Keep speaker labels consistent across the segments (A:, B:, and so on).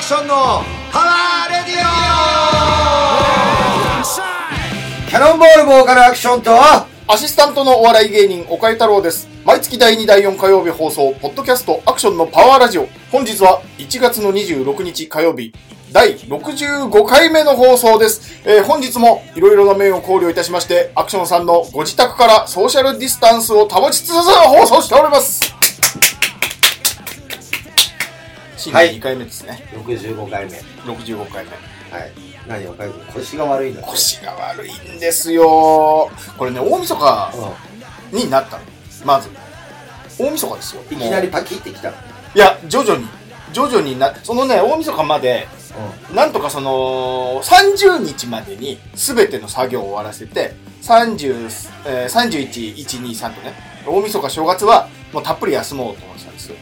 A: ションのパワーレディオキャノンボールボーカルアクションと
B: アシスタントのお笑い芸人、岡井太郎です。毎月第2、第4火曜日放送、ポッドキャストアクションのパワーラジオ。本日は1月の26日火曜日、第65回目の放送です。えー本日もいろいろな面を考慮いたしまして、アクションさんのご自宅からソーシャルディスタンスを保ちつつ放送しております。新
A: はい
B: 年2回目ですね。
A: 65回目はい
B: 65回目。
A: 何をかゆく腰が悪いんだって
B: 腰が悪いんですよ。これね、大晦日
A: う
B: になったの。まず。大晦日ですよ。
A: んいきなりパキってきたの
B: いや、徐々に、徐々にな、そのね、大晦日まで、
A: う
B: なんとかその、30日までに全ての作業を終わらせて、30、えー、31、123とね、大晦日正月はもうたっぷり休もうと思ってたんですよ。
A: ん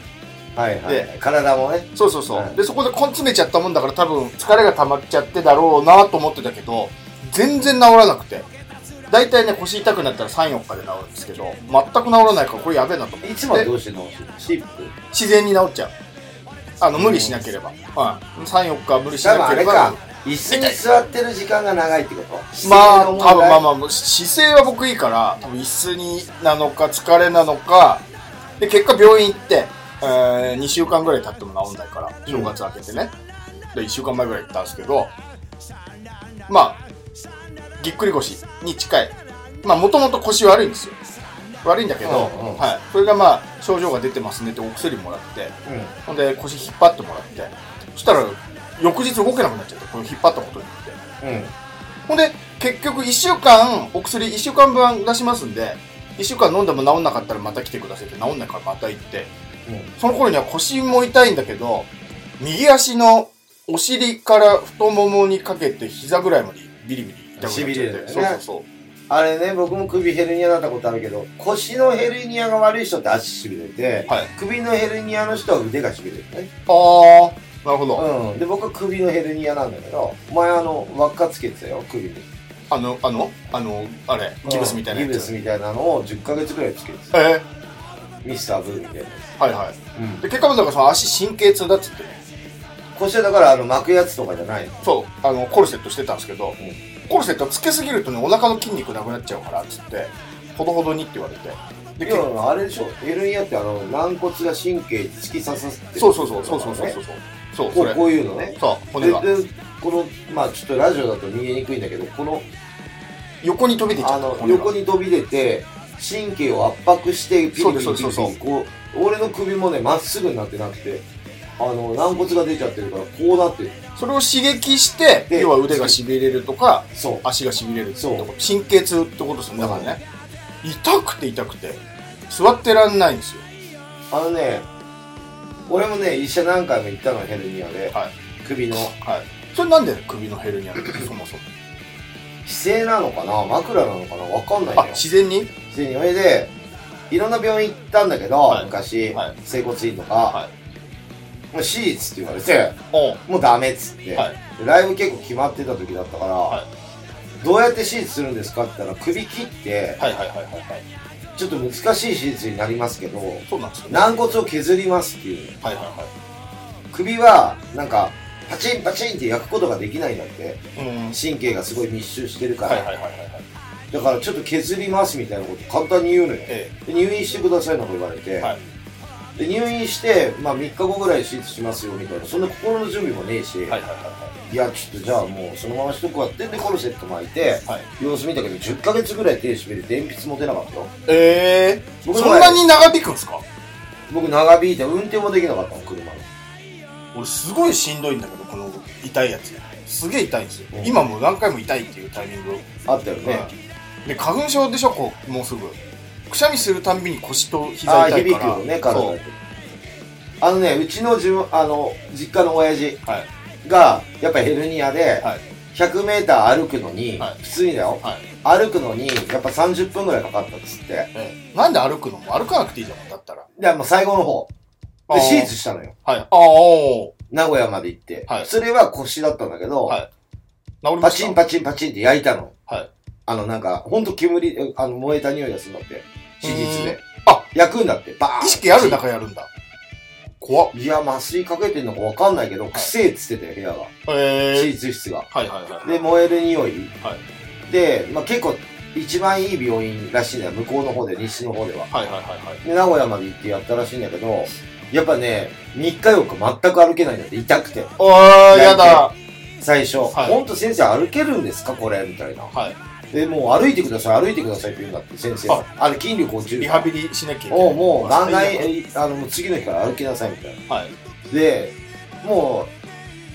A: はいはいはい
B: で
A: 体もね
B: そうそうそう。
A: はい
B: で、そこで根詰めちゃったもんだから多分疲れが溜まっちゃってだろうなと思ってたけど、全然治らなくて。だいたいね、腰痛くなったら3、4日で治るんですけど、全く治らないからこれやべえなと思って。
A: いつもはどうしてのシップ
B: 自然に治っちゃうあの無理しなければ、はい、34日無理し
A: 多分
B: な
A: あ
B: けれ
A: れ
B: ば
A: か椅子に座ってる時間が長いってこと
B: まあ多分まあ
A: ま
B: まあ姿勢は僕いいから多分椅子になのか疲れなのかで結果病院行って、え2週間ぐらい経っても治んないから正月明けてね、で1週間前ぐらい行ったんですけどまあぎっくり腰に近いまあもともと腰悪いんですよ悪いんだけど、
A: うんうん
B: はい、それがまあ症状が出てますねってお薬もらってほんで腰引っ張ってもらってそしたら翌日動けなくなっちゃってこの引っ張ったことによって
A: うんうん
B: ほんで結局1週間お薬1週間分出しますんで1週間飲んでも治んなかったらまた来てくださいって治んないからまた行ってその頃には腰も痛いんだけど右足のお尻から太ももにかけて膝ぐらいまでビリビリ痛くなっちゃって
A: 痺れるよね
B: そうそうそう
A: あれね、僕も首ヘルニアだったことあるけど、腰のヘルニアが悪い人って足しびれて、
B: はい
A: 首のヘルニアの人は腕がしびれるね。
B: ああなるほど、
A: うん。で、僕は首のヘルニアなんだけど、お前あの、輪っかつけてたよ、首に。
B: あのあのあのあれギブスみたいな
A: ギ
B: や
A: ブ
B: つ
A: スみたいなのを10ヶ月ぐらいつけてた。
B: えー
A: ミスターブーみたいな。
B: はいはい
A: うん。
B: で結果もだからその足神経痛だっつってね
A: 腰はだからあの、巻くやつとかじゃないの。
B: そうあのコルセットしてたんですけど、コルセットつけすぎるとねお腹の筋肉なくなっちゃうからっつってほどほどにって言われてで結
A: 要はあれでしょ、ヘルニアってあの、軟骨が神経に突き刺さって
B: そうそうそうそうそうそう
A: ね
B: そうそう
A: こ
B: そうれ
A: こういうのね。
B: そう骨が
A: で、でこの、まあちょっとラジオだと見えにくいんだけど、この、
B: 横に飛び出ちゃ
A: あ
B: った
A: の
B: 骨が
A: 横に飛び出て神経を圧迫してピリピリピ
B: そう
A: リ
B: です
A: ピ
B: そうですそう
A: リ
B: です
A: こう俺の首もねまっすぐになってなくてあの軟骨が出ちゃってるからこうなってる
B: それを刺激して
A: で
B: 要は腕がしびれるとか
A: そう
B: 足がしびれるって
A: そう
B: こと神経痛ってことですねだからね痛くて痛くて座ってらんないんですよ
A: あのね俺もね医者何回も行ったのヘルニアで、
B: はい
A: 首の
B: はいそれなんで首のヘルニアなの そもそも
A: 姿勢なのかな枕なのかなわかんないん
B: あ
A: だよ
B: 自然に
A: 普通に俺でいろんな病院行ったんだけど、
B: はい
A: 昔、
B: はい
A: 整骨院とか、
B: は
A: もう手術って言われて
B: おう
A: もうダメっつって、
B: はい
A: でライブ結構決まってた時だったから、
B: は
A: どうやって手術するんですかって言ったら首切って
B: はいはいはいはいはい
A: ちょっと難しい手術になりますけど
B: そうなんですよね
A: 軟骨を削りますっていう
B: はいはいはい
A: 首はなんかパチンパチンって焼くことができないんだって
B: うん
A: 神経がすごい密集してるから、
B: はいはいはいはいはい
A: だからちょっと削りますみたいなこと簡単に言うのよ
B: え
A: で入院してくださいなんか言われて、
B: はい
A: で入院して、まあ、3日後ぐらい手術しますよみたいなそんな心の準備もねえし、
B: えはいはいはい
A: いやちょっとじゃあもうそのまましとくわってんでコルセット巻いて
B: はいはい
A: 様子見たけど10ヶ月ぐらい手しびれて鉛筆持てなかったよ
B: ええ
A: 僕の
B: そ
A: 場合
B: んなに長引くんですか
A: 僕長引いて運転もできなかったの車の
B: 俺すごいしんどいんだけどこの痛いやつすげえ痛いんですよ、
A: うん
B: 今もう何回も痛いっていうタイミング
A: あったよね、
B: で花粉症でしょこうもうすぐくしゃみするたんびに腰と
A: あ
B: 膝
A: あ
B: 痛い
A: 響
B: か
A: く
B: ら
A: よね体
B: そ
A: に
B: う
A: あのねうちの自分あの実家の親父
B: はい
A: がやっぱヘルニアで
B: はい
A: 100m 歩くのに、
B: はい
A: 普通にだよ
B: はい、
A: 歩くのにやっぱ30分ぐらいかかったっつって
B: ええなんで歩くのもう歩かなくていいじゃんだったら
A: でもう最後の方
B: あ
A: で
B: ー
A: 手術したのよ
B: はいああお
A: 名古屋まで行って、
B: はい
A: それは腰だったんだけど、
B: はいー治
A: パ
B: りまし
A: チ
B: た
A: ンパチンパチンって焼いたの。
B: はい
A: あの、なんか、ほんと煙、あの、燃えた匂いがするんだって。手術
B: うー
A: で
B: ん。あ
A: 焼くんだって。バーン
B: 意識ある中やるんだ怖っ。
A: いや、麻酔かけてんのかわかんないけど、くせえっつってたよ、部屋が。
B: え
A: 手
B: ー。
A: 術室が。
B: はいはいはい。
A: で、燃える匂い。
B: は
A: で、まあ、結構、一番いい病院らしいんだよ。向こうの方で、西の方では。
B: はいはいはいはい。
A: で、名古屋まで行ってやったらしいんだけど、やっぱね、3日4日全く歩けないんだって、痛くて。
B: おー、やだ。
A: 最初、
B: はい
A: ほんと先生歩けるんですかこれみたいな。
B: はい。
A: で、もう歩いてください、歩いてくださいって言うんだって、先生が。あの、筋力を重
B: リハビリしなきゃいけない。
A: をもう、番外、
B: はい。
A: えあの、もう次の日から歩きなさいみたいな。
B: はい
A: で、も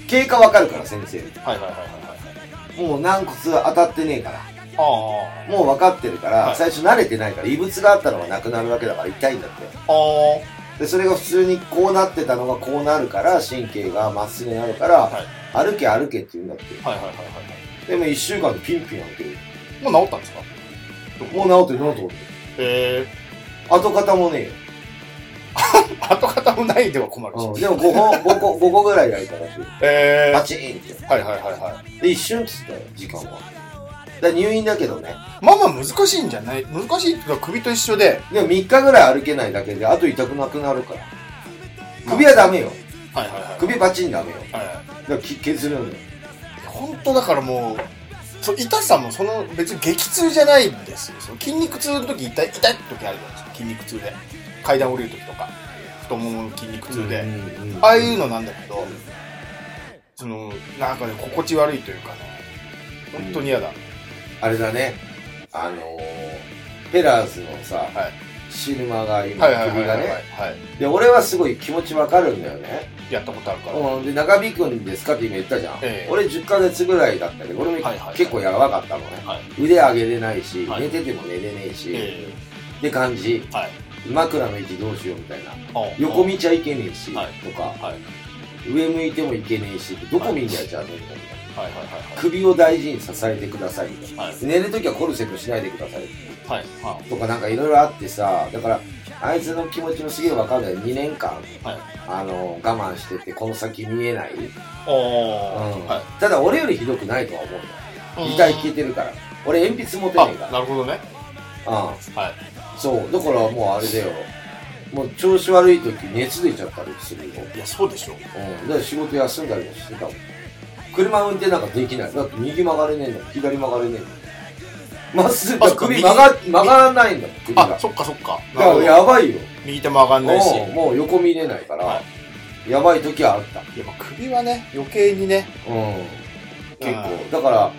A: う、経過わかるから、先生。
B: はいはいはいはい。
A: もう軟骨当たってねえから。
B: ああ。
A: もう分かってるから、
B: はい
A: 最初慣れてないから、異物があったのがなくなるわけだから痛いんだって。
B: あー
A: で、それが普通にこうなってたのがこうなるから、神経がまっすぐになるから、
B: はい
A: 歩け歩けって言うんだって。
B: はいはいはいは
A: でも一週間でピンピン歩ける。
B: い。もう治ったんですか
A: もう治ってる治ってる。
B: え
A: 跡形もねえよ。
B: ー。跡形もないでは困るし。
A: でも5本、5個、5個ぐらいやりたらしい。
B: え
A: パ
B: ー。
A: チーンって。
B: はいはいはいは
A: で、一瞬っつったよ、時間は。だから入院だけどね。
B: い。まあまあ難しいんじゃない難しいっていうか首と一緒で。
A: でも3日ぐらい歩けないだけで、あと痛くなくなるから。首はダメよ。
B: はいはいはい。
A: 首パチンダメよ。
B: はいはい。
A: だからき削るんだよ。
B: 本当だからもうそう痛さもその別に激痛じゃないんですよその筋肉痛の時痛い痛い時あるじゃないですか筋肉痛で階段降りる時とか太ももの筋肉痛で、
A: うんうん
B: ああいうのなんだけど、そのなんかね心地悪いというかね本当に嫌だ、
A: あれだね。あのー、ペラーズのさ
B: はい、
A: シルマが今
B: はいはいはい
A: 首
B: は
A: が
B: い、はい
A: ね。で、俺はすごい気持ちわかるんだよね。
B: やったことあるから、
A: うん、で長引くんですかって今言ったじゃん、
B: ええ
A: 俺10ヶ月ぐらいだったけど俺も
B: はいはい
A: 結構やばかったのね、
B: はい
A: 腕上げれないし、
B: はい
A: 寝てても寝れねえし、
B: え
A: って感じ
B: えはい
A: 枕の位置どうしようみたいな
B: あ
A: 横見ちゃいけねえし、
B: はい
A: とか
B: はい
A: 上向いてもいけねえしどこ見んだよじゃあねみたい
B: はいはいはい
A: な首を大事に支えてくださいみたいな
B: はい
A: 寝るときはコルセットしないでください
B: はいはい
A: とかなんかいろいろあってさだからあいつの気持ちもすげえわかるんだよ2年間、
B: はい
A: あの我慢しててこの先見えない、
B: お
A: うん
B: お、は
A: ただ俺よりひどくないとは思うよ
B: い
A: 遺体消えてるから俺鉛筆持てないか
B: あなるほどね
A: らうん
B: はい
A: そうだからもうあれだよもう調子悪い時熱出ちゃったりするよ、
B: いやそうでしょう
A: うん、だから仕事休んだりもしてたもん車運転なんかできないだって右曲がれねえんだもん左曲がれねえんだもんまっすぐだ
B: あ
A: から首曲が曲がらないんだもん首が
B: あ
A: だか
B: そっかそっかなるほ
A: ら
B: ど
A: やばいよ
B: 右手も上がんないし、
A: もうもう横見れないから、
B: は
A: やばい時はあった
B: やっぱ首はね、余計にね。
A: うん。結
B: あ
A: 構。
B: ー
A: だから、あ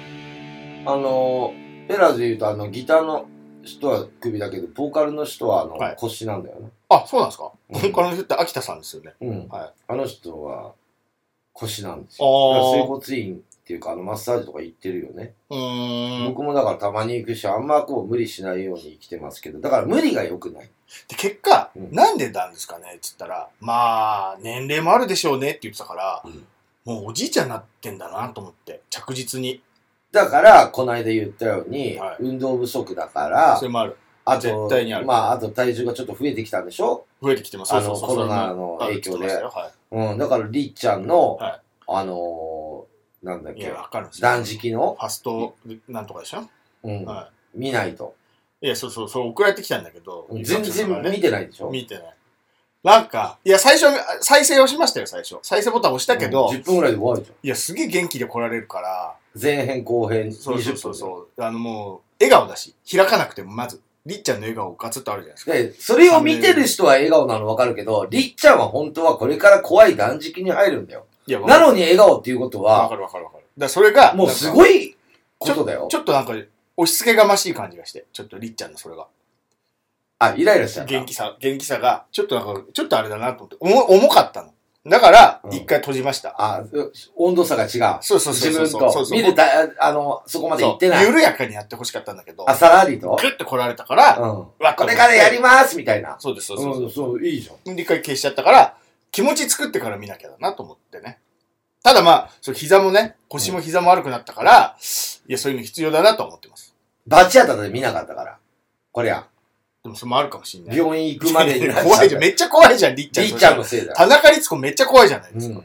A: のー、ペラーズで言うと、あの、ギターの人は首だけど、ボーカルの人は、あの、
B: はい
A: 腰なんだよね。
B: あ、そうなんですか
A: うん
B: ボーカルの人って秋田さんですよね。
A: うん。
B: はい
A: あの人は、腰なんです
B: あ
A: よ。だから整
B: ー。
A: 骨院っていうか、あの、マッサージとか行ってるよね。
B: うーん。
A: 僕もだからたまに行くし、あんまこう無理しないように生きてますけど、だから無理が良くない。
B: で、結果、
A: うん
B: なんでなんですかねって言ったら、まあ、年齢もあるでしょうねって言ってたから、
A: うん
B: もうおじいちゃんになってんだなと思って、着実に。
A: だから、この間言ったように、
B: はい
A: 運動不足だから
B: そ、れもある。
A: あと、
B: 絶対にある
A: まあ、あと体重がちょっと増えてきたんでしょ
B: 増えてきてます。
A: あの
B: そうそう
A: コ
B: そう
A: ロナの影響で
B: それもあるって言ってまし
A: うん、だから、りっちゃんの、
B: は
A: あのー、なんだったっ
B: よはい。いや、
A: け、
B: わかるんですよ。
A: 断食の
B: フ、ァスト、なんとかでしょ、
A: うん、
B: は
A: 見ないと。
B: い。いや、そうそう、そう送られてきたんだけど。
A: 全然
B: ね
A: 見てないでしょ
B: 見てない。なんか、いや、最初、再生をしましたよ、最初。再生ボタン押したけ
A: う
B: ど、
A: ん10分ぐらいで終わるじ
B: いや、すげえ元気で来られるから、
A: ゃん。前編後編20分で。
B: そうそうそうそう、あのもう、笑顔だし、開かなくてもまず、りっちゃんの笑顔ガツッとあるじゃないですか。
A: で、それを見てる人は笑顔なのわかるけど、りっちゃんは本当はこれから怖い断食に入るんだよ。
B: いや、わか
A: な
B: る
A: のに笑顔っていうこと
B: わ
A: は、
B: かるわかるわかる。だからそれが、
A: もうす
B: い
A: ごいことだよ
B: ち。ょっとなんか、押し付けがましい感じがして、ちょっとりっちゃんのそれが。
A: あ、イライラしちゃった。
B: 元気さ、元気さが、ちょっとなんか、ちょっとあれだなと思って、重重かったの。だから
A: う、ん
B: 一回閉じました。
A: あ、う温度差が違う。
B: そうそうそ
A: 自
B: うそう
A: 分
B: そ
A: と
B: う。そうそ。う
A: 見るた、あの、そこまで行ってな
B: そう
A: い。
B: 緩やかにやってほしかったんだけど、
A: あ、さらりと。
B: グッて来られたから、
A: うん。
B: わ
A: これからやりますみたいな。
B: そうです、そうです。
A: うん、そう、いいじゃん。
B: で一回消しちゃったから、気持ち作ってから見なきゃだなと思ってね。ただまあ、そう膝もね、腰も膝も悪くなったから、いや、そういうの必要だなと思ってます。
A: バチ当たって見なかったから。こりゃ、
B: でもそれもあるかもしんない。
A: 病院行くまでになっちゃった。
B: 怖いじゃん。めっちゃ怖いじゃん、りっちゃん。
A: りっちゃんのせいだ。
B: 田中律子めっちゃ怖いじゃないで
A: う
B: すか。
A: ん。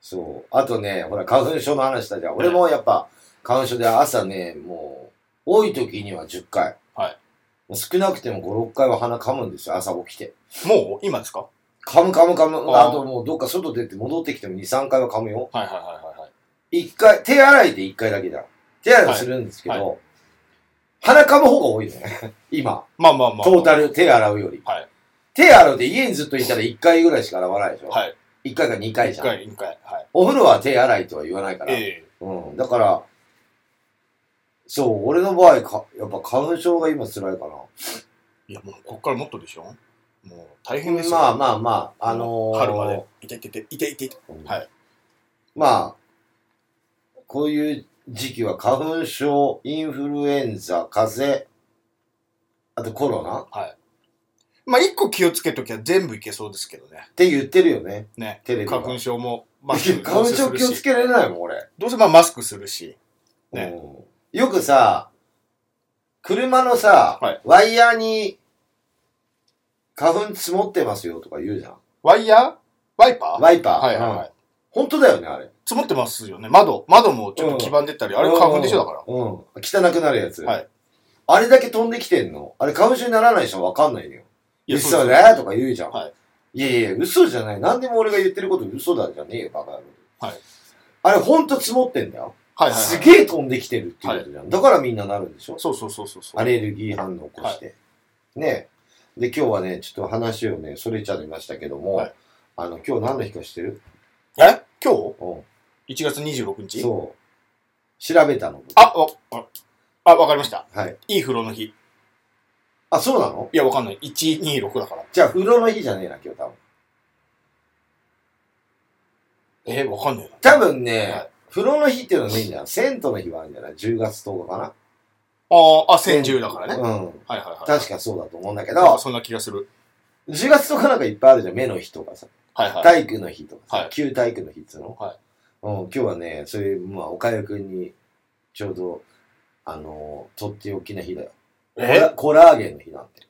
A: そう。あとね、ほら、花粉症の話したじゃん。俺もやっぱ、花粉症で朝ね、もう、多い時には10回。
B: はい
A: もう少なくても5、6回は鼻噛むんですよ、朝起きて。
B: もう今ですか
A: 噛む噛む噛む。
B: あー
A: あともうどっか外出て戻ってきても2、3回は噛むよ。
B: はいはいはいはい。
A: 一回、手洗いで一回だけだ。手洗いをするんですけど、
B: はい
A: 鼻噛む方が多いのね。 今、
B: まあまあまあ。
A: トータル手洗うより。
B: はい
A: 手洗うで家にずっといたら1回ぐらいしか洗わないでしょ。
B: はい。
A: 1回か2回じ
B: 一
A: ゃん。
B: 回、一回。はい。
A: お風呂は手洗いとは言わないから。
B: え
A: うん。だから、そう、俺の場合か、やっぱ花粉症が今辛いかな。
B: えいや、もう、こっからもっとでしょもう、大変ですよ。
A: まあまあまあ、あのー
B: 春まで。いていていて、いていていて。はい
A: まあ、こういう時期は花粉症、インフルエンザ、風邪、あとコロナっ
B: まあ、一個気をつけときゃ全部いけそうですけどね。
A: て言ってるよね。
B: ね。
A: テレビは
B: 花粉症も、マスク
A: 花粉症気をつけられないもん、俺。
B: どうせまあマスクするし。ね
A: うんよくさ、車のさ、
B: はい
A: ワイヤーに花粉積もってますよとか言うじゃん。
B: ワイヤーワイパー
A: ワイパー。
B: はいはい
A: うん
B: はい。
A: 本当だよね、あれ。
B: 積もってますよね。窓。窓もちょっと黄ばんでったり。あれ花粉でしょだから。
A: うん。汚くなるやつ。
B: はい
A: あれだけ飛んできてんのあれ花粉症にならない人はわかんないのよ。
B: いや
A: 嘘
B: う
A: だよとか言うじゃん。、
B: はい
A: やいや、嘘じゃない。何でも俺が言ってること嘘だじゃねえよ、バカ野郎。
B: はい
A: あれほんと積もってんだよ。
B: はいはいはい。
A: すげえ飛んできてるっていうことじゃん。だからみんななるんでしょ
B: そうそうそうそうそう。
A: アレルギー反応を起こして。ねで、今日はね、ちょっと話をね、それちゃいましたけども、
B: はい
A: あの、今日何の日か知ってる
B: え今
A: うん。
B: 日 ?1 月26日
A: そう。調べたの。
B: あ、わ、ああ、わかりました。
A: はい。
B: いい風呂の日。い
A: あ、そうなの
B: や、わかんない。126だから。
A: じゃあ、風呂の日じゃねえな、今日多分。
B: えー、わかんないな。
A: 多分ね、
B: はい
A: 風呂の日っていうのはねいいんじゃん。銭湯の日はあるんじゃない ?10 月10日かな。
B: あーあ、千10だからね。
A: うん。
B: はいはいはい。
A: 確かそうだと思うんだけ
B: なんか
A: ど、
B: そんな気がする。
A: 10月10日なんかいっぱいあるじゃん。目の日とかさ、
B: はいはい。
A: 体育の日とかさ、
B: はい
A: 旧体育の日っつうの。
B: はい
A: うん、今日はね、そういう、まあ、岡かゆくんに、ちょうど、あのーとっておきな日だよ。コラコラーゲンの日なんて。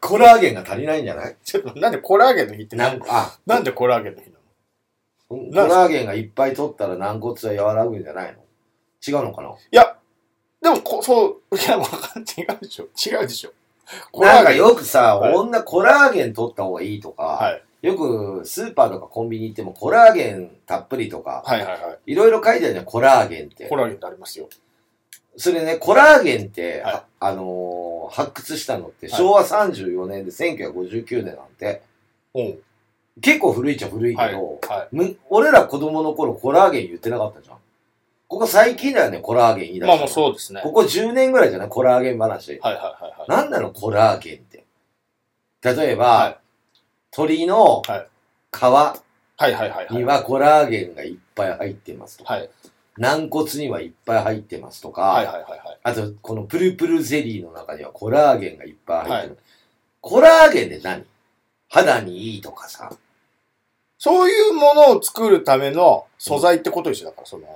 A: コラーゲンが足りないんじゃない
B: ちょっとなんでコラーゲンの日って
A: な
B: なんん
A: か、あ、
B: なんでコラーゲンの日なの
A: コ
B: すか
A: ラーゲンがいっぱい取ったら軟骨は和らぐんじゃないの違うのかない
B: や、でもこ、そう、いや、わかん違うでしょ。違うでしょ。コ
A: な
B: ラ
A: ん
B: ー
A: か
B: ゲン。
A: よくさ、
B: はい
A: 女コラーゲン取った方がいいとか、
B: はい。
A: よくスーパーとかコンビニ行ってもコラーゲンたっぷりとか、
B: はいはいはい
A: ろいろ書いてあるじゃん、コラーゲンっ
B: い。
A: て
B: コ。ラーゲンってありますよ。
A: それね、コラーゲンって、
B: はい
A: ああのー発掘したのって
B: はい
A: 昭和34年で1959年なんて、
B: うん。
A: 結構古いっちゃ古いけ
B: はい。
A: ど、
B: はい。
A: む俺ら子供の頃コラーゲン言ってなかったじゃん。ここ最近だよね、コラーゲン言い出した
B: まあ
A: の。
B: もうそうですね。
A: ここ10年ぐらいじゃないコラーゲン話。
B: はいはいはいはい。
A: なんなのコラーゲンって。例えば、
B: はい
A: 鳥の皮
B: はいはいはいはいはい。
A: にはコラーゲンがいっぱい入ってますとか、
B: はい。
A: 軟骨にはいっぱい入ってますとか、
B: はいはいはいはい。
A: あとこのプルプルゼリーの中にはコラーゲンがいっぱい入ってる。コラーゲンって何肌にいいとかさ。
B: そういうものを作るための素材ってことでしょだから、その、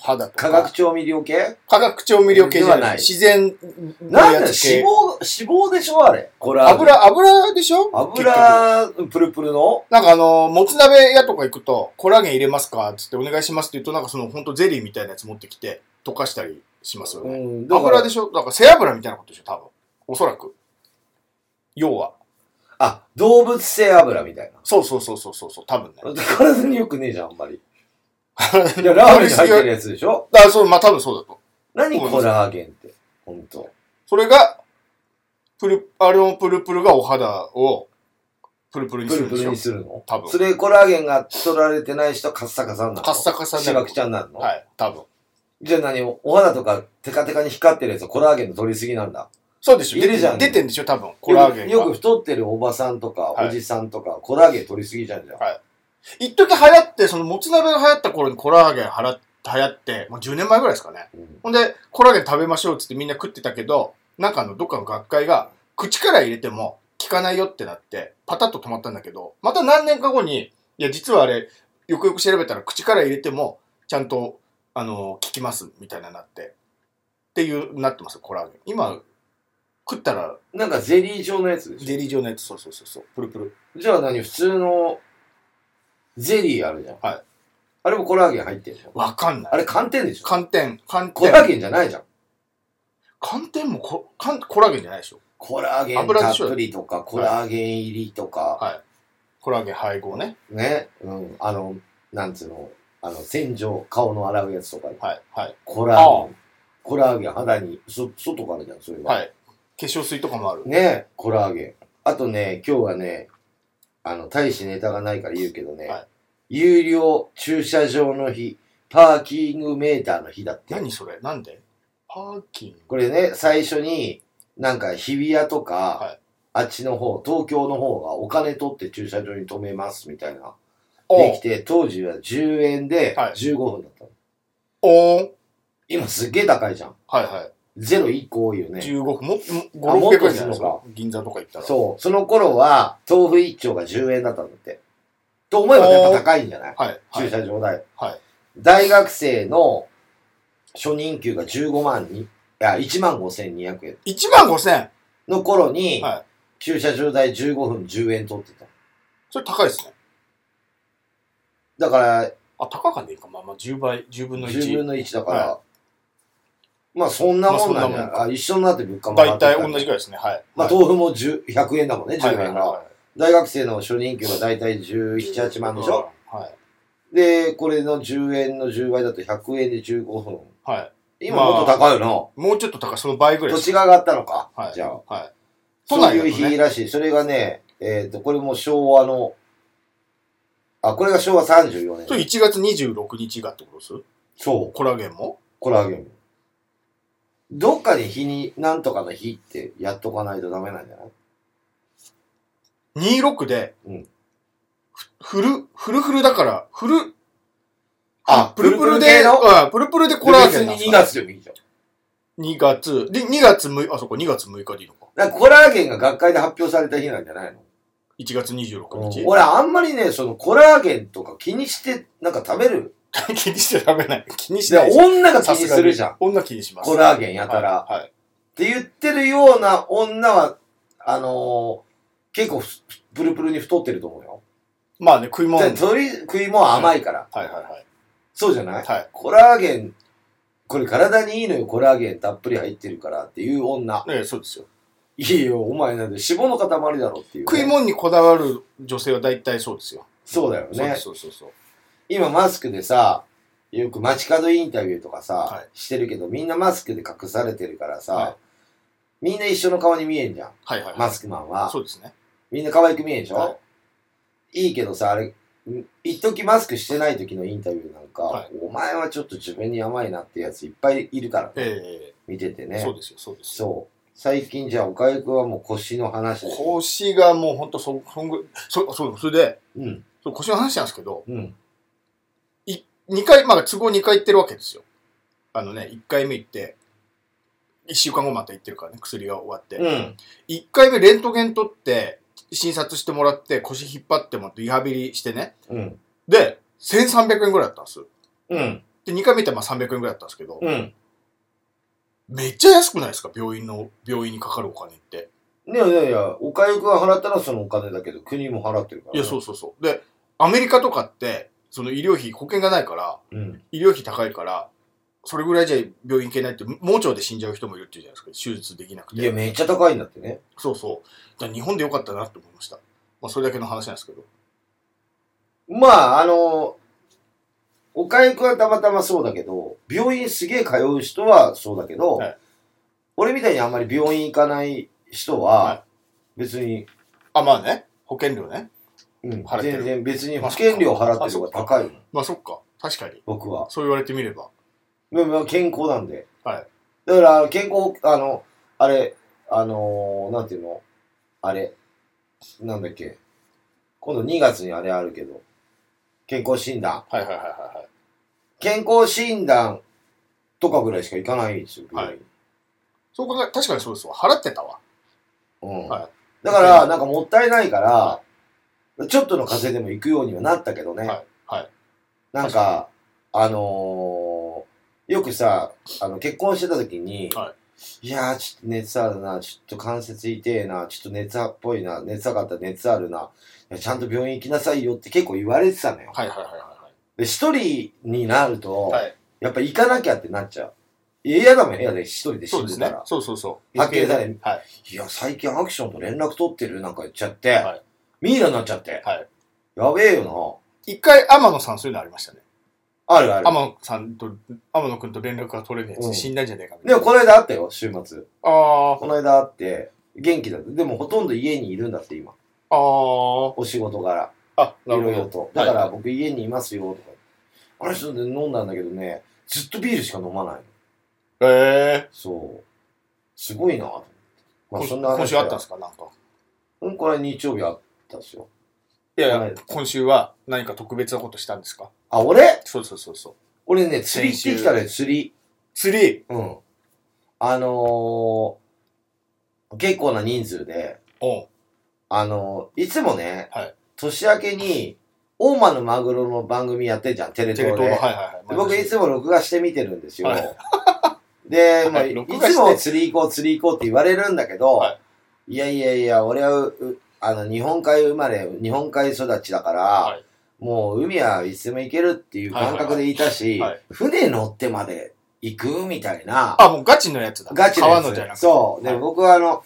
B: 肌と
A: 化
B: か。
A: 学調味料系
B: 化学調味料系じゃ
A: ではな
B: ないい。自然の
A: なんだよ、
B: やつ
A: 脂
B: 系。
A: 肪、脂肪でしょあれ。コラーゲン。
B: 油、油でしょ結局
A: 油、プルプルの
B: なんかあの、もつ鍋屋とか行くと、コラーゲン入れますかつってお願いしますって言うと、なんかその本当ゼリーみたいなやつ持ってきて、溶かしたりしますよね。
A: ん
B: 油でしょだから背脂みたいなことでしょ多分。おそらく。要は。
A: あ、動物性油みたいな。
B: そうそうそうそうそうそう、多分ね。
A: 体に良くねえじゃん、あんま り。いや、
B: や
A: ラーメンに入ってるやつでしょ
B: だからそう、まあ多分そうだと。
A: 何コラーゲンって。ほんと。
B: それが、プル、あれのプルプルがお肌を、プルプルに
A: プ
B: する
A: ル
B: ん
A: プ
B: でし
A: ル
B: ょ
A: にするの
B: 多分
A: それコラーゲンが取られてない人はカッサカサになるの
B: カッサカサに
A: し
B: な
A: ば
B: る
A: く。ちゃになるの、
B: はい、多分。
A: じゃあ何お肌とかテカテカに光ってるやつはコラーゲンの取りすぎなんだ。
B: そうでしょ
A: いるじゃん
B: 出てんでしょ多分、コラーゲンが。
A: よくよく太ってるおばさんとか
B: はい
A: おじさんとかコラーゲン取りすぎじゃんじゃん。
B: 一時流行って、そのもつ鍋が流行った頃にコラーゲンはら流行って、もう10年前ぐらいですかね。
A: うん
B: ほんで、コラーゲン食べましょうっつってみんな食ってたけど、なんかあの、どっかの学会が、口から入れても効かないよってなって、パタッと止まったんだけど、また何年か後に、いや、実はあれ、よくよく調べたら口から入れても、ちゃんと、あの、効きます、みたいななって、っていう、なってますよコラーゲン。今、食ったら、
A: なんかゼリー状のやつでし
B: ゼリー状のやつ、そうそうそうそう、プルプル。
A: ょじゃあ何普通のゼリーあるじゃん。
B: はい
A: あれもコラーゲン入ってるでしょ
B: わかんない。
A: あれ寒天でしょ
B: 寒天、寒
A: コ
B: 天。
A: ラーゲンじゃないじゃん。
B: 寒天もココラーゲンじゃないでしょ
A: コラーゲン
B: 油
A: た
B: で
A: っ
B: しょ
A: ぷりとか、コラーゲン入りとか、
B: はコラーゲン配合ね。
A: ね、うん、あの、なんつうの、あの、洗浄、顔の洗うやつとか、
B: はい、はい、
A: コラーゲン、コラーゲン、肌に、そ、外からじゃん、それは。
B: はい。化粧水とかもある。
A: ね、コラーゲン。あとね、今日はね、あの、大してネタがないから言うけどね、
B: はい
A: 有料駐車場の日、パーキングメーターの日だって。
B: 何それなんでパーキング
A: これね、最初に、なんか日比谷とか、
B: はい
A: あっちの方、東京の方がお金取って駐車場に止めますみたいな。
B: お
A: で
B: う
A: きて、当時は10円で
B: はい
A: 15分だったの。
B: おう
A: 今すっげえ高いじゃん。
B: はいは
A: ゼロ1個多いよ
B: い。
A: ね。
B: 15分、も、も
A: あ
B: 5、
A: もっ
B: 600
A: と
B: 円じゃないです
A: するの
B: か。銀座とか行ったら。う。
A: そう。その頃は、豆腐一丁が10円だったんだって。と思えばやっぱ高いんじゃない
B: はい、は
A: 駐
B: い。
A: 車場代。
B: はい
A: 大学生の初任給が15万に、いや、1万5200円。
B: 1万5千円
A: の頃に、
B: はい
A: 駐車場代15分10円取ってた。
B: それ高いですね。
A: だから、
B: あ、高かねえか。まあまあ、10倍、10分の
A: 10
B: 1。
A: 分の1だから、
B: は
A: まあそんなもんなんじ
B: まあそんな
A: ゃ
B: も
A: なんい、あ、一緒になって物価も
B: 大
A: って
B: 体
A: きた
B: 同じぐらいですね。はい。
A: まあ
B: はい
A: 豆腐も10 100円だもんね、10円
B: はい
A: が。
B: はいは
A: 大学生の初任給が大体
B: い。
A: 17、8万でしょ、
B: はい。
A: で、これの10円の10倍だと100円で15分。
B: はい。
A: 今もっと高いよ
B: もうちょっと高い。その倍ぐ
A: な。
B: らい
A: 土
B: です。
A: 地が上がったのか。
B: はい
A: じゃあ。
B: はい。都
A: そう
B: 内
A: い
B: だと
A: う日
B: ね。
A: らしい。それがね、えっ、と、これも昭和の、あ、これが昭和34
B: そ
A: 年。
B: れ1月26日がってことです
A: そう。
B: コラーゲンも
A: コラーゲン。どっかで日に、なんとかの日ってやっとかないとダメなんじゃない
B: ?26 で
A: うん、
B: ふフル、フルフルだから、フル、
A: あ
B: プルプ
A: プルプ
B: ル
A: ル
B: で、
A: 系の
B: あプルプルでコラーゲンなんです
A: 2
B: か
A: 月でもいいじゃん。
B: 2月、で、2月6日、あ、そこ2月6日でいいのか。
A: だからコラーゲンが学会で発表された日なんじゃないの
B: 1月26日。
A: 俺あんまりね、そのコラーゲンとか気にして、なんか食べる。
B: 気にしちゃダメない。気にし
A: で
B: ない。
A: 女が気にするじゃん。
B: 女気にします。
A: コラーゲンやたら。
B: はい。はい
A: って言ってるような女は、あのー結構ふプルプルに太ってると思うよ。
B: まあね、食い物。は
A: で
B: い
A: 鳥食いも甘いから。
B: はいはい。
A: そうじゃない
B: はい。
A: コラーゲン、これ体にいいのよ、コラーゲンたっぷり入ってるからっていう女。
B: ねそうですよ。
A: いいよ、お前なんで脂肪の塊だろっていう、
B: 食い物にこだわる女性は大体そうですよ。
A: そうだよ
B: そうで
A: ね
B: す。そうそうそう。
A: 今マスクでさ、よく街角インタビューとかさ、
B: はい
A: してるけど、みんなマスクで隠されてるからさ、
B: はい
A: みんな一緒の顔に見えんじゃん。
B: はいはいはい。
A: マスクマンは。
B: そうですね。
A: みんな可愛く見えんでしょ、、
B: はい
A: いけどさ、あれ、ん一時マスクしてない時のインタビューなんか、
B: はい
A: お前はちょっと自分に甘いなってやついっぱいいるから、
B: え
A: 見てて
B: え
A: ね。
B: そうですよ、そうですよ。
A: そう。最近じゃあ、おかゆくんはもう腰の話で。
B: 腰がもうほんとそ、そんぐそ、そう、それで、
A: うん。
B: そう腰の話なんですけど、
A: うん。
B: 2回、まあ都合2回行ってるわけですよ。あのね、1回目行って、1週間後また行ってるからね、薬が終わって。
A: うん。
B: 1回目レントゲン取って、診察してもらって、腰引っ張ってもらって、リハビリしてね。
A: うん。
B: で、1300円ぐらいだったんです。
A: うん。
B: で、2回目ってまあ300円ぐらいだったんですけど、
A: うん。
B: めっちゃ安くないですか病院の、病院にかかるお金って。
A: いやいやいや、おかゆくんは払ったらそのお金だけど、国も払ってるから、。
B: いや、そううそうそう。で、アメリカとかって、その医療費、保険がないから、
A: うん。
B: 医療費高いから、それぐらいじゃ病院行けないって、盲腸で死んじゃう人もいるっていうじゃないですか。手術できなく
A: いや、
B: て。
A: めっちゃ高いんだってね。
B: そうそう。だから日本でよかったなって思いました。まあ、それだけの話なんですけど。
A: まあ、あの、おかゆくんはたまたまそうだけど、病院すげえ通う人はそうだけど、
B: はい
A: 俺みたいにあんまり病院行かない人は、
B: は
A: 別に、
B: あ、まあね。保険料ね。
A: うん
B: 払、ってる
A: 全然別に保険料払ってる方が高いよ、
B: まあそっか。確かに。
A: 僕は。
B: そう言われてみれば。
A: でも健康なんで。
B: はい
A: だから、健康、あの、あれ、あのーなんていうのあれ、なんだっけ。今度2月にあれあるけど、健康診断。
B: はいはいはいはいはい。
A: 健康診断とかぐらいしか行かないんですよ。
B: はいそう考え、確かにそうですわ。払ってたわ。
A: うん
B: はい
A: だから、なんかもったいないから、ちょっとの風邪でも行くようにはなったけどね。
B: はいはい
A: なんか、あのーよくさ、あの、結婚してた時に、、
B: はい
A: やー、ちょっと熱あるな、ちょっと関節痛えな、ちょっと熱っぽいな、熱上がったら熱あるな、いやちゃんと病院行きなさいよって結構言われてたのよ。
B: はいはいはいは
A: で、一人になると、
B: いはい。はい。
A: やっぱ行かなきゃってなっちゃう。嫌だもん、部屋で一人で
B: そ
A: 死
B: うんで
A: ですた
B: ね
A: ら。。
B: そうそうそう。
A: 家計だね
B: はい。
A: いや、最近アクションと連絡取ってるなんか言っちゃって、
B: はい
A: ミイラになっちゃって、
B: はい
A: やべえよ
B: 一回天野さんそういうのありましたね。
A: な。あるある。
B: 天野さんと、天野くんと連絡が取れねえや
A: うん
B: つ死んだんじゃねえかみたい
A: で
B: な。
A: もこの間あったよ、週末。
B: あ
A: この間あって、元気だって。でもほとんど家にいるんだって今。
B: あ、あ
A: お仕事柄。
B: あ、あ、
A: い
B: なる
A: ろ
B: ほ
A: いろ
B: ど。
A: と。
B: は
A: だ
B: い
A: から僕家にいますよ、とか。あれちょっと飲んだんだけどね、ずっとビールしか飲まないの。
B: ええ
A: そう。すごいなと思って。まあそんな話は
B: 今週あったんですかなんか。
A: うん、これ日曜日あったんですよ。
B: いやい
A: は
B: や
A: い、
B: 今週は何か特別なことしたんですか
A: あ、俺
B: そうそうそうそう。
A: 俺ね、釣り行ってきたね、釣り。
B: 釣り
A: うん。あのー、結構な人数で、
B: おう
A: あのー、いつもね、
B: はい
A: 年明けに、大間のマグロの番組やってんじゃん、テレ
B: テレ
A: 東
B: 東の、
A: で。
B: はいはいは
A: で
B: い。
A: 僕いつも録画して見てるんですよ。
B: は
A: で、まあ、
B: はい
A: い
B: 録画して
A: つも釣り行こう、釣り行こうって言われるんだけど、、
B: はい
A: やいやいや、俺はう、うあの、日本海生まれ、日本海育ちだから、
B: はい
A: もう海はいつでも行けるっていう感覚でいたし、
B: はいはいはい
A: 船乗ってまで行くみたいな、
B: あ、もうガチのやつだ。
A: ガチ
B: 川
A: やつ
B: のじゃなくて。
A: そう。で、
B: はい
A: 僕はあの、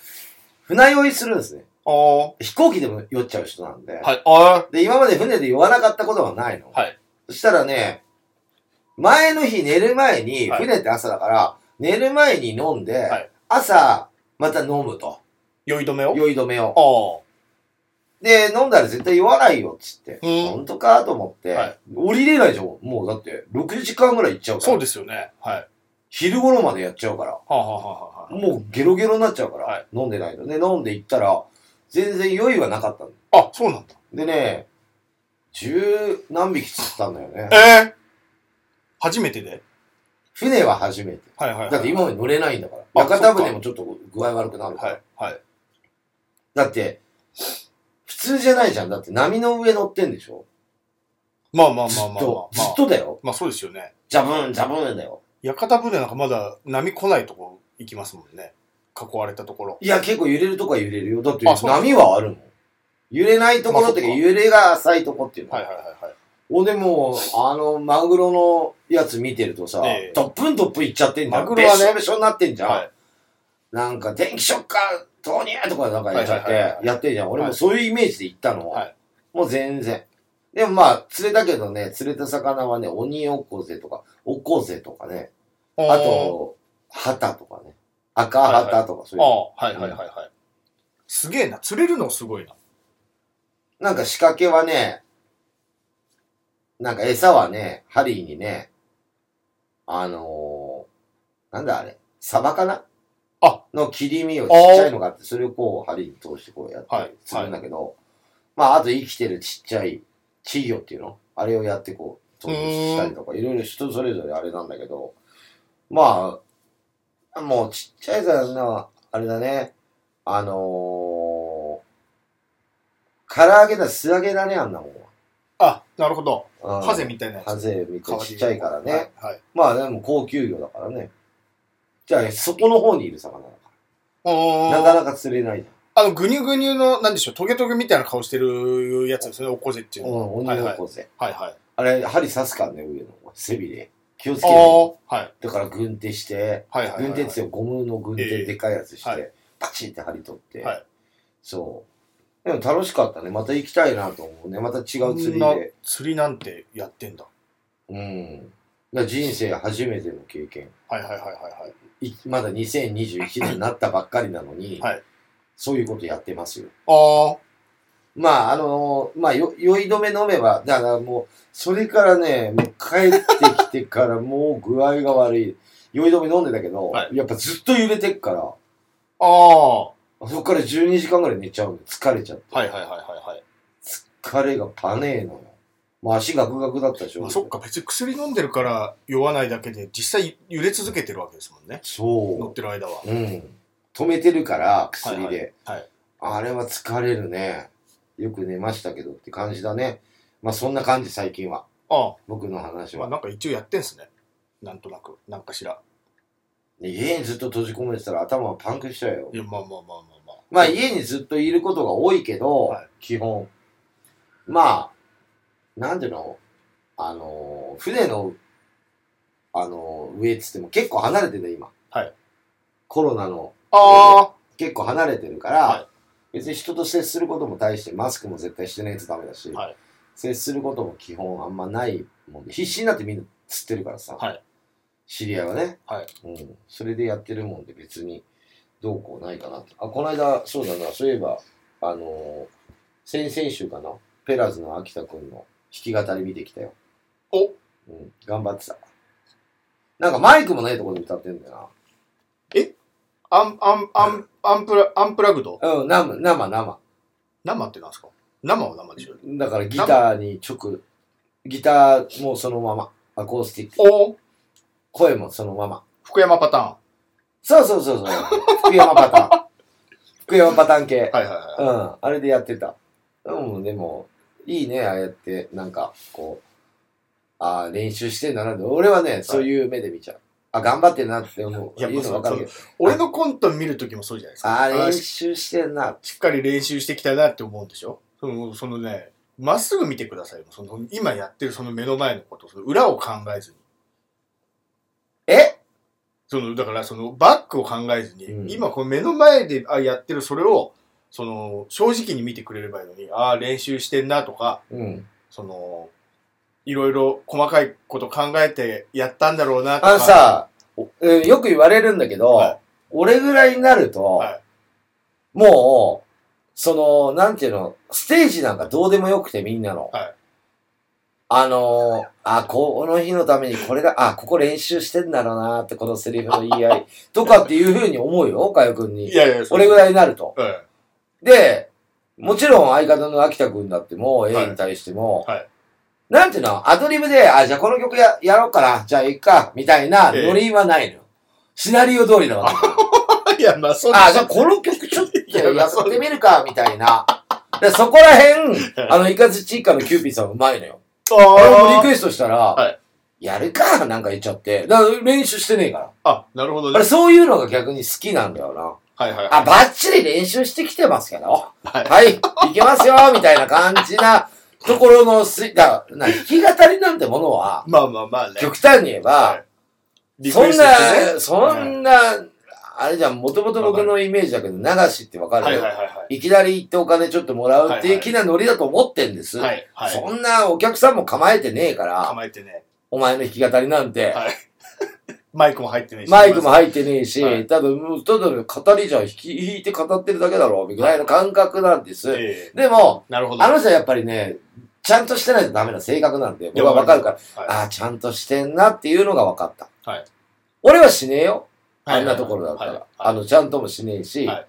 A: 船酔いするんですね。
B: おー
A: 飛行機でも酔っちゃう人なんで。
B: はい。あ
A: で、今まで船で酔わなかったことはないの。
B: はい
A: そしたらね、前の日寝る前に、
B: はい
A: 船って朝だから、寝る前に飲んで、
B: はい
A: 朝、また飲むと。
B: 酔い止めを
A: 酔い止めを。
B: あ
A: で、飲んだら絶対酔わないよ、っつって。
B: うん
A: 本当かと思って、
B: はい
A: 降りれないじゃん。もうだって、6時間ぐらい行っちゃう
B: あ。
A: から。
B: そうですよね。はい。は
A: 昼頃までやっちゃうから。
B: あ、はあはあは
A: もうゲロゲロになっちゃうから、
B: はい
A: 飲んでないの。で、飲んで行ったら、全然酔いはなかったの。
B: あ、あ、そうなんだ。
A: でね、十何匹釣ったんだよね。
B: ええ初めてで
A: 船は初めて。
B: はいはいはい。
A: だって今まで乗れないんだから。
B: あ
A: 屋形船
B: そ
A: もちょっと具合悪くなるから。
B: はい。はい。
A: だって、普通じゃないじゃん。だって波の上乗ってんでしょ
B: まあまあ
A: ず
B: まあ
A: っ
B: まあまあ
A: と、ず
B: ま
A: っ
B: あ。
A: とだよ。
B: まあそうですよね。
A: ジャブン、ジャブンだよ。
B: 屋形船なんかまだ波来ないとこ行きますもんね。囲われたところ。
A: いや、結構揺れるとこは揺れるよ。だって
B: あそう
A: 波はあるもん。揺れないところっていう
B: まあ
A: か、揺れが浅いとこっていうの。
B: はいはいはいはい。
A: おでも、あの、マグロのやつ見てるとさ、
B: ええ
A: ドップンドップンいっちゃってんじゃん。
B: マグロは
A: べ
B: ね
A: っしょべしょになってんじゃん。
B: はい
A: なんか、電気ショッカー投入とかなんかやっちゃっ
B: はいはいはいは
A: て、
B: い
A: やってんじゃん。俺
B: は
A: も
B: い
A: そういうイメージで行ったの。
B: はい
A: もう全然。でもまあ、釣れたけどね、釣れた魚はね、オニオッコゼとか、オッコゼとかね、
B: あ
A: あ、と、ハタとかね、赤ハタとかそういう、
B: ああ、はいはいはいはい。すげえな。釣れるのすごいな。
A: なんか仕掛けはね、なんか餌はね、ハリーにね、あのー、なんだあれ、サバかな
B: あ
A: の切り身をちっちゃいのがあって、それをこう、針に通してこうやっ
B: は
A: た
B: い
A: りするんだけど、まあ、あと生きてるちっちゃい稚魚っていうのあれをやってこう、投入したりとか、いろいろ人それぞれあれなんだけど、まあ、もうちっちゃい魚は、あれだね、あのー、唐揚げだ、素揚げだね、あんなもん
B: あ、なるほど。
A: は。うん
B: ハゼみたいなやつ。
A: ハゼみたい
B: 川
A: な
B: で
A: ち
B: 言
A: っ
B: う
A: ちゃいからね。。
B: はい。
A: まあでも高級魚だからね。じゃあ、そこの方にいる魚だか
B: お
A: ら。な
B: ー
A: かなか釣れないじ
B: あの、ぐにゅぐにゅの、なんでしょう、トゲトゲみたいな顔してるやつですね、おこぜってい
A: ゃ。
B: うんの。
A: うん、鬼の子ぜ。
B: はいはい。
A: あれ、針刺すからね、上の背びれ。気をつけ
B: ああ
A: て。
B: ー、はい。
A: だから軍手して、
B: はいはいはい。
A: 軍手ってよ、ゴムの軍
B: え
A: 手
B: え
A: でかいやつし
B: は
A: て、パチンって針取って
B: はい。
A: そう。でも楽しかったね。また行きたいなと思うね。また違う釣
B: こん
A: り
B: な
A: で。
B: 釣りなんてやってんだ。
A: うん。だから人生初めての経験。
B: はいはいはいはいはい。
A: いまだ2021年になったばっかりなのに、
B: はい
A: そういうことやってますよ。
B: あ
A: まあ、あのまあ、よ、酔い止め飲めば、だからもう、それからね、もう帰ってきてからもう具合が悪い。酔い止め飲んでたけど、
B: はい
A: やっぱずっと揺れてっから、
B: あ、ああ、は
A: そこから12時間ぐらい寝ちゃうの。疲れちゃって。
B: いはいはいはいはい。
A: 疲れがパネーのよ。まあ、足ガクガクだったでしょ。
B: まあ、そっか、別に薬飲んでるから酔わないだけで、実際揺れ続けてるわけですもんね。乗っ
A: そ
B: てる間は
A: う。。うん。止めてるから、薬で。
B: はい。
A: あれは疲れるね。よく寝ましたけどって感じだね。まあそんな感じ最近は。
B: あ
A: 僕の話
B: あ、まあ
A: は。
B: なんか一応やってんすね。なんとなく、なんかしら。
A: ね家にずっと閉じ込めてたら頭はパンクしちゃうよ
B: い。や、まあまあまあまあまあ。
A: まあ家にずっといることが多いけど、
B: はい
A: 基本。まあ、なんていうのあのー、船の、あのー、上っつっても結構離れてる今。
B: はい。
A: コロナの
B: あ
A: 結構離れてるから、
B: は
A: 別に人と接することも大してマスクも絶対してないとダメだし、
B: はい
A: 接することも基本あんまないもんで、必死になってみんな釣ってるからさ、
B: はい
A: 知り合いはね、
B: はい
A: うん、それでやってるもんで別にどうこうないかなって。あ、この間、そうだな、そういえば、あのー先々週かな、ペラーズの秋田くんの弾き語り見てきたよ。
B: お
A: うん、頑張ってた。なんかマイクもないところで歌ってんだよ
B: アン、アン、アン、アンプラ、アンプラグド
A: な。うん、生、生、生。
B: 生ってなんですか生は生でしょ
A: だからギターに直、ギターもそのまま、アコースティック、
B: お
A: 声もそのまま。
B: 福山パタ
A: そうそうそうそう。福山パターン。 福山パターン系
B: ーン。。はいはいはい。
A: うん、あれでやってた。うん、でも、いいね、ああやって、なんか、こう、ああ、練習してんだなって。俺はね、そういう目で見ちゃう。あ、頑張ってんなって思う。
B: いや
A: いうの分かるけど。
B: 俺のコント見るときもそうじゃないですか。
A: ああ、
B: あ
A: 練
B: し
A: 習してんな。
B: しっかり練習してきたなって思うんでしょそのそのね、まっすぐ見てくださいよ。その今やってるその目の前のこと、その裏を考えずに。
A: え
B: そのだからそのバックを考えずに、
A: うん
B: 今この目の前であやってるそれを、その正直に見てくれればいいのに、ああ、練習してんなとか、
A: うん。
B: その、いろいろ細かいこと考えてやったんだろうなとか。
A: あのさ、おうんよく言われるんだけど、
B: はい
A: 俺ぐらいになると、
B: はい
A: もう、その、なんていうの、ステージなんかどうでもよくてみんなの。
B: はい
A: あのーあ、この日のためにこれだ、あ、ここ練習してんだろうなって、このセリフの言い合いとかっていうふうに思うよ、岡谷くん
B: い
A: に。
B: やいや、
A: 俺ぐら
B: い。
A: いになると。
B: うん
A: で、もちろん相方の秋田くんだっても、A に対しても、
B: はい
A: なんていうの、アドリブで、あ、じゃあこの曲ややろうかな、じゃあいっか、みたいな
B: ええ
A: ノリはないのよ。シナリオ通りなわけ。
B: いや、まあ、そんな
A: あ、じゃあこの曲ちょっと
B: いやま
A: や
B: あそう
A: ってみるか、みたいな。でそこら辺、あの、イカズチーカのキューピーさんうまいのよ。俺もリクエストしたら、
B: はい
A: やるか、なんか言っちゃって。だから練習してねえから。
B: あ、なるほどね。
A: あれ、そういうのが逆に好きなんだよな。
B: はいはいはい。
A: あ、バッチリ練習してきてますけど。は
B: はい
A: い、い、けますよ、みたいな感じなところのすい、だな弾き語りなんてものは、
B: まあまあまあね。
A: 極端に言えば、
B: はいリク
A: そ
B: エ
A: ん
B: ストしてね
A: な、そんな、あれじゃん、もともと僕のイメージだけど、流しってわかる、
B: はいはいはいはい
A: きなり行ってお金ちょっともらうっていう気なノリだと思ってんです。
B: い。はいはい。
A: そんなお客さんも構えてねえから、
B: 構えてね。
A: お前の弾き語りなんて、
B: はいマイクも入ってねえし。
A: マイクも入ってねえし、
B: はい
A: ただ、もうただ語りじゃ弾き、弾いて語ってるだけだろ、みたいな感覚なんです。
B: ええ
A: でも、
B: なるほど。
A: あの人はやっぱりね、ちゃんとしてないとダメな性格なんで、僕はわかるから、
B: は
A: あ
B: い
A: あ、ちゃんとしてんなっていうのが分かった。
B: はい
A: 俺はしねえよ。
B: はい
A: あんなところだった
B: はい
A: ら
B: はい。
A: あの、ちゃんともしねえし
B: はい、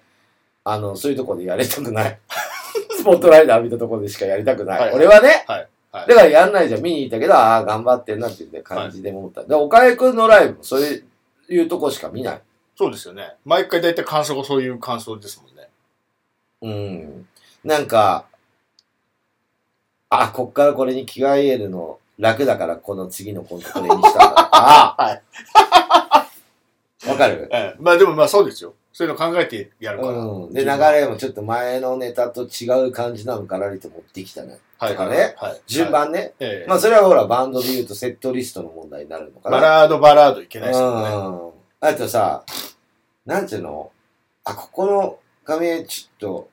A: あの、そういうところでやりたくない。 スポットライト浴びたところでしかやりたく
B: は
A: ないい。
B: はい
A: 俺はね
B: はいはい。
A: だからやんないじゃん。見に行ったけど、ああ、頑張ってんなっていう感じで思った。で、岡江くんのライブもそういうとこしか見ない。
B: そうですよね。毎回大体感想がそういう感想ですもんね。
A: うん。なんか、あ、こっからこれに着替えるの楽だから、この次のコントこれにした んだとか。
B: はい
A: わかる
B: ええまあでもまあそうですよ。そういうの考えてやるから。
A: うん。で、流
B: 順番
A: れもちょっと前のネタと違う感じなのからりと持ってきたね。
B: はい
A: とか
B: はい
A: ね
B: はい。
A: 順番ね。
B: ええ。
A: まあ、それはほら、バンドで言うとセットリストの問題になるのかな。
B: バラードバラードいけないですもんね。
A: うん。あとさ、なんていうのあ、ここの画面ちょっと、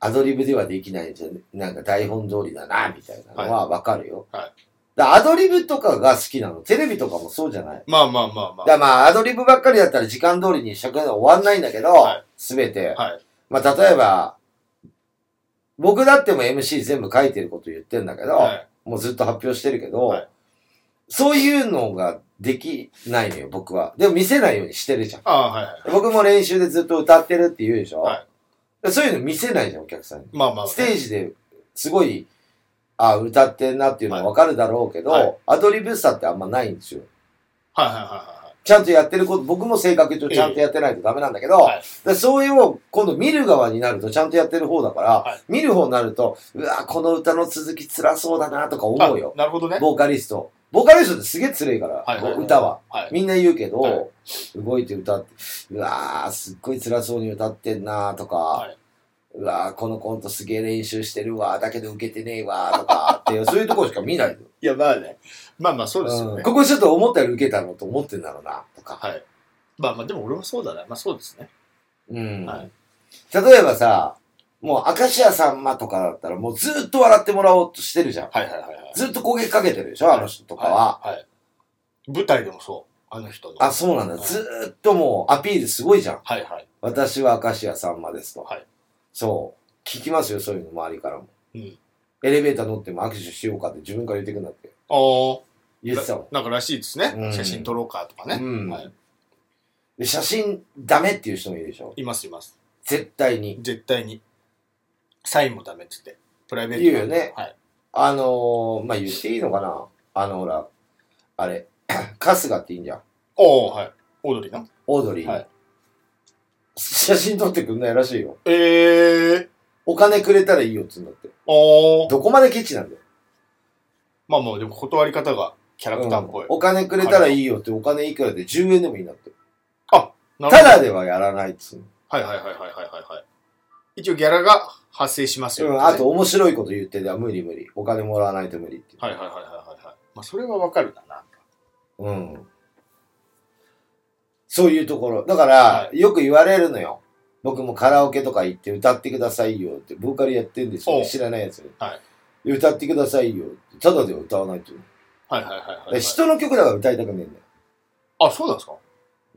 A: アドリブではできないじゃん。なんか台本通りだな、みたいなのはわかるよ。
B: はい
A: だアドリブとかが好きなの。テレビとかもそうじゃない。
B: まあまあまあま
A: だまあ、アドリブばっかりだったら時間通りに尺が終わんないんだけど
B: はい、
A: すべ、て。
B: あ。はい。
A: まあ、例えば、僕だっても MC 全部書いてること言ってんだけど、
B: はい。
A: もうずっと発表してるけど、
B: はい
A: そういうのができないのよ、僕は。でも見せないようにしてるじゃん。
B: ああ、はいはい。
A: 僕も練習でずっと歌ってるって言うでしょ、
B: は
A: そういうの見せないじゃん、お客さんに。
B: まあまあ。
A: ステージですごい、あ歌ってんなっていうのはわかるだろうけど、
B: はい
A: アドリブさってあんまないんですよ。
B: はいはいはいはい。
A: ちゃんとやってること、僕も性格上ちゃんとやってないとダメなんだけど、
B: はい
A: でそういうを今度見る側になるとちゃんとやってる方だから、
B: はい
A: 見る方になると、うわこの歌の続き辛そうだなとか思うよ
B: あ。なるほどね。
A: ボーカリスト。ボーカリストってすげえつれいから、
B: はいはいはい
A: 歌は。
B: はい。
A: みんな言うけど、
B: はい
A: 動いて歌って、うわー、すっごい辛そうに歌ってんなーとか、
B: はいう
A: わー、このコントすげえ練習してるわー、だけど受けてねえわーと か、っていう、そういうとこしか見ないよ。
B: いや、まあね。まあまあそうですよ
A: う
B: ね
A: ん。ここちょっと思ったより受けたのと思ってんだろうな、とか。
B: はい。まあまあ、でも俺もそうだな。まあそうですね。
A: うん。
B: はい
A: 例えばさ、もう、明石家さんまとかだったら、もうずっと笑ってもらおうとしてるじゃん。
B: はいはいはいはい。
A: ずっと攻撃かけてるでしょあの人とかは。
B: いい舞台でもそう。あの人の。
A: あ、そうなんだ。ずーっともう、アピールすごいじゃん。
B: はいはい。
A: 私は明石家さんまですと。
B: はい
A: そう。聞きますよ、そういうの、周りからも。
B: うん
A: エレベーター乗っても握手しようかって自分から言ってくんだって。
B: あ
A: 言ってたもん
B: あ、なんからしいですね。
A: うん
B: 写真撮ろうかとかね。
A: うん
B: はい。
A: で。写真ダメっていう人もいるでしょ
B: いますいます。
A: 絶対に。
B: 絶対に。サインもダメって言って。プライベートで
A: 言うよね
B: はい。
A: あのー、まあ、言っていいのかなあの、ほら、あれ、 春日っていいんじゃん。
B: おおはい。オードリーな。
A: オードリー。
B: はい
A: 写真撮ってくんないらしいよ。
B: ええー。
A: お金くれたらいいよっつうんだって。
B: おお。
A: どこまでケチなんだよ。
B: まあもうでも断り方がキャラクターっぽい。
A: お金くれたらいいよってお金いくらで10円でもいいんだって。
B: なるほ
A: た
B: ど
A: だではやらないっつうの
B: はいはいはいはいはいはいはい。一応ギャラが発生しますよ、
A: うん、あと、面白いこと言ってでは無理無理。お金もらわないと無理って。
B: はいはいはいはいはいはい。まあそれはわかるだな。
A: うん。そういうところ。だから、
B: は
A: よく言われるのよ。僕もカラオケとか行って歌ってくださいよって、ボーカルやってんですよ、
B: おう
A: 知らないやつに。
B: は
A: 歌ってくださいよって。ただでは歌わないって言うの。
B: はいはいはいはい、
A: だから人の曲だから歌いたくねえんだよ。
B: あ、そうなんで すか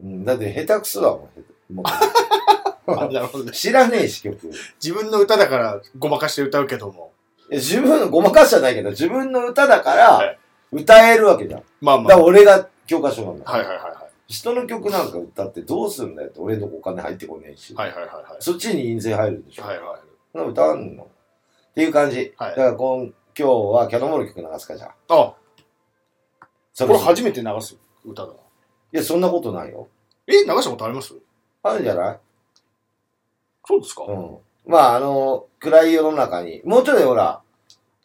A: うん、だって下手くそだもん。も
B: あなるほど
A: う
B: ね。
A: 知らねえし、曲。
B: 自分の歌だからごまかして歌うけども。
A: え自分の、ごまかしじゃないけど、自分の歌だか
B: は
A: ら
B: い、
A: 歌えるわけじゃん。
B: まあ
A: だ
B: ま
A: か
B: あ。
A: ら俺が教科書なんだ。
B: はいはいはいは
A: 人の曲なんか歌ってどうすんだよって、俺のお金入ってこねえし。
B: い。はいはいはいはい。
A: そっちに印税入るでしょ。
B: はいはい。
A: そんな歌わんのっていう感じ。
B: はい
A: だからこん今日はキャノンボール曲流すかじゃあ。
B: あ、
A: そ
B: これ初めて流す歌だな。
A: いや、そんなことないよ。
B: え、流したことあります
A: あるんじゃない
B: そうですか、
A: うん。まあ、あの、暗い世の中に、もうちょいほら、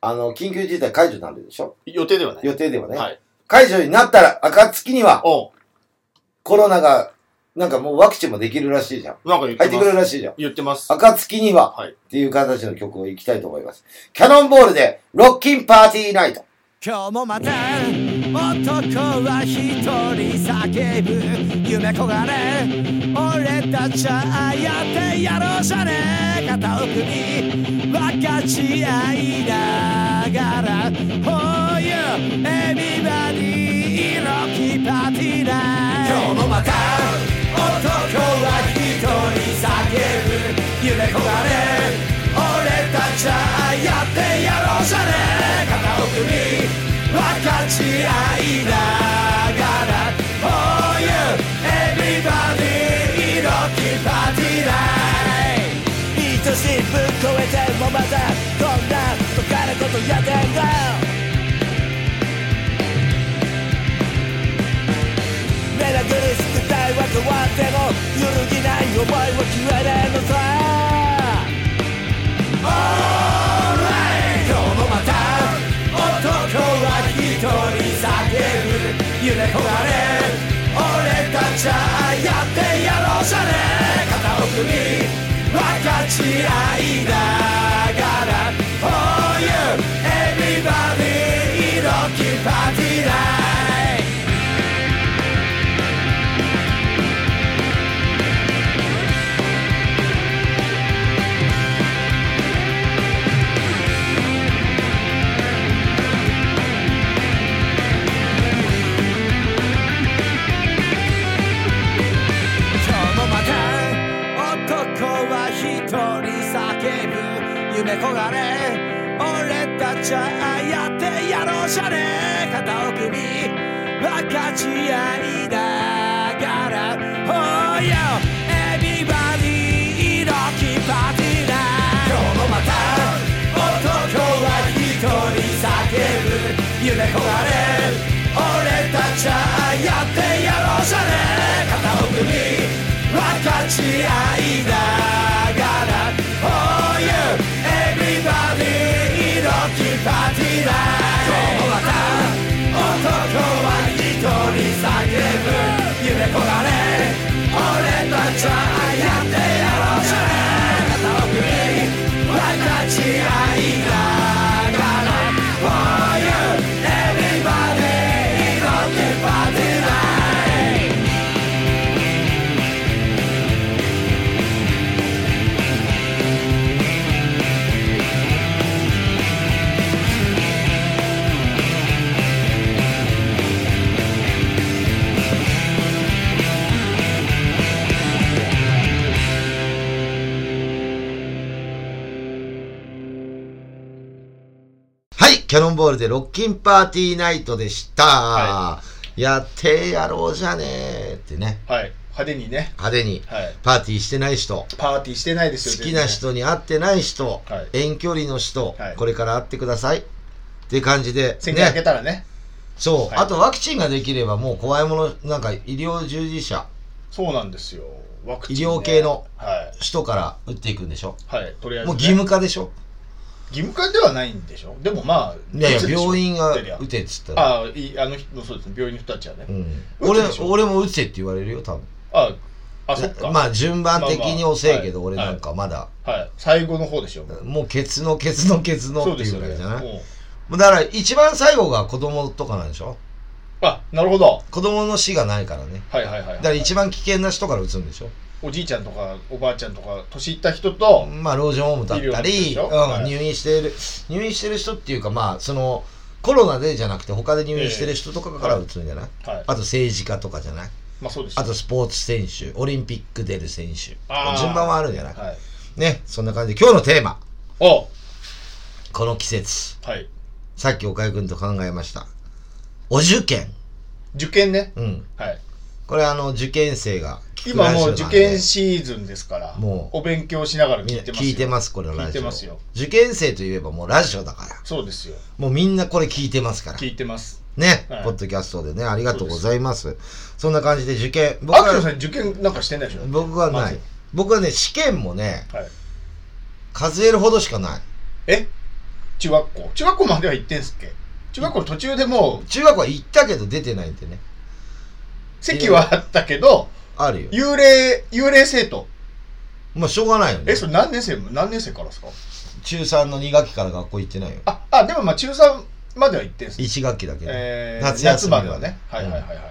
A: あの、緊急事態解除になるでしょ
B: 予定ではね。
A: 予定ではね。
B: はい。
A: 解除になったら、暁には、
B: お
A: コロナが、なんかもうワクチンもできるらしいじゃん。
B: なんか言って
A: 入って
B: ま
A: くれ
B: す。
A: るらしいじゃん。
B: 言ってます。
A: 暁には、
B: はい
A: っていう形の曲をいきたいと思います。キャノンボールで、ロッキンパーティーナイト。
C: 今日もまた男は一人叫ぶ夢焦がれ俺たちはああやってやろうじゃねえ肩を組み分かち合いながら Oh you everybody ロッキーパーティーナイト今日もまた男は一人叫ぶ夢焦がれ俺たちはやってやろうじゃねえ肩を組み分かち合いながら Oh you everybody ロッキーパーティーナイト愛しい分超えてもまだこんなとかなことやってんだ目だぐり少ないわ変わっても揺るぎない思いは消えねえのさ Alright 今日もまた男は一人叫ぶ夢焦がれ俺たちはやってやろうじゃねえ肩を組み分かち合いながら Oh you everybody ロッキーパーティーナイト今日もまた男は一人叫ぶ夢焦がれ俺たちはやってやろうじゃねえ肩を組み分かち合いながら Oh yo everybody ロッキーパーティーだ今日もまた男は一人叫ぶ夢焦がれ俺たちはやってやろうじゃねえ肩を組み分かち合いながら Oh you everybody ロッキーパーティーだ今日もまた男は一人叫ぶ夢焦がれ俺たちはやってやろうじゃねえ肩を組み分かち合いながら Oh you everybody ロッキーパーティーだ
D: 「ロッキーパーティーナイト」
A: はい、キャノンボールでロッキンパーティーナイトでした。
B: は
A: やってやろうじゃねーってね、
B: はい。派手にね。
A: 派手に
B: はい。
A: パーティーしてない人、
B: パーティーしてないですよ
A: 好きな。人に会ってない人、
B: はい
A: 遠距離の人、
B: はい
A: これから会ってくださいっていう感じで、
B: 全然宣言開け
A: ね、
B: たらね。
A: そう、
B: はい
A: あとワクチンができればもう怖いもの、なんか医療従事者、
B: そうなんですよ。ワクチン、ね。
A: 医療系の。
B: はい。
A: 人から打っていくんでしょ
B: はい。とりあえず、
A: も
B: ね。
A: う義務化でしょ
B: 義務化ではないんでしょでもまあ、
A: いやい
B: 打つ
A: や、
B: でしょ
A: 病院が
B: 打てりゃ
A: 打てっつったら。
B: ああ、いいあの人、そうですね、病院の人たちはね。
A: うん、
B: 打つ
A: 俺
B: でしょ
A: 俺も打てって言われるよ、多分
B: ああ、あ、そっか。
A: まあ順番的に遅いけど、
B: まあまあ
A: 俺なんかまだ、
B: はい。最後の方でしょ。
A: もうケツのケツのケツの
B: そう
A: って
B: で
A: い
B: す
A: う
B: よ
A: ぐらいじ
B: ね。
A: ゃない
B: もう
A: だから一番最後が子供とかなんでしょ
B: あ、なるほど。
A: 子供の死がないからね
B: はいはいはい。
A: だから一番危険な人から打つんでしょ、
B: おじいちゃんとかおばあちゃんとか年いった人と、
A: まあ老人ホームだった
B: 医療の人で
A: り、
B: しょ
A: うん
B: はい
A: 入院してる入院してる人っていうかまあそのコロナでじゃなくて他で入院してる人とかから打つんじゃない、
B: はい
A: あと政治家とかじゃない
B: まあそうです
A: あとスポーツ選手オリンピック出る選手
B: あー
A: 順番はあるんじゃない、
B: はい
A: ねそんな感じで今日のテーマ
B: お
A: この季節
B: はい
A: さっき岡井君と考えました。お受験。
B: 受験ね
A: うん。
B: はい
A: これあの、受験生が聞く
B: 今
A: ラジ
B: も
A: オ
B: う
A: なんで
B: 受験シーズンですから
A: もう
B: お勉強しながら
A: みんな
B: 聞
A: い
B: てます
A: 聞いてますす、これのラジオ。
B: 聞いてますよ
A: 受験生といえばもうラジオだから。
B: そうですよ
A: もうみんなこれ聞いてますから。
B: 聞いてます
A: ね、
B: はい
A: ポッドキャストでね、ありがとうございます。そんな感じで受験。僕
B: アクションさ
A: は、
B: ん受験なんかしてないでしょ
A: 僕は
B: ま
A: な
B: ず
A: い。僕はね、試験もね、
B: はい
A: 数えるほどしかない。
B: え中学校中学校までは行ってんすっけ中学校の途中でもう
A: 中学は行ったけど出てないんでね。
B: 席はあったけど
A: あるよ。
B: 幽霊幽霊生徒
A: まあ、しょうがないよね
B: え。それ何年生何年生からですか
A: 中3の2学期から学校行ってないよ。
B: ああでもまあ中3までは行ってんすね
A: 1学期だけね。
B: えー
A: 夏休
B: 夏
A: みは
B: まではねはいはいはいはいはい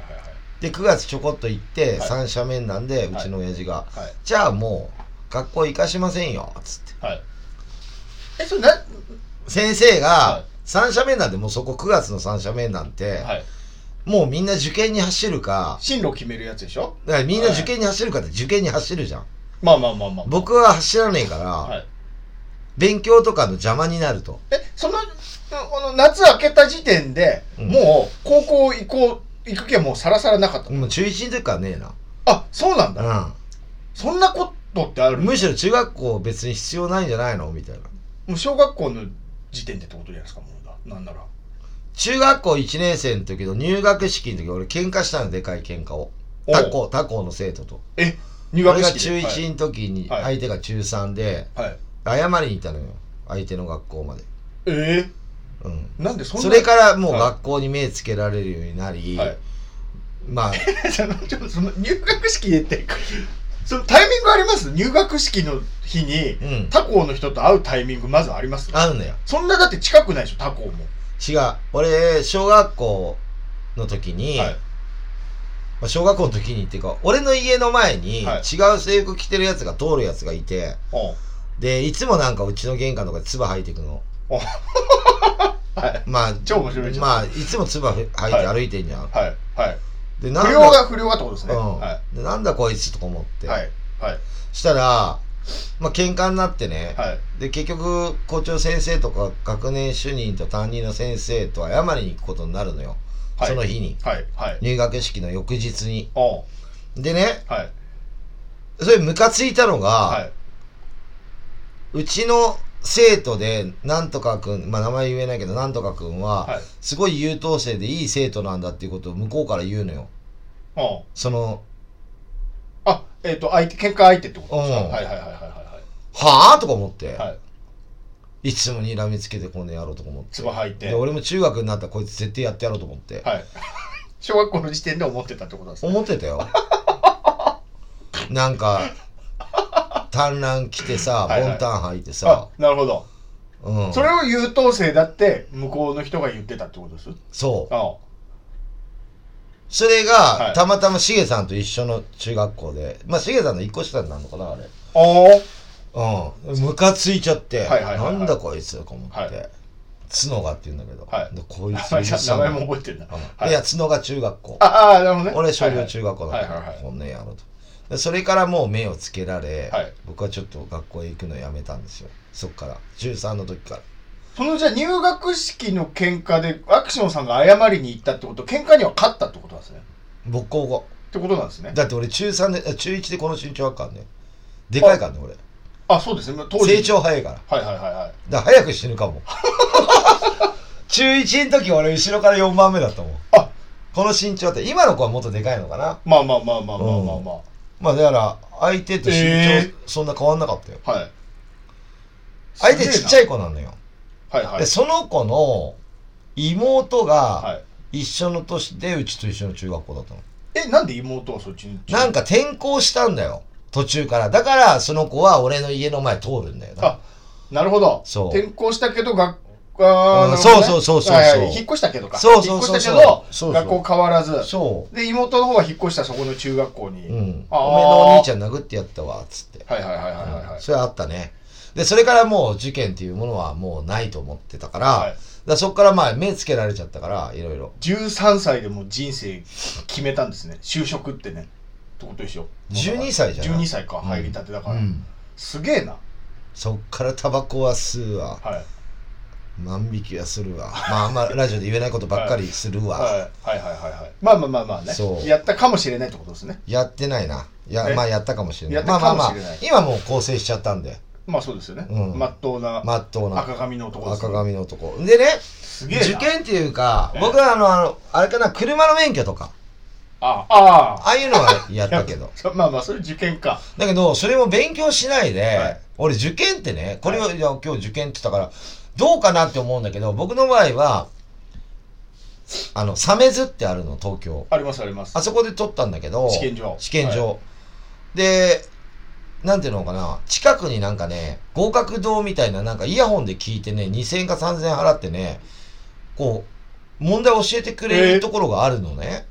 A: で9月ちょこっと行って、
B: はい
A: 三者面談でう
B: はい
A: ちの親父が、
B: はいはい
A: じゃあもう学校行かしませんよっつって
B: はい。え、それな、は
A: 先生
B: は
A: が
B: い
A: 三者面談でもうそこ9月の三者面談って、
B: い。
A: もうみんな受験に走るか
B: 進路決めるやつでしょ
A: だからみんな受験に走るかって受験に走るじゃん
B: まあまあまあまあ。
A: 僕は走らねえから、
B: はい。
A: 勉強とかの邪魔になると
B: え、その、あの夏明けた時点で、
A: うん
B: もう高校行こう、行く気はもうさらさらなかったの。
A: もう中1の時からねえな
B: あ、そうなんだ。そんなことってあ
A: う
B: る
A: んむしろ中学校別に必要ないんじゃないのみたいな
B: もう小学校の時点でってことじゃないですか、もうだ。なんなら。
A: 中学校1年生の時の入学式の時俺喧嘩したのでかい喧嘩を
B: おう
A: 他校他校の生徒と
B: え、入
A: 俺
B: 学
A: が
B: 式
A: 中
B: で。
A: 1の時に
B: はい
A: 相手が中3で
B: はい。はい。
A: 謝りに行ったのよ相手の学校まで、
B: え
A: うん、
B: ー、なんでそんな
A: それからもう
B: はい
A: 学校に目つけられるようになり、
B: はい。
A: まあ
B: じゃあちょっと その入学式でってそのタイミングあります入学式の日に、
A: うん
B: 他校の人と会うタイミングまずあります
A: あるのよ
B: そんなだって近くないでしょ他校も、
A: 違う俺小学校の時に、
B: はい
A: まあ、小学校の時にっていうか俺の家の前に違
B: はいう
A: 制服着てるやつが通るやつがいて
B: う
A: でいつもなんかうちの玄関とかで唾吐いていくの
B: おはい
A: まあ
B: 超面白いじゃん
A: まあいつも唾吐いて歩いてんじゃん、
B: はいはい
A: でなん
B: 不
A: だ
B: 良が不良がってことですね、
A: うん
B: は
A: でなんだこいつとか思って、
B: いはいはい
A: したら、まあ喧嘩になってね、
B: はい
A: で結局校長先生とか学年主任と担任の先生と謝りに行くことになるのよ、
B: はい
A: その日に
B: はいはい
A: 入学式の翌日に
B: おう
A: でね
B: はい
A: それムカついたのが、
B: はいう
A: ちの生徒でなんとかくんまあ名前言えないけどなんとかくんは、
B: はい
A: すごい優等生でいい生徒なんだっていうことを向こうから言うのよ
B: おう
A: その
B: あえっ、と相手喧嘩相手ってことですか
A: う
B: は
A: ん
B: いはいはいはいは
A: はあとか思って、
B: いはいはい
A: い、つも睨みつけてこの野郎とか思って
B: 唾吐いて
A: で俺も中学になったらこいつ絶対やってやろうと思って、
B: はい 小学校の時点で思ってたってことなんですね
A: 思ってた よなんか単乱着てさ
B: はいはい
A: ボンタン履いて
B: あ
A: さ、
B: なるほど
A: うん、
B: それを優等生だって向こうの人が言ってたってことです
A: そう
B: あ
A: それが、
B: い
A: たまたましげさんと一緒の中学校でまあしげさんの一個下になるのかなあれ
B: あー
A: うんムカついちゃって、
B: はいはいはいはい
A: なんだこいつとか思って、
B: はい
A: 角がって言うんだけど、
B: はい
A: でこいつ
B: 名前名前も
A: 覚
B: 覚えてるな
A: え
B: はい
A: いや角が中学校
B: ああなるほどね
A: 俺商業中学校だった
B: はいはいはいはい
A: こんなやろとでそれからもう目をつけられ、
B: はい
A: 僕はちょっと学校へ行くのやめたんですよそっから13の時から
B: そのじゃあ入学式の喧嘩でアクションさんが謝りに行ったってこと喧嘩には勝ったってことなんですね
A: 僕高校
B: ってことなんですね
A: だって俺中3であ中1でこの身長あっからねでかいからね俺
B: あそうですね当時
A: 成長早いからだか
B: はいはいはいはい
A: ら早く死ぬかも 中1の時俺後ろから4番目だったもん
B: あ
A: この身長って今の子はもっとでかいのかな
B: まあまあまあまあまあまあま
A: まあだから相手と身
B: え
A: 長そんな変わんなかったよ、
B: あ、はい
A: 相手ちっちゃ
B: い
A: い子なのよ、
B: はいはい
A: でその子の妹が
B: はい
A: 一緒の年でうちと一緒の中学校だったの
B: えなんで妹はそっちに
A: なんか転校したんだよ途中からだからその子は俺の家の前通るんだよな
B: あなるほど
A: そう
B: 転校したけど学あー
A: うん
B: なるほど
A: そう
B: ね
A: そうそうそう
B: はいはい引っ越したけどか
A: そうそうそうそう
B: 引っ越したけど
A: そうそう
B: 学校変わらず
A: そ
B: で妹の方は引っ越したそこの中学校に、
A: ううん
B: あー
A: おめのお兄ちゃん殴ってやったわっつって
B: はいはいはいはいはいはい
A: それはあったねでそれからもう受験っていうものはもうないと思ってたから,、
B: はい
A: だからそこからまあ目つけられちゃったからいろいろ
B: 13歳でもう人生決めたんですね就職ってねってことでしょ
A: 12歳じゃない
B: 12歳か入りたてだから、
A: うん
B: すげえな
A: そっからタバコは吸うわ
B: はい
A: 万引きはするわまああんまラジオで言えないことばっかりするわ、
B: はいはいはいはいはいまあまあまあまあね
A: そう
B: やったかもしれないってことですね
A: やってないなや
B: え
A: まあやったかもしれな
B: や
A: い
B: った
A: まあ
B: か
A: まあま
B: も
A: あ
B: しれない
A: 今もう更生しちゃったんで
B: まあそうですよね
A: うん
B: ま、っとうな
A: まっとうな
B: 赤髪の男です
A: 赤髪の男でね
B: すげえな
A: 受験っていうか
B: ええ
A: 僕はあのあのあれかな車の免許とか
B: ああ
A: ああいうのは やったけど
B: まあまあそれ受験か
A: だけどそれも勉強しないで、
B: はい
A: 俺受験ってねこれを、いや今日受験って言ったからどうかなって思うんだけど僕の場合はあのサメズってあるの東京
B: ありますあります
A: あそこで取ったんだけど
B: 試験場
A: 試験場、でなんていうのかな近くになんかね合格堂みたいななんかイヤホンで聞いてね2000円か3000円払ってねこう問題教えてくれ
B: えー
A: るところがあるのね、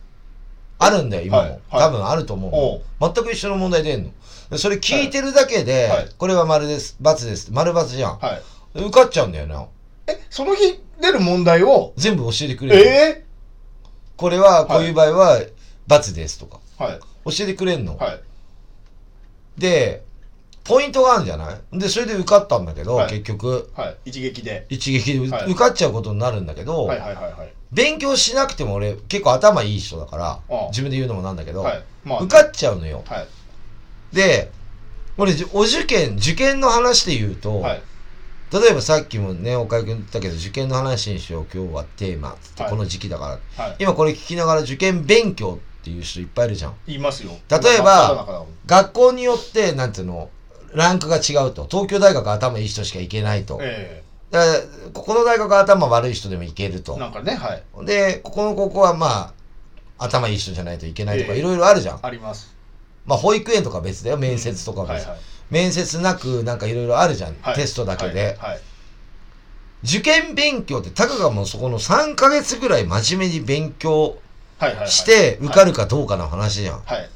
A: あるんだよ今も、
B: はいはい
A: 多分あると思
B: お
A: うの全く一緒の問題出んのでそれ聞いてるだけで、
B: はいはい
A: これは丸です×です丸×じゃん、
B: はい
A: 受かっちゃうんだよな
B: えその日出る問題を
A: 全部教えてくれる、
B: え
A: これはこういう場合は×ですとか
B: えはい
A: 教えてくれんの、
B: はい
A: で、ポイントがあるんじゃないで、それで受かったんだけど、
B: はい
A: 結局、
B: はい一撃で
A: 一撃でう、
B: はい
A: 受かっちゃうことになるんだけど、
B: はいはいはいはい
A: 勉強しなくても俺、結構頭いい人だから
B: ああ、
A: 自分で言うのもなんだけど、
B: はいまあ
A: 受かっちゃうのよ。
B: はい
A: で、俺、じお受験、受験の話で言うと、
B: はい
A: 例えばさっきもね、岡井君言ったけど、受験の話にしよう、今日はテーマっつって、
B: はい
A: この時期だから。
B: はい
A: 今これ聞きながら受験勉強っていう人いっぱいいるじゃん。
B: 言いますよ
A: 例えば
B: 真っ只中だもん
A: 学校によって、なんていうの、ランクが違うと。東京大学は頭いい人しか行けないと。
B: え
A: だからここの大学は頭悪い人でも行ける
B: え
A: と
B: な。んかねはい
A: で、ここの高校はまあ、頭いい人じゃないといけないとか、
B: ええ
A: いろいろあるじゃん。
B: あります
A: まあ、保育園とか別だよ。面接とか別。
B: はいはい
A: 面接なく、なんかいろいろあるじゃん。
B: はい
A: テストだけで、
B: はいはい
A: 受験勉強って、たかがもうそこの3ヶ月ぐらい真面目に勉強
B: はいはいはい
A: して、受かるかどうかの話じゃん。
B: はい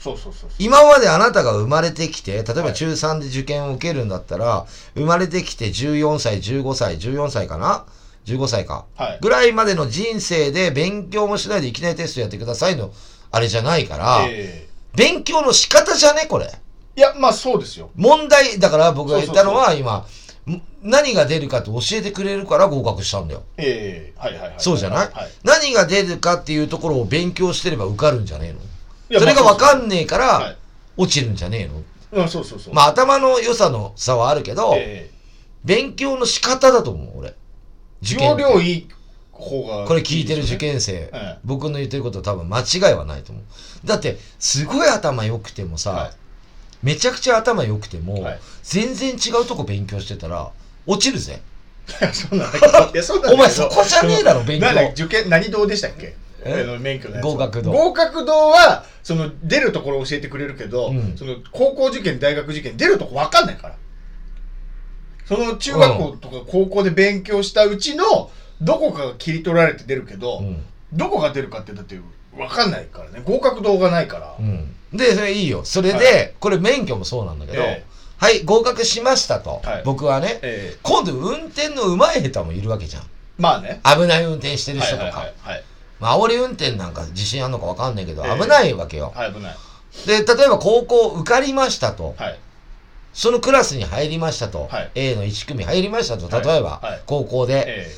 B: そうそうそうそう
A: 今まであなたが生まれてきて、例え
B: は
A: ば
B: い
A: 中3で受験を受けるんだったら、生まれてきて14歳、15歳、14歳かな ?15 歳か。
B: はい
A: ぐらいまでの人生で勉強もしないでいきなりテストやってくださいの、あれじゃないから、
B: え
A: 勉強の仕方じゃねこれ。
B: えいやまあそうですよ
A: 問題、だから僕が言ったのは今、ん何が出るかって教えてくれるから合格したんだよ。
B: ええはいはいはい
A: そうじゃない、
B: はい
A: 何が出るかっていうところを勉強してれば受かるんじゃねえの
B: いや
A: それが
B: まあ
A: わかんねえから、
B: はい
A: 落ちるんじゃねえの
B: うんそうそうそう
A: まあ頭の良さの差はあるけど、
B: え
A: 勉強の仕方だと思う、俺。
B: え
A: 受験
B: 容
A: って。
B: 量いい方が
A: これ聞いてる受
B: い
A: 験生、
B: ええ
A: 僕の言ってることは多分間違いはないと思う。だって、すごい頭良くてもさ、
B: はい
A: めちゃくちゃ頭良くても、
B: はい
A: 全然違うとこ勉強してたら、落ちるぜ。
B: ですよねいやそう なんだけどいやそうなんだけど
A: お前そこじゃねえだろ勉強
B: なんだっけ受験何堂でしたっけ
A: え
B: あの免許のやつ
A: 合格堂
B: 合格堂はその出るところを教えてくれるけど、
A: うん
B: その高校受験大学受験出るとこわかんないからその中学校とか高校で勉強したうちのどこかが切り取られて出るけど、
A: うん。
B: どこが出るかってだってわかんないからね合格堂がないから、
A: うん。で、それいいよ。それで、
B: は
A: これ免許もそうなんだけど、
B: ええ
A: はい、合格しましたと、
B: はい
A: 僕はね、
B: ええ
A: 今度運転の上手い下手もいるわけじゃん。
B: まあね
A: 危ない運転してる人とか。
B: はいはい
A: まあ、煽り運転なんか自信あんのかわかんないけど、
B: ええ
A: 危ないわけよ。
B: はいはい危ない
A: で、例えば高校受かりましたと。
B: はい
A: そのクラスに入りましたと、
B: はい
A: A の1組入りましたと、
B: はい
A: 例えば、
B: はい
A: 高校で、
B: え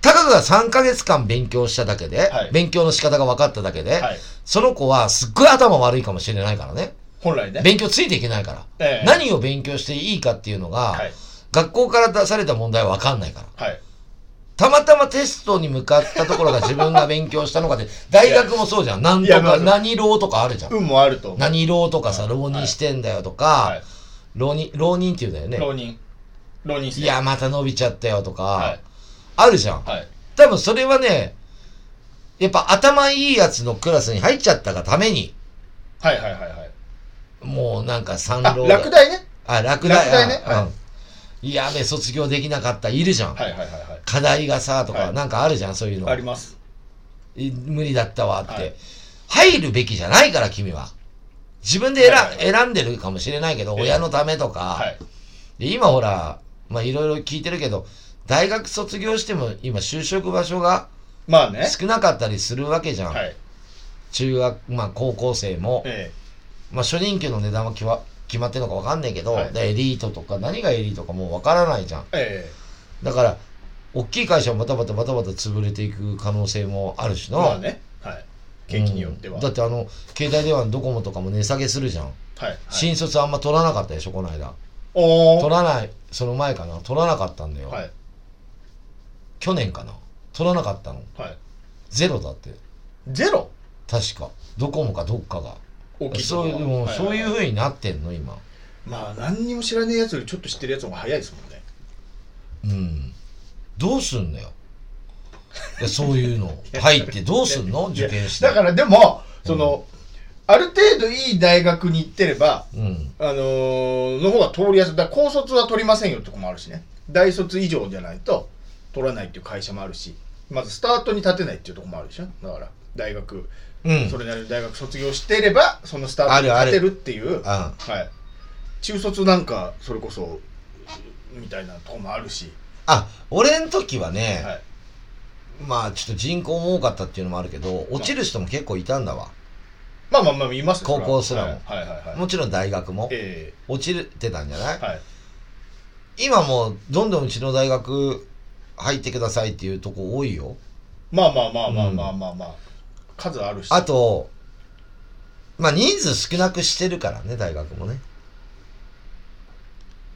A: たかが3ヶ月間勉強しただけで、
B: はい
A: 勉強の仕方が分かっただけで、
B: えはい。
A: その子はすっごい頭悪いかもしれないからね。
B: 本来ね。
A: 勉強ついていけないから。
B: ええ
A: 何を勉強していいかっていうのが、
B: はい。
A: 学校から出された問題は分かんないから。
B: はい。
A: たまたまテストに向かったところが自分が勉強したのかで、大学もそうじゃん。なんと
B: いやまあ
A: か、何浪とかあるじゃん。
B: 運もあると。
A: 何浪とかさ、浪人してんだよと
B: は
A: か
B: い、。
A: 浪人、浪人って言うんだよね。
B: 浪人。浪人して。
A: いや、また伸びちゃったよと
B: は
A: か、あるじゃん
B: い。。はい。
A: 多分それはね、やっぱ頭いいやつのクラスに入っちゃったがために、
B: はいはいはいはい。
A: もうなんか三
B: あ、
A: 浪が
B: 落第ね。
A: あ、落第。
B: 落第ね
A: あ
B: はい
A: うん。やべ、卒業できなかった、いるじゃん。
B: はいはいはいはい。
A: 課題がさ、とか、
B: はい
A: なんかあるじゃん、そういうの
B: あ。ります。
A: い無理だったわって、
B: はい
A: 入るべきじゃないから、君は。自分で選,、
B: はいはい
A: 選んでるかもしれないけど、
B: ええ
A: 親のためとか、
B: はい。
A: で今ほら、まあいろいろ聞いてるけど、大学卒業しても今就職場所が
B: まあね。
A: 少なかったりするわけじゃん。
B: はい。
A: 中学、まあ高校生も、
B: え
A: まあ初任給の値段は決ま決まってるのかわかんないけど、
B: はい
A: でエリートとか何がエリートかもうわからないじゃん。
B: え。え
A: だから、大きい会社はまたまたまたまた潰れていく可能性もあるし
B: え。
A: な。
B: まあね。はい。景気によって
A: う
B: は。
A: んだ
B: は
A: っ
B: い。
A: てあの、携帯電話のドコモとかも値下げするじゃん。
B: はい
A: 新卒あんま取らなかったでしょ、この間。
B: お
A: 取
B: ー。
A: らない、その前かな。取らなかったんだよ。
B: はい。
A: 去年かな。取らなかったの。
B: はい。
A: ゼロだって。
B: ゼロ
A: 確か。ドコモかどっかが。
B: 大きい
A: そういう、もうそういう風になってんの、今。
B: まあ何にも知らねえやつよりちょっと知ってるやつの方が早いですもんね
A: うん。どうすんのよ。いやそういう の。入ってどうすんの受験して。
B: だからでもその、ある程度いい大学に行ってれば
A: うん。
B: あのーの方が通りやすいだから高卒は取りませんよとこもあるしね大卒以上じゃないと取らないっていう会社もあるしまずスタートに立てないっていうとこもあるでしょだから大学、
A: うん。
B: それなりの大学卒業してればそのスタートに
A: あるあ
B: 立
A: る
B: てるっていう
A: あ
B: はい、中卒なんかそれこそみたいなとこもあるし、
A: あ、俺ん時はね、
B: はい、
A: まあちょっと人口も多かったっていうのもあるけど、落ちる人も結構いたんだわ。
B: まあまあまあいますよ
A: 高校すらも
B: はいはいはいはい
A: もちろん大学も。
B: え
A: 落ちてたんじゃな
B: え
A: い
B: はい
A: 今もうどんどんうちの大学入ってくださいっていうとこ多いよ。
B: まあまあまあまあまあまあまあ、数あるし
A: あと、まあ人数少なくしてるからね、大学もね。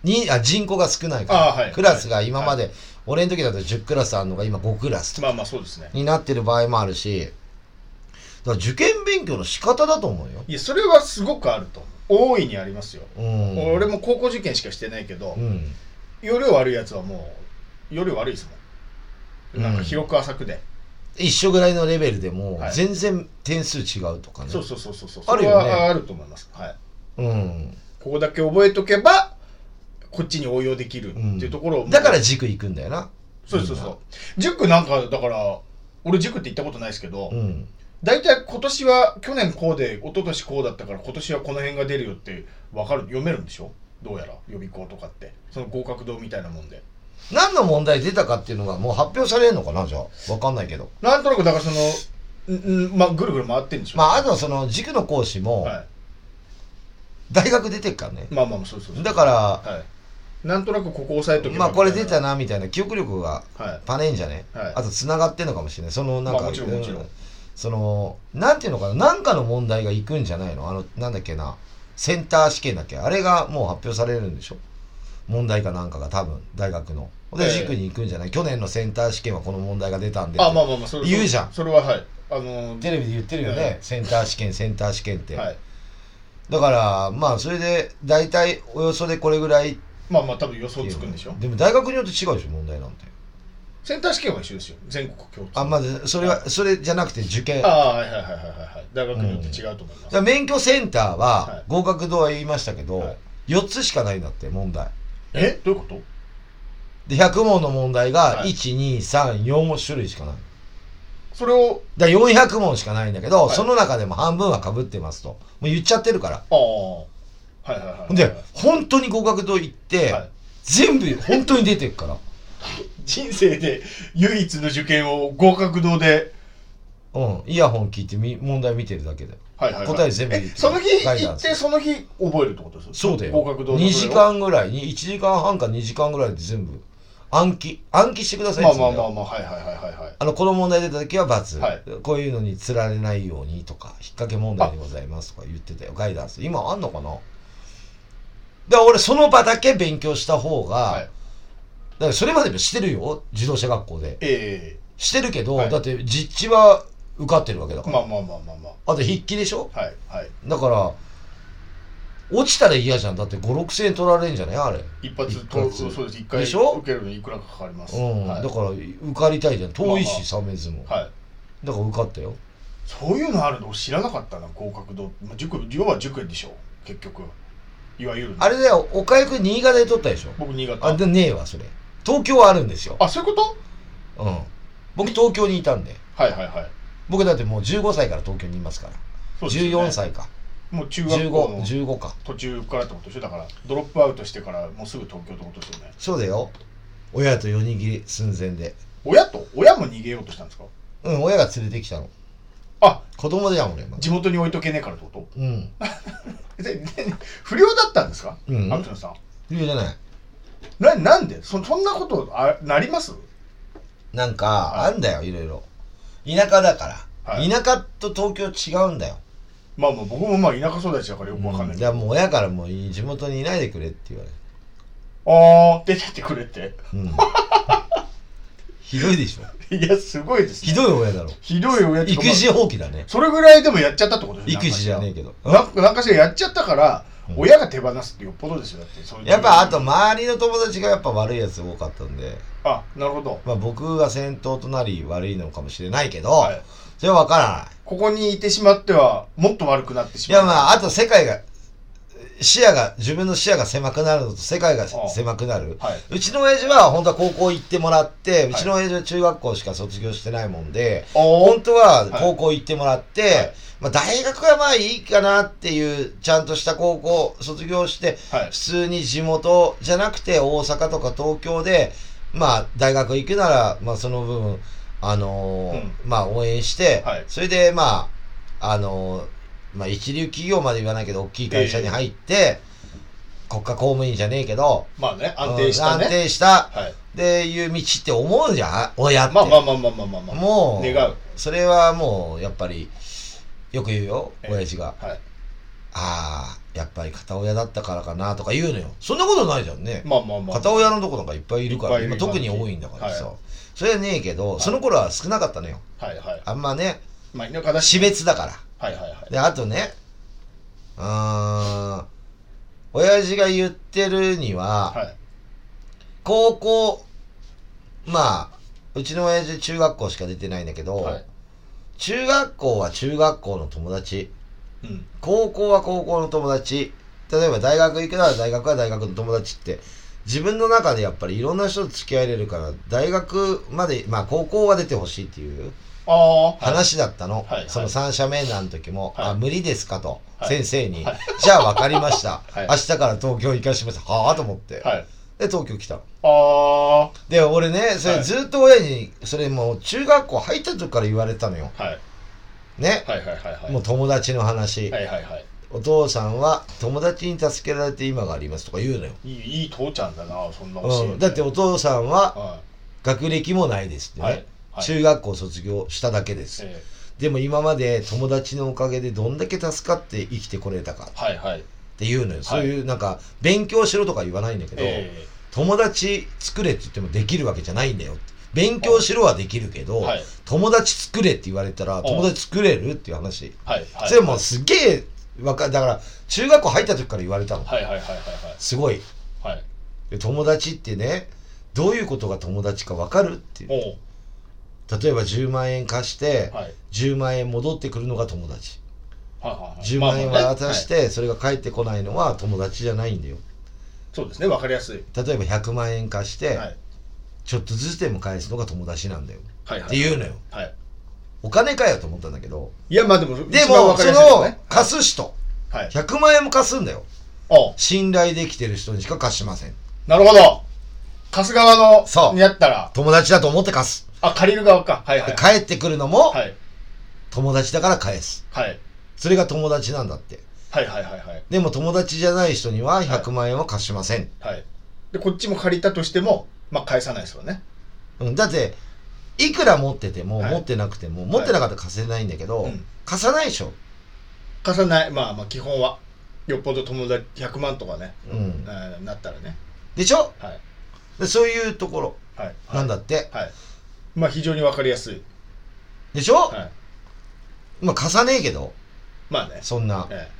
A: にあ人口が少ないから、
B: あはい
A: クラスが今まで、俺の時だと10クラスあるのが今5クラスとか
B: まあまあそうですね
A: になってる場合もあるし、だから受験勉強の仕方だと思うよ。
B: いやそれはすごくあると思う大いにありますよ、
A: うん。
B: 俺も高校受験しかしてないけど、
A: うん。
B: より悪いやつはもうより悪いですもんなんか広く浅くで、
A: 一緒ぐらいのレベルでも
B: はい
A: 全然点数違うとかね、
B: そうそうそうそうそう
A: あるよね
B: それはあると思いますはい
A: うん、
B: ここだけ覚えとけばこっちに応用できるっていうところを、
A: だから塾行くんだよな
B: そうそうそう塾なんかだから俺塾って行ったことないですけど、
A: うん
B: 大体今年は去年こうで一昨年こうだったから今年はこの辺が出るよって分かる読めるんでしょどうやら予備校とかってその合格堂みたいなもんで
A: 何の問題出たかっていうのがもう発表されるのかなじゃあわかんないけど
B: なんとなくだからそのんんまあぐるぐる回ってんでしょ
A: まああとはその塾の講師も
B: は
A: 大学出てるからね
B: い、まあまあまあそうそうそう
A: だから
B: はい、なんとなくここ押さえとけば
A: まあこれ出た
B: な
A: なみたいな記憶力が
B: はい
A: パネんじゃね、
B: はい
A: あと繋がってんのかもしれないそのなんか、
B: まあもちろん
A: う
B: もちろん
A: そのなんていうのかななんかの問題が行くんじゃないのあのなんだっけなセンター試験だっけあれがもう発表されるんでしょ問題かなんかが多分大学の
B: え
A: で
B: え
A: 塾に行くんじゃない、去年のセンター試験はこの問題が出たんで
B: あまあまあまあそれ
A: 言うじゃん
B: それははいあの
A: テレビで言ってるよね、
B: え
A: センター試験センター試験って、
B: はい
A: だからまあそれで大体およそでこれぐらいって
B: まあまあ多分予想
A: いう
B: つくんでしょ
A: でも大学によって違うでしょ問題なんて
B: センター試験は一緒ですよ全国共通
A: あまずそれはそれじゃなくて受験
B: ああはいはいはいはいはい大学によって違うと思いま
A: だ
B: す、
A: から免許センター
B: は
A: はい合格度は言いましたけど、
B: はい
A: 4つしかないんだって問題
B: えどういうこと
A: で100問の問題が
B: はい
A: 1234種類しかない
B: それを
A: だから400問しかないんだけど、
B: はい
A: その中でも半分はかぶってますともう言っちゃってるから
B: ああはいはいはいはい
A: で本当に合格度行って、
B: はい
A: 全部本当に出てくから
B: 人生で唯一の受験を合格堂で
A: うんイヤホン聞いてみ問題見てるだけで
B: はいはいはいはい、
A: 答え全部言
B: え
A: って
B: その日
A: 書いてあ
B: 行
A: るん
B: っ
A: です
B: てその日覚えるってことですよ
A: そうだよ。
B: 合格どうぞ
A: 2時間ぐらいに、1時間半か2時間ぐらいで全部暗記、暗記してください
B: ま
A: っ
B: あ
A: て
B: ま
A: 言う
B: あ
A: んだよ
B: まあまあはいはいはいはいはい
A: あの、この問題出た時は罰、
B: はい
A: こういうのに釣られないようにとか、引っ掛け問題でございますとか言ってたよ、ガイダンス。今あんのかなだから俺、その場だけ勉強した方が、
B: はい
A: だからそれまでもしてるよ、自動車学校で。
B: え
A: してるけど、
B: はい
A: だって実地は受かってるわけだ
B: え
A: から。
B: まあまあまあまあま
A: あと筆記でしょ
B: あはいはい
A: だから、落ちたら嫌じゃん。だって5、6千円取られるんじゃないあれ。
B: 一発
A: 一
B: と
A: 発
B: そうです一回
A: でしょ
B: 受けるのにいくらかかかります、
A: うん、
B: はい
A: だから受かりたいじゃん遠いし
B: ま
A: 鮫洲、も
B: はい
A: だから受かったよ
B: そういうのあるの知らなかったな合格堂まあ塾要は塾でしょ結局いわゆる
A: あれだよ岡井君新潟で取ったでしょ
B: 僕新潟
A: あでねえわそれ東京はあるんですよ
B: あそういうこと
A: うん僕東京にいたんで
B: はいはいはい
A: 僕だってもう15歳から東京にいますから
B: そうですよね
A: 14歳か
B: もう中学校の
A: 1515か
B: 途中からってことでしょだからドロップアウトしてからもうすぐ東京ってことですよね
A: そうだよ親と夜逃げ寸前で
B: 親と親も逃げようとしたんですか
A: うん親が連れてきたの
B: あ
A: 子供だよ俺まだ
B: 地元に置いとけねえからってこと
A: うん
B: で で不良だったんですか、
A: うん
B: アクションさん
A: 理由じゃない
B: ななんでそそんなことあなります
A: なんか
B: は
A: あんだよいろいろ田舎だから、
B: はい
A: 田舎と東京違うんだよ
B: まあまあ僕もまあ田舎育ちだからよくわかんない
A: うん
B: け
A: じ
B: ど、
A: ゃあもう親からもういい地元にいないでくれって言われる
B: ああ出てってくれって
A: うん、ひどいでしょ
B: いやすごいです、ね、
A: ひどい親 だろ
B: ひどい親って
A: 育児放棄だね
B: それぐらいでもやっちゃったってことでしょ
A: 育児じゃねえけど
B: なんかなんかしらやっちゃったから、
A: うん
B: 親が手放すってよっぽどですよだってそれ
A: やっぱあと周りの友達がやっぱ悪いやつ多かったんで、
B: あなるほど、
A: まあ、僕が先頭となり悪いのかもしれないけど、
B: はい、
A: それは分からない
B: ここにいてしまってはもっと悪くなってし
A: い
B: まう
A: やまああと世界が視野が自分の視野が狭くなるのと世界が
B: ああ
A: 狭くなる
B: はいう
A: ちの親父は本当は高校行ってもらって、うちの親父は中学校しか卒業してないもんで、
B: お
A: 本
B: ー
A: 当は高校行ってもらって、
B: はい
A: まあ、大学はまあいいかなっていう、ちゃんとした高校卒業して、
B: は
A: 普
B: い
A: 通に地元じゃなくて大阪とか東京で、まあ大学行くなら、まあその分、あのーまあ応援して、
B: はい
A: それでまあ、あのーまあ一流企業まで言わないけど、大きい会社に入って、国家公務員じゃねえけど、
B: まあね安定したね、
A: うん安定した、
B: はい
A: っていう道って思うじゃん親って。
B: まあまあまあまあまあまあまあ
A: もう、
B: 願う
A: それはもう、やっぱり、よく言うよ、
B: ええ
A: 親父が。
B: はい
A: ああ、やっぱり片親だったからかなとか言うのよ。そんなことないじゃんね。
B: まあまあまあ
A: 片親のとこなんかいっぱいいるか
B: いっ
A: ら、
B: ぱいい
A: 今
B: る
A: 特に多いんだからさ。
B: は
A: それはねえけど、
B: い
A: その頃は少なかったのよ。
B: はいはい
A: あんまね、
B: まあ田舎だし
A: 死別だから。
B: はいはいはい
A: で、あとね、うーん、親父が言ってるには、
B: はい
A: 高校、まあ、うちの親父中学校しか出てないんだけど、
B: はい
A: 中学校は中学校の友達、
B: うん
A: 高校は高校の友達、例えば大学行くなら大学は大学の友達って、自分の中でやっぱりいろんな人と付き合えれるから、大学まで、まあ高校は出てほしいっていう
B: ああはい
A: 話だったの。
B: はいはい
A: その三者面談の時も、
B: はい
A: あ、無理ですかと、
B: はい
A: 先生に、じゃあ分かりました。
B: はい
A: 明日から東京行かしました。はあと思って、
B: はい
A: で、東京来たの。
B: あ
A: で、俺ね、そ
B: は
A: れ
B: い
A: ずっと親に、それもう中学校入った時から言われてたのよ。
B: あはい
A: ね。
B: はいはいはいはい
A: もう友達の話、
B: はいはいはい
A: お父さんは友達に助けられて今がありますとか言うのよ。
B: いいいい父ちゃんだなそんな教え
A: うん、だってお父さんは
B: は
A: 学歴もないですって
B: い
A: ね、
B: はいはい
A: 中学校卒業しただけです、
B: え
A: でも今まで友達のおかげでどんだけ助かって生きてこれたかっ
B: ーはいはい
A: ていうのよ、そういうなんか勉強しろとか言わないんだけど、
B: え
A: 友達作れって言ってもできるわけじゃないんだよって勉強しろはできるけど、
B: はい
A: 友達作れって言われたら
B: ん
A: 友達作れるっていう話、
B: ーはいはい
A: それもうすげえわかだから中学校入った時から言われたの、
B: はいはいはいはい
A: すごい
B: はいはい
A: で友達ってねどういうことが友達か分かるっていう
B: おう
A: 例えば10万円貸して、
B: はいはい
A: 10万円戻ってくるのが友達
B: はいはい
A: 10万円
B: まあまあね
A: 渡して、それが返ってこないのは友達じゃないんだよ
B: そうですねわかりやすい
A: 例えば100万円貸して、
B: はい
A: ちょっとずつでも返すのが友達なんだよ、
B: はいはい
A: っていうのよ
B: はい
A: お金かよと思ったんだけど
B: いやまあでもで
A: でもその貸す人
B: はい
A: 100万円も貸すんだよ
B: おう
A: 信頼できてる人にしか貸しません
B: なるほど貸す側の
A: そう
B: にやったら
A: 友達だと思って貸す
B: あ借りる側かはいはい
A: で帰ってくるのも
B: はい
A: 友達だから返す
B: はい
A: それが友達なんだって。
B: はいはいはいはい。
A: でも友達じゃない人には100万円は貸しません。
B: はい。で、こっちも借りたとしても、まあ、返さないですよね。
A: うん、だって、いくら持ってても、
B: はい
A: 持ってなくても、持ってなかったら貸せないんだけど、
B: うん
A: 貸さないでしょ。
B: 貸さない。まあまあ、基本は。よっぽど友達100万とかね、
A: うん
B: え。ーなったらね。
A: でしょ
B: はい。
A: でそういうところ
B: はい。
A: なんだって。
B: はい。まあ、非常にわかりやすい。
A: でしょ、
B: はい。
A: まあ貸さねえけど、
B: まあね。
A: そんな。
B: え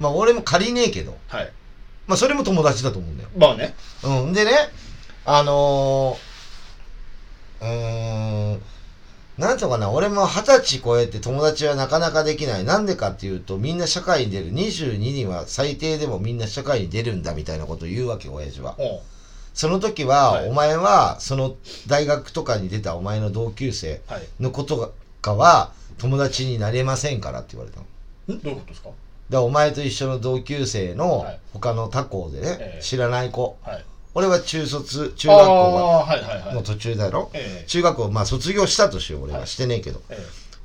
A: まあ俺も借りねえけど。
B: えはい。
A: まあそれも友達だと思うんだよ。
B: まあね。
A: うん。でね、あのー、うーん、なんとかな、俺も二十歳超えて友達はなかなかできない。なんでかっていうと、みんな社会に出る。22人は最低でもみんな社会に出るんだみたいなことを言うわけ、親父は。
B: おう
A: その時は、
B: はい
A: お前は、その大学とかに出たお前の同級生
B: はい。
A: のことかは、友達になれませんからって言われたの。
B: んどういうことですか
A: で、お前と一緒の同級生の
B: はい
A: 他の他校でね、
B: ええ
A: 知らない子。
B: はい。
A: 俺は中卒、中
B: あ
A: 学校
B: あー、はいはいはい。
A: の途中だろ、
B: ええ
A: 中学校、まあ卒業したとしよう、俺
B: は
A: はいしてねえけど。
B: え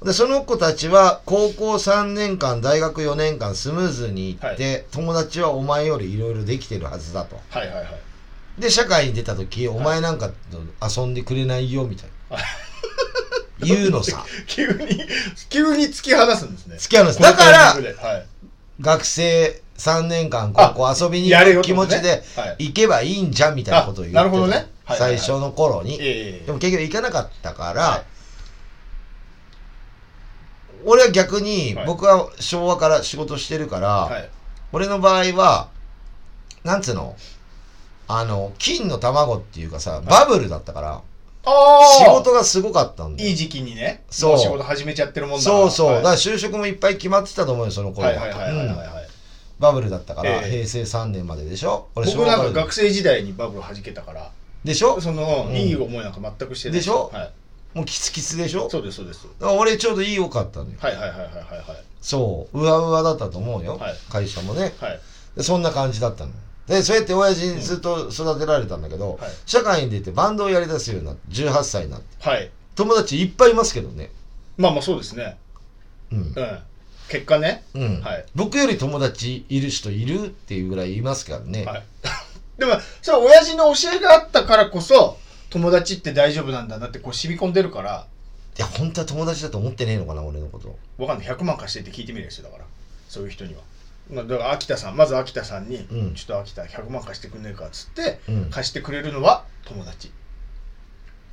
A: で、その子たちは高校3年間、大学4年間スムーズに行って、友達はお前よりいろいろできてるはずだと。
B: えはいはいはい。
A: で、社会に出た時、お前なんかと遊んでくれないよ、みたい な。言うのさ。
B: 急に、 急に突き放すんですね。
A: 付き合うのさ。だから
B: このタイミング、ではい。
A: 学生3年間高校遊びに
B: や
A: 行
B: れよ
A: く
B: って
A: 気
B: こ
A: 持
B: とね
A: ちで
B: はい
A: 行けばいいんじゃんみたいなことを言って
B: あなるほどねはいはい
A: 最
B: はい
A: 初の頃に、
B: ええ
A: でも結局行かなかったから、
B: はい
A: 俺は逆に、
B: はい
A: 僕は昭和から仕事してるから、
B: はい。
A: 俺の場合はなんつうのあの金の卵っていうかさバブルだったから、
B: あ
A: 仕
B: あ
A: 事がすごかったんだよ
B: いい時期にね、
A: そう
B: も仕事始めちゃってるもんだから。
A: そうそう、
B: はい
A: だから就職もいっぱい決まってたと思うよその頃
B: はいはいはいはいはい
A: うん
B: はい。
A: バブルだったから、
B: ええ
A: 平成3年まででしょ俺
B: 僕な
A: 昭和か
B: んから学生時代にバブル弾けたから、
A: でしょ
B: その、
A: うん
B: いい思いなんか全くしてない。
A: でしょ
B: はい。
A: もうキツキツでしょ
B: そうですそうです。
A: だから俺ちょうどいいよかったのよ。
B: はいはいはいはいはいはい。
A: そう。うわうわだったと思うよ。
B: はい
A: 会社もね。
B: はい。
A: でそんな感じだったのよ。で、そうやって親父にずっと育てられたんだけど、
B: はい
A: 社会に出てバンドをやりだすようになって、18歳になって。
B: はい。
A: 友達いっぱいいますけどね。
B: まあまあそうですね。
A: うん
B: う。ん。結果ね。
A: うん。
B: はい
A: 僕より友達いる人いるっていうぐらいいますからね。
B: はい。 でも、それは親父の教えがあったからこそ、友達って大丈夫なんだなってこう染み込んでるから、
A: いや、本当は友達だと思ってねえのかな、俺のこと。
B: わかんない100万貸してって聞いてみるやつだからそういう人には、まあ、だから秋田さんまず秋田さんに、
A: うん
B: ちょっと秋田100万貸してくんねえかっつって、
A: うん
B: 貸してくれるのは友達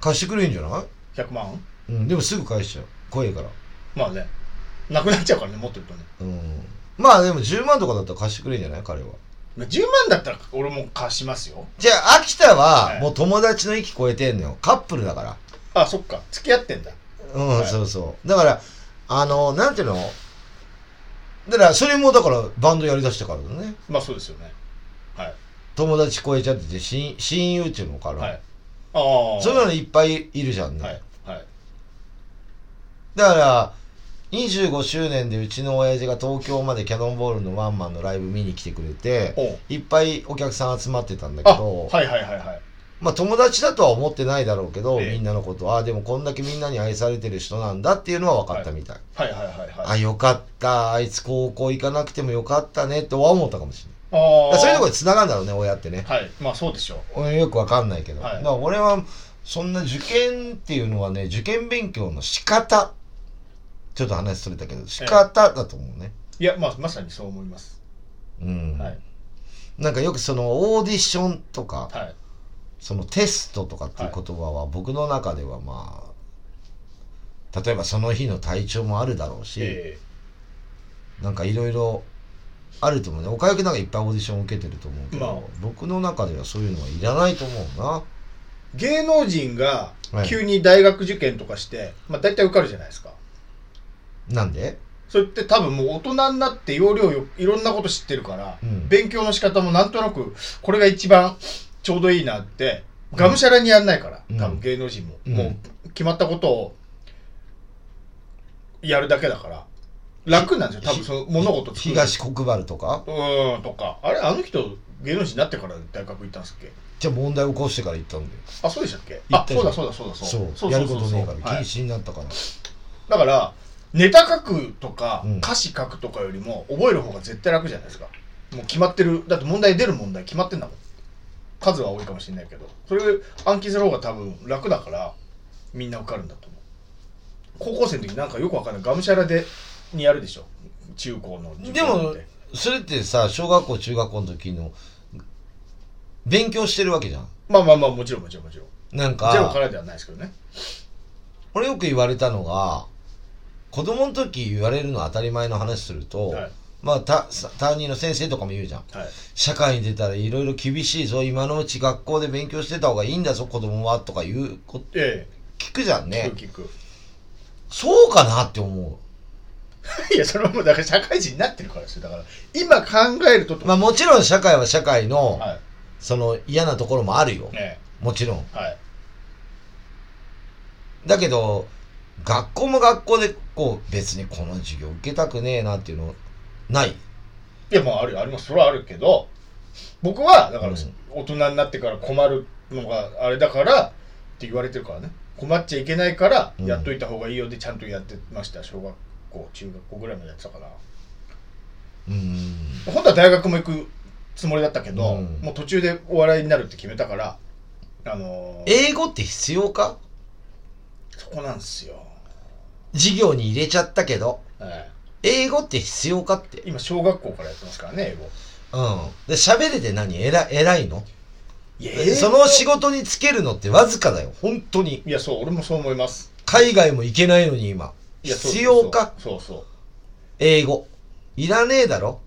A: 貸してくれるんじゃない
B: 100万
A: うん。でもすぐ返しちゃう。怖いから。
B: まあねなくなっちゃうからね持ってるとね
A: うん。まあでも10万とかだったら貸してくれるんじゃない彼は。
B: まあ10万だったら俺も貸しますよ
A: じゃあ、秋田
B: は
A: はいもう友達の域超えてんのよ。カップルだから。
B: あそっか付き合ってんだ
A: うん、
B: はい
A: そうそう。だから、あの、なんていうのだから、それもだからバンドやりだしてからだね。
B: まあそうですよねはい
A: 友達超えちゃってて、親親友っていうのから。
B: はいああ
A: そういうのいっぱいいるじゃんね。
B: はいはい
A: だから、25周年でうちの親父が東京までキャノンボールのワンマンのライブ見に来てくれて、
B: おう
A: いっぱいお客さん集まってたんだけ
B: あ
A: ど、
B: はいはいはいはい
A: まあ友達だとは思ってないだろうけど、
B: ええ
A: みんなのことは、あでもこんだけみんなに愛されてる人なんだっていうのは分かったみたい。
B: はいはいはいはい
A: あ、よかった。あいつ高校行かなくてもよかったねっては思ったかもしれない。だ
B: あ
A: からそういうとこ
B: こ
A: ろで繋がるんだろうね、親ってね。
B: はいまあそうでしょう
A: 俺よくわかんないけど。
B: はい
A: だから俺は、そんな受験っていうのはね、受験勉強の仕方。ちょっと話それたけど、仕方だと思うね。
B: いやまあまさにそう思います
A: うん。
B: はい
A: なんかよくそのオーディションとか、
B: はい
A: そのテストとかっていう言葉は僕の中ではまあ、例えばその日の体調もあるだろうし、
B: え
A: なんかいろいろあると思うね。岡くなんかいっぱいオーディション受けてると思うけど、
B: まあ
A: 僕の中ではそういうのはいらないと思うな。
B: え芸能人が
A: はい
B: 急に大学受験とかして、まあ大体受かるじゃないですか
A: なんで
B: それって多分もう大人になって要領よいろんなこと知ってるから、
A: うん
B: 勉強の仕方もなんとなくこれが一番ちょうどいいなってがむしゃらにやんないから、
A: うん
B: 多分芸能人も、
A: うん
B: もう決まったことをやるだけだから楽なんですよ多分その物事作る
A: 東国原とか
B: うーんとかあれあの人芸能人になってから大学行ったんですっけ
A: じゃあ問題起こしてから行ったんだよ。
B: あそうでしたっけ
A: 行
B: あ
A: ったよ
B: そうだそうだそうだそう
A: そう。やることねえから、
B: はい
A: 禁止になったから。
B: だからネタ書くとか
A: うん
B: 歌詞書くとかよりも覚える方が絶対楽じゃないですかもう決まってるだって問題出る問題決まってんだもん数は多いかもしれないけどそれ暗記する方が多分楽だからみんな受かるんだと思う高校生の時なんかよくわかんないがむしゃらでにやるでしょ中高の受験
A: でも
B: って
A: それってさ小学校中学校の時の勉強してるわけじゃん
B: まあまあまあもちろんもちろんもちろん
A: なん
B: ゼロか
A: から
B: ではないですけどね
A: 俺よく言われたのが子供の時言われるのは当たり前の話すると、
B: はい
A: まあたさ担任の先生とかも言うじゃん
B: はい
A: 社会に出たらいろいろ厳しいぞ今のうち学校で勉強してた方がいいんだぞ子供はとか言うこ
B: え
A: 聞くじゃん
B: え
A: ね
B: 聞く聞
A: そうかなって思
B: くいやそれはもうだから社会人になってるからですよだから今考えると
A: うまあもちろん社会は社会の、
B: はい
A: その嫌なところもあるよ
B: え
A: もちろん
B: えはい
A: だけど学校も学校でこう別にこの授業受けたくねえなっていうのない
B: いやまああるよありますそれはあるけど僕はだから
A: うん
B: 大人になってから困るのがあれだからって言われてるからね困っちゃいけないから
A: うん
B: やっといた方がいいよでちゃんとやってました小学校中学校ぐらいまでやってたから
A: うーん
B: 本当は大学も行くつもりだったけど、
A: うん
B: もう途中でお笑いになるって決めたからあのー
A: 英語って必要か
B: そこなんですよ、
A: 授業に入れちゃったけど
B: え
A: 英語って必要かって
B: え今小学校からやってますからね英語
A: うんで喋れて何偉偉いの
B: いや
A: その仕事につけるのってわずかだよ本当に
B: いやそう俺もそう思います
A: 海外も行けないのに今
B: いやそう
A: 必要か
B: そうそうそう
A: 英語いらねえだろ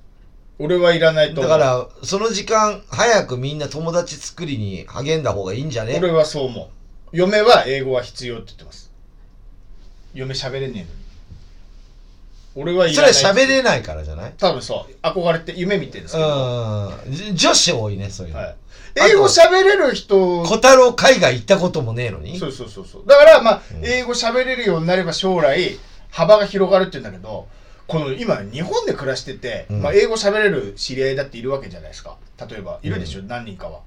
B: 俺はいらない
A: だ
B: と思う
A: からその時間早くみんな友達作りに励んだ方がいいんじゃね
B: 俺はそう思う嫁は英語は必要って言ってます嫁喋れねえのに俺はい
A: そ
B: らな
A: れはい喋れないからじゃない
B: 多分そう憧れて夢見てるんですけど、は
A: うんじ女子多いねそういうの、
B: い、英語喋れる人
A: 小太郎海外行ったこともねえのに
B: そうそうそうそうだからまあ、
A: うん
B: 英語喋れるようになれば将来幅が広がるって言うんだけどこの今日本で暮らしてて、
A: うん
B: まあ、英語喋れる知り合いだっているわけじゃないですか例えばいるでしょ、何人かは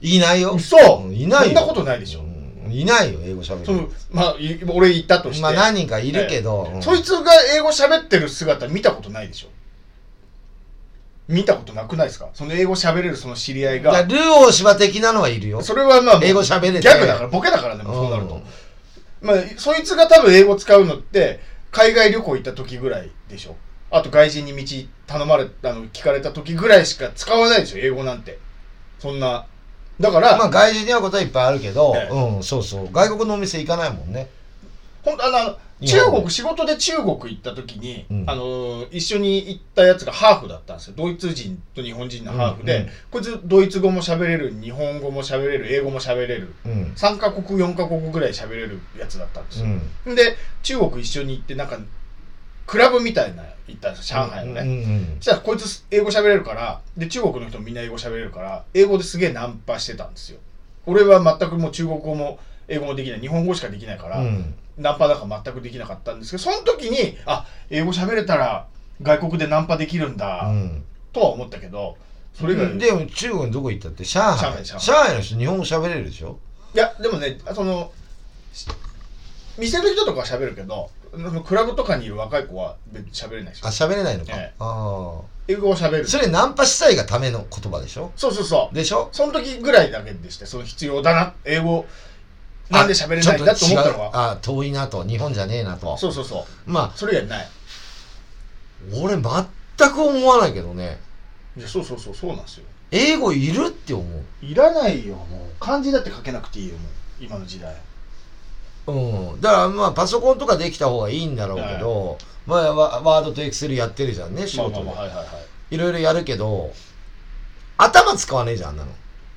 B: い
A: ないよ
B: 嘘
A: うんいないよ
B: そんなことないでしょ
A: うんいないよ英語喋
B: そ
A: れ
B: の
A: る
B: まあい俺行ったとして、
A: まあ何人かいるけど、うん
B: そいつが英語喋ってる姿見たことないでしょ見たことなくないですかその英語喋れるその知り合い
A: だから
B: が
A: ルー大柴的なのはいるよ
B: それはまあもう
A: 英語喋れて
B: ギャグだからボケだからでもそうなると、まあ、そいつが多分英語使うのって海外旅行行った時ぐらいでしょあと外人に道頼まれたの聞かれた時ぐらいしか使わないでしょ英語なんてそんなだか ら、
A: まあ外人に会うことはいっぱいあるけど、
B: ええ
A: うん、そうそう。外国のお店行かないもんね。
B: ほんとあのあの
A: 日
B: 中
A: 本
B: 国仕事で中国行った時に、
A: うん
B: あのー一緒に行ったやつがハーフだったんですよドイツ人と日本人のハーフで、
A: うんうん
B: こいつドイツ語も喋れる日本語も喋れる英語も喋れる
A: うん。
B: 3カ国4カ国ぐらい喋れるやつだったんです
A: う
B: よ、
A: ん。
B: で中国一緒に行ってなんかクラブみたいなの行ったんですよ上海のね、
A: うんうん
B: そしたらこいつ英語喋れるからで中国の人もみんな英語喋れるから英語ですげえナンパしてたんですよ俺は全くもう中国語も英語もできない日本語しかできないから、
A: うん。
B: ナンパなんか全くできなかったんですけどその時にあ英語喋れたら外国でナンパできるん
A: う
B: だ、
A: ん。
B: とは思ったけどそれ以外、
A: うん
B: い
A: でも中国にどこ行ったって上
B: 上
A: 海
B: 海上海
A: 上海の人日本語喋れるでしょ
B: やでもねそのし店の人とかは喋るけどそのクラブとかにいる若い子は別に喋れないし
A: あ喋れないのか、
B: ええ
A: あ
B: 英語を喋
A: あ
B: る
A: そ
B: そ
A: れナンパしたいがための言葉でしょ
B: うそうそう
A: でしょ
B: その時ぐらいだけでしたその必要だな英語なんで喋れないんだと思ったの
A: あちょっと違う
B: は
A: あ遠いなと日本じゃねえなと
B: そうそうそう
A: ま
B: それ以外ない
A: あ俺全く思わないけどね
B: いやそうそうそうそうなんですよ
A: 英語いるって思う
B: いらないよもう漢字だって書けなくていいよもう今の時代
A: うん、だからまあパソコンとかできた方がいいんだろうけど、まあワワードとエクセルやってるじゃんね仕
B: まあ
A: 事で、
B: まあまあはいはいはい
A: いろいろやるけど頭使わねえじゃんあんなの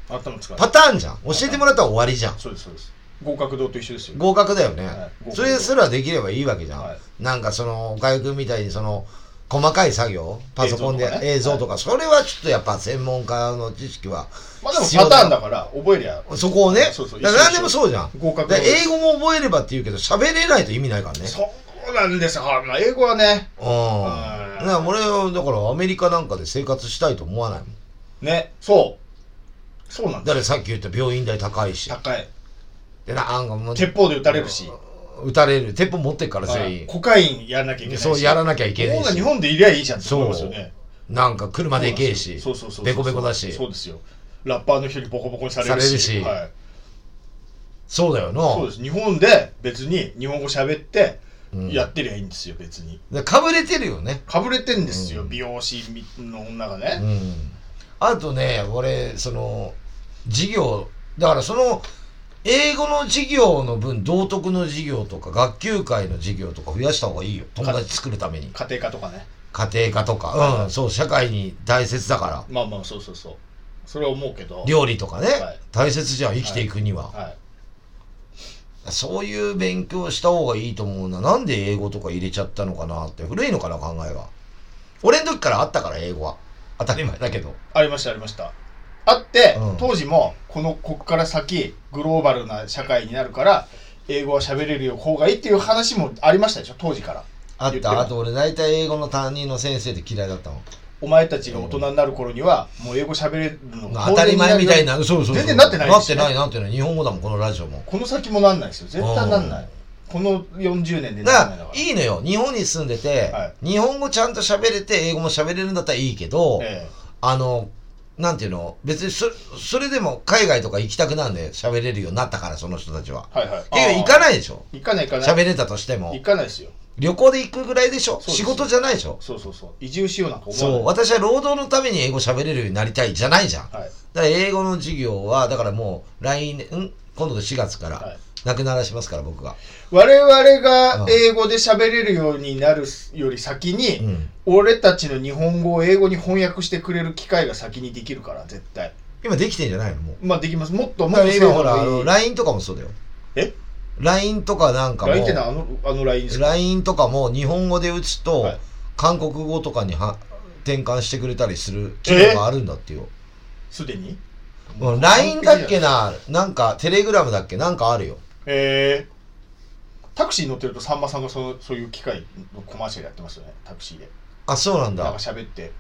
B: 頭使う
A: パターンじゃん教えてもらったら終わりじゃん
B: そうですそうです合格堂と一緒ですよ
A: 合格だよね、
B: はい
A: それすらできればいいわけじゃん、
B: はい
A: なんかその岡井君みたいにその細かい作業パソコンで
B: 映像とかね
A: 映像とかそれはちょっとやっぱ専門家の知識は
B: まあでも
A: 必要
B: パ
A: だ
B: ターンだから覚えりゃ
A: そこをね
B: そうそう
A: だから何でもそうじゃん
B: 合格
A: だから英
B: 語
A: 語も覚えればって言うけど喋れないと意味ないからね
B: そうなんですよ、まあ、英語はね
A: うん。だから俺は、だからアメリカなんかで生活したいと思わないもん。
B: ねそうそうなん
A: だ
B: で
A: からさっき言った病院代高いし
B: す。高い
A: で、なんかもう、
B: 鉄砲で撃たれるし
A: 撃たれる。鉄砲持ってっから全
B: コカインやらなきゃいけ
A: 員。
B: ないし。
A: そう、やらなきゃいけねえ
B: 日本が日
A: し。
B: 本でいりゃいいじゃんって思いますよね。
A: なんか車でけえし。
B: そうそうそうそう。
A: デコベコだし
B: そうですよ。ラッパーの人にボコボコにされるし。
A: されるし
B: はい。
A: そうだよ
B: そう
A: な
B: で。す。日本で別に日本語喋って
A: うん
B: やってりゃいいんですよ、別に。
A: でかぶれてるよね。
B: かぶれてんですよ、
A: うん
B: 美容師の女が
A: う
B: ね。
A: ん。あとね、俺、その、授業、だからその、英語の授業の分、道徳の授業とか、学級会の授業とか増やした方がいいよ。友達作るために。
B: 家庭科とかね。
A: 家庭科とか。うん、そう、社会に大切だか
B: まあまあ、そうそうそう。それは思うけど
A: ら。。料理とかね
B: はい。
A: 大切じゃん、生きていくには。
B: はい。
A: そういう勉強した方がいいと思うな。なんで英語とか入れちゃったのかなって。古いのかな、考えが。俺の時からあったから、英語は。当たり前だけど。
B: ありました、ありました。あって、
A: うん
B: 当時も、この、こっから先、グローバルな社会になるから、英語は喋れる方がいいっていう話もありましたでしょ、当時から。
A: あ
B: 言
A: っ
B: っても
A: た。あと俺、大体英語の担任の先生って嫌いだったの。
B: お前たちが大人になる頃には、もう英語喋れるのが
A: 当たり前みたい。な。そうそうそう
B: 全然なってない
A: な
B: で
A: っ
B: す
A: て
B: よ
A: ない、なってない。日本語だもん、このラジオも。
B: この先もなんないですよ。絶対なんな
A: うん
B: い。この40年で
A: だ
B: なんな
A: か、
B: いんだからら。
A: いいのよ。日本に住んでて、
B: は
A: 日本語ちゃんと喋れて、英語も喋れるんだったらいいけど、
B: え
A: あの、なんていうの別にそ、それでも海外とか行きたくなんで喋れるようになったから、その人たちは。
B: えはいはい。
A: 結局行
B: あ
A: かないでしょ
B: ー行かない行かない。
A: 喋れたとしても
B: 行。かないですよ。
A: 旅行で行くぐらいでしょ
B: そうです
A: 仕事じゃないでしょ
B: そうそうそう。移住しようなんか思わ
A: そう。
B: ない。
A: 私は労働のために英語喋れるようになりたいじゃないじゃん。だか
B: はい。
A: ら英語の授業は、だからもう来年、ん今度の4月か
B: は
A: ら
B: い、
A: なくならしますから、僕が。
B: 我々が
A: うん
B: 英語で喋れるようになるより先に、
A: うん。
B: 俺たちの日本語を英語に翻訳してくれる機会が先にできるから絶対
A: 今できてんじゃないのもう。
B: まあできますもっとも
A: だ
B: っ
A: から
B: と精度
A: 今
B: が
A: ほら、あ
B: いい
A: の、LINE とかもそうだよ。
B: え
A: ?LINE とかなんかも
B: LINE ってのはあのあの LINE ですか
A: LINE とかも日本語で打つと、
B: はい
A: 韓国語とかには転換してくれたりする機能があるんだってよ。
B: すでに
A: うん LINE だっけななんか、テレグラムだっけなんかあるよ。
B: えー、タクシーに乗ってるとさんまさんがそそういう機械のコマーシャルやってますよねタクシーで
A: あ、そうなん
B: なん
A: だ
B: か。喋って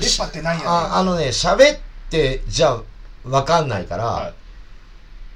B: 出っ張ってないやん
A: ああのね、喋ってじゃわかんないから、
B: は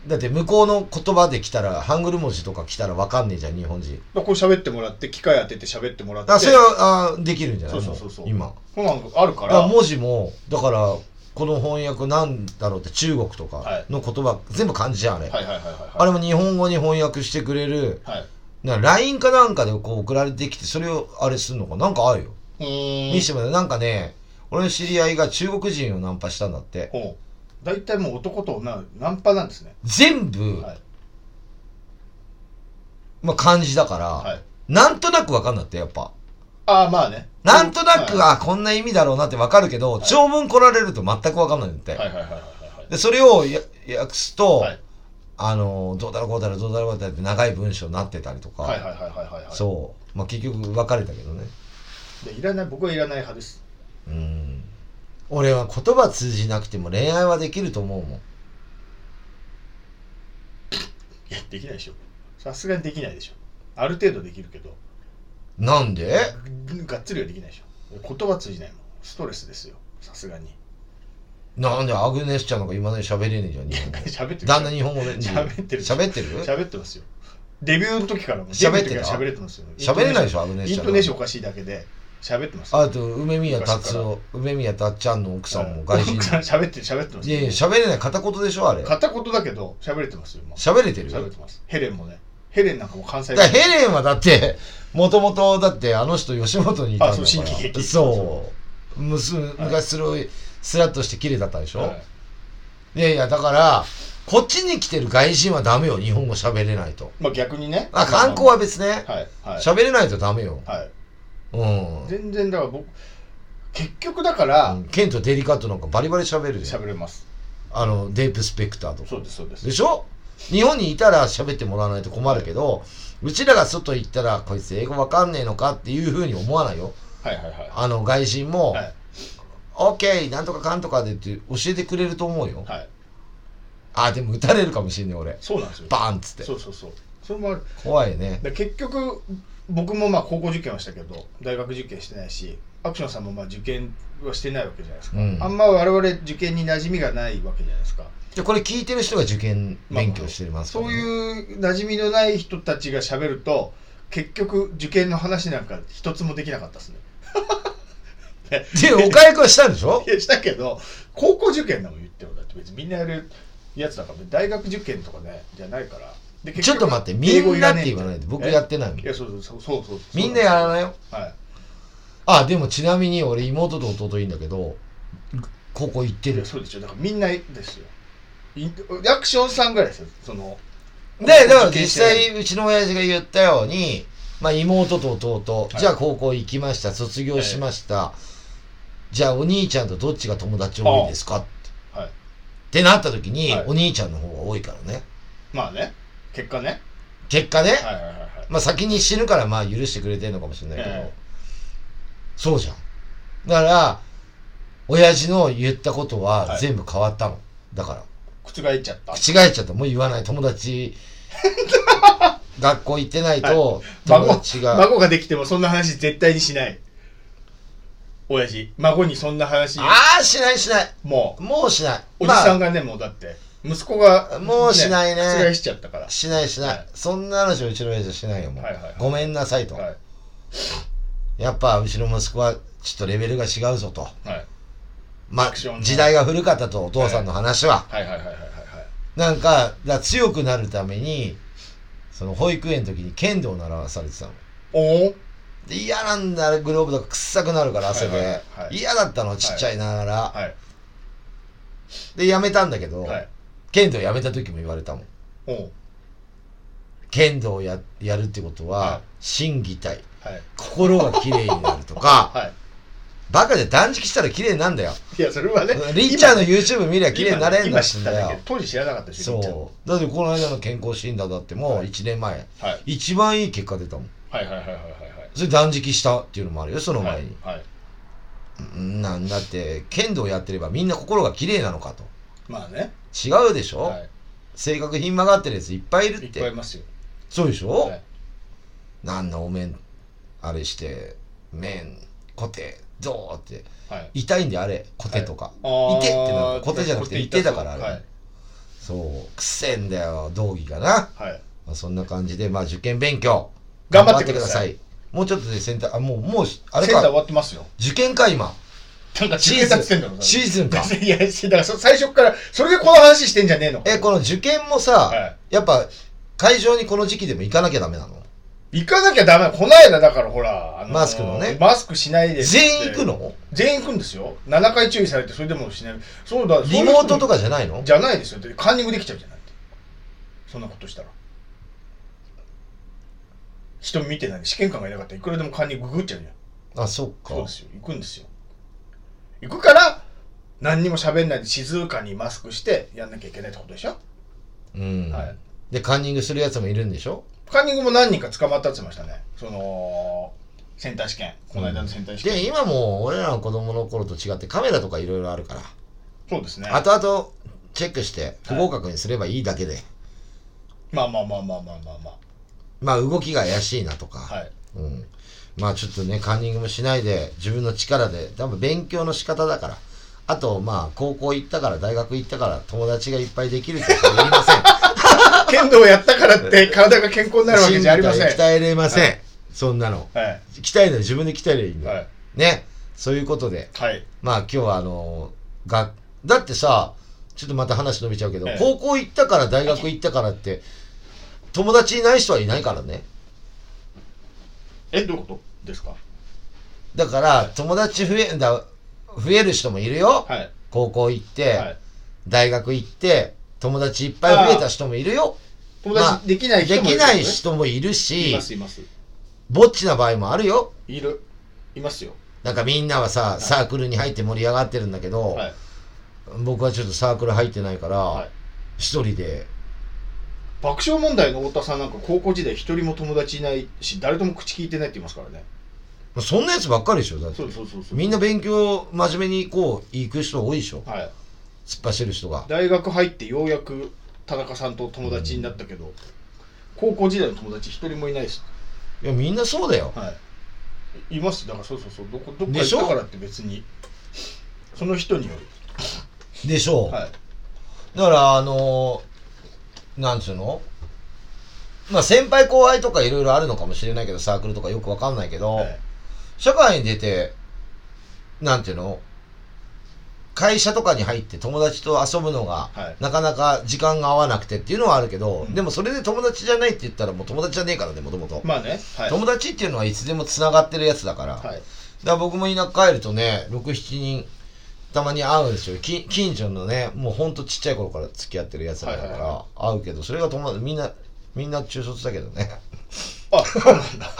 A: だって向こうの言葉で来たら、ハングル文字とか来たらわかんねえじゃん、日本人。
B: い、こう喋ってもらって機械当てて喋ってもらっ
A: だ
B: て
A: からそれはあできるんじゃない
B: そうそうそうそう
A: も今。
B: そうなんかあるか
A: だ
B: ら
A: から文字も、だから、この翻訳なんだろうって中国と
B: は
A: か
B: い
A: の言葉、全部漢字じゃん、あれ。
B: はいはいはいはい
A: あ
B: はい
A: れも日本語に翻訳してくれる、
B: はい
A: な LINE かなんかでこう送られてきて、それをあれするのかなんかあるよ。
B: うーん
A: 見してもらうなんかね、俺の知り合いが中国人をナンパしたんだって。
B: ほう大体もう男と女ナンパなんですね
A: 全部、
B: はい
A: まあ漢字だから、
B: はい
A: なんとなくわかんなって、やっぱ。
B: ああまあね
A: なんとなく、
B: は
A: あ、こんな意味だろうなってわかるけど、長文来られると全くわかんないんだって。
B: いはいはいはいはい
A: で、それをや訳すと、
B: はい
A: あの、どうだろうこうだろうどうだろうこうだろうって長い文章になってたりとか、
B: はいはいはいはいはいはい
A: そう。まあ結局別れたけどね。
B: でいらない僕はいらない派です
A: うん。俺は言葉通じなくても恋愛はできると思うもん。
B: いやできないでしょさすがにできないでしょある程度できるけど
A: なんで
B: がっつりはできないでしょ言葉通じないもんストレスですよさすがに
A: なんでアグネスちゃんなんか今まで喋れねえじゃん、日 本語。
B: 喋ってる
A: だんだん日本語で。
B: 喋ってる
A: 喋ってる
B: 喋ってますよデビューの時からも
A: 喋ってた
B: デビューの時から喋れてますよ
A: 喋れないでし
B: ょ
A: ょ、アグネス
B: イ
A: ち
B: ン
A: ゃん。
B: トネーションおかしいだけで喋ってますよ
A: あと、梅宮達夫、梅宮達ちゃんの奥さんも
B: は
A: 外
B: い
A: 人。
B: 奥さん 喋ってる喋ってます
A: いやいや、喋れない。片言でしょ、あれ。
B: 片言だけど喋れてますよ、まあ
A: 喋れてる
B: 喋
A: だ
B: っ
A: か
B: てますヘレンもねヘレンなんかも関西
A: らヘレンはだって、もともと、だって、あの人、吉本にいたんだから。
B: あそう新喜劇
A: そう。むす昔すごい、スラッとして綺麗だったでしょ、
B: はい
A: い、やいや、だから、こっちに来てる外人はダメよ、日本語喋れないと。
B: まあ逆にね
A: あ、観光は別ね。
B: はいはい、
A: 喋、れないとダメよ。
B: はい、
A: うん。
B: 全然だから僕結局だか
A: う
B: ら
A: んケント・デリカットなんかバリバリ喋るじゃん。
B: 喋れます
A: あの、デープ・スペクターとか。
B: そうですそうです
A: でしょ日本にいたら喋ってもらわないと困るけど、うちらが外行ったら、こいつ英語わかんねえのかっていうふうに思わないよ。
B: はいはいはい
A: あの、外人も、
B: はい
A: オッケーなんとかかんとかでって教えてくれると思うよ。
B: はい
A: あ、でも撃たれるかもしんねえ、俺。
B: そうなんですよ
A: バーンっつって。
B: そうそうそうそれもある
A: 怖いね。
B: で結局僕もまあ高校受験はしたけど大学受験してないしアクションさんもまあ受験はしてないわけじゃないですか、
A: うん
B: あんま我々受験に馴染みがないわけじゃないですか
A: でこれ聞いてる人が受験勉強してます
B: そう
A: う
B: いう馴染みのない人たちが喋ると結局受験の話なんか一つもできなかったですね
A: で岡井君はしたんでしょ
B: いやしたけど高校受験なもん言ってもだって別にみんなやるやつだから大学受験とかねじゃないからで
A: ちょっと待ってみんなって言わないで僕やってないもん
B: いやそうそうそうそうそう
A: みんなやら
B: い
A: ないよ
B: はい
A: あでもちなみに俺妹と弟いいんだけど高校行って
B: い
A: る
B: やそうでしょだからみんなですよいアクションさんぐらいですよその
A: でだから実際うちの親父が言ったように、まあ、妹と弟、
B: はい
A: じゃあ高校行きました卒業しました、じゃあお兄ちゃんとどっちが友達多いですかって、
B: はい
A: ってなった時に、
B: はい
A: お兄ちゃんの方が多いからね
B: まあね結果ね
A: 結果ね、
B: はいはいはいはい
A: まあ、先に死ぬからまあ許してくれてるのかもしれないけど、
B: ええ
A: そうじゃんだから親父の言ったことは
B: はい
A: 全部変わったの、だから
B: 覆っちゃった
A: 間違えちゃったもう言わない友 達学校行ってないと友
B: 孫
A: 達が、
B: 孫ができてもそんな話絶対にしない親父孫にそんな話
A: ああしないしない
B: もう
A: もうしない
B: おじさん
A: ま
B: がね、もうだって息子が、
A: もうしないね
B: 覆しちゃったから
A: あ、しないしない、
B: はい
A: そんな話はうちの親父はしないよもう、
B: はいはいはい
A: ごめんなさいと、
B: は
A: やっぱうちの息子はちょっとレベルが違うぞと
B: いはい
A: ま
B: ア
A: あ
B: クションの
A: 時代が古かったとお父さんの話は、
B: はいはいはいはいはい
A: なんか、だから強くなるために、その保育園の時に剣道を習わされてたの。
B: おお
A: で、嫌なんだ、グローブとか臭くなるから汗
B: はいはい
A: で
B: は。い
A: 嫌だったの、ちっちゃいながら。
B: はい
A: で、やめたんだけど、
B: はい
A: 剣道やめた時も言われたもん。
B: おお
A: 剣道をややるってこと
B: は、
A: はい心技体。
B: はい
A: 心が綺麗になるとか、
B: はい
A: バカで断食したら綺麗になんだよ。
B: いやそれはね
A: りっちゃんの
B: 今
A: YouTube 見りゃ綺麗になれんだ
B: 今
A: っつう
B: 知
A: ん
B: っ
A: だ
B: ただけ
A: よ
B: ど。当時知らなかったでしょりっちゃんの
A: そう。だってこの間の健康診断だってもう
B: はい
A: 1年前、
B: はい
A: 一番いい結果出たもん。
B: はいはいはいはいはい
A: それ断食したっていうのもあるよ、その
B: はいは
A: 前
B: い
A: に。
B: はい
A: うんなんだって、剣道やってればみんな心が綺麗なのかと。
B: まあね
A: 違うでしょ、
B: は
A: 性格ひん曲がってるやついっぱいいる
B: いい
A: っ
B: っぱいい
A: て。
B: ますよ
A: そうでしょ、
B: はい
A: なんだお面、あれして、面、コテ、どうって。
B: はい
A: 痛いんであれ、コテとか。
B: あー
A: いてってなるコテじゃなくて
B: コテ
A: いてだからあれ。
B: はい
A: そう。くせえんだよ、道義がな。
B: はい
A: まあ、そんな感じで、まあ受験勉強。
B: 頑張ってくださ
A: 頑張っ
B: い
A: てください。もうちょっとでセンター、あ、もう、もう、あれ
B: センター終
A: か。
B: わってますよ
A: 受験か、今。
B: なんか
A: シ
B: 中継だっ
A: ー
B: つって
A: ズ
B: んだろ
A: ン。シーズンか。
B: いやだからそ最初からそれでこの話してんじゃねえの
A: え、この受験もさ、
B: は
A: やっぱ会場にこの時期でも行かなきゃダメなの
B: 行かなきゃダメこないだだからほら、あー
A: マスクのね
B: マスクしないで
A: 全員行くの
B: 全員行くんですよ7回注意されてそれでもしないそうだ
A: リモートと
B: か
A: かじゃないの
B: じゃないですよでカンニングできちゃうじゃないそんなことしたら人見てない試験官がいなかったらいくらでもカンニングググっちゃうじゃん
A: あ、そっか
B: そう。ですよ行くんですよ行くから何にも喋んないで静かにマスクしてやんなきゃいけないってことでしょ、
A: うん、
B: はい
A: で、カンニングするやつもいるんでしょ
B: カンニングも何人か捕まったって言ってましたねそのセンター試験この間のセンター試験、
A: で、今もう俺らの子供の頃と違ってカメラとかいろいろあるから、
B: そうですね
A: 後々チェックして不合格にすればいいだけで、
B: まあまあまあまあまあまあま
A: まあ動きが怪しいなとか、
B: あはい
A: うん。まあちょっとね、カンニングもしないで、自分の力で、多分勉強の仕方だから。あと、まあ、高校行ったから、大学行ったから、友達がいっぱいできるとは言いま せん。
B: 剣道やったからって体が健康になるわけじゃありませ
A: 身
B: ん
A: 体鍛えれません。そんなの。
B: は
A: 鍛えるの自分で鍛えればいいん
B: い
A: だよ。
B: はい
A: ね。そういうことで、
B: はい
A: まあ今日はあのーが、だってさ、ちょっとまた話伸びちゃうけど、
B: ええ
A: 高校行ったから大学行ったからって、友達いない人はいないからね。
B: えどういうことですか
A: だから、友達増え、だ増える人もいるよ。
B: はい
A: 高校行って、
B: はい
A: 大学行って、友達いっぱい増えた人もいるよ。
B: 友達できない人
A: で
B: も
A: き
B: る
A: ない人もいるし
B: いま、すいます
A: ぼっちな場合もあるよ。
B: いるいますよ
A: なんかみんなはさ、サークルに入って盛り上がってるんだけど、
B: はい
A: 僕はちょっとサークル入ってないから、
B: はい
A: 一人で、
B: 爆笑問題の太田さんなんか高校時代一人も友達いないし誰とも口聞いてないって言いますからね
A: そんなやつばっかりでしょ、だって
B: そう。そうそうそう
A: みんな勉強真面目にこう行く人多いでしょ、
B: はい
A: 突っ走る人が。
B: 大学入ってようやく田中さんと友達になったけど、高校時代の友達一人もいないです
A: いや、みんなそうだよ。
B: はいいますだからそうそうそうどこどっか
A: でし
B: 行
A: ょ
B: ったからって別にその人による
A: でしょう。
B: はい
A: だから、あのーなんつうのまあ、先輩後輩とかいろいろあるのかもしれないけど、サークルとかよくわかんないけど、
B: はい
A: 社会に出て、なんていうの会社とかに入って友達と遊ぶのが、
B: はい
A: なかなか時間が合わなくてっていうのはあるけど、
B: うん
A: でもそれで友達じゃないって言ったらもう友達じゃねえからね、もともと。
B: まあねはい
A: 友達っていうのはいつでも繋がってるやつだから。
B: はい
A: だから僕も田舎帰るとね、6、7人、たまに会うんですよ。き近所のね、もうほんとちっちゃい頃から付き合ってるやつらだか
B: はいはい
A: ら、会うけど、それが友達、みんな、みんな中卒だけどね。
B: あそうなんだ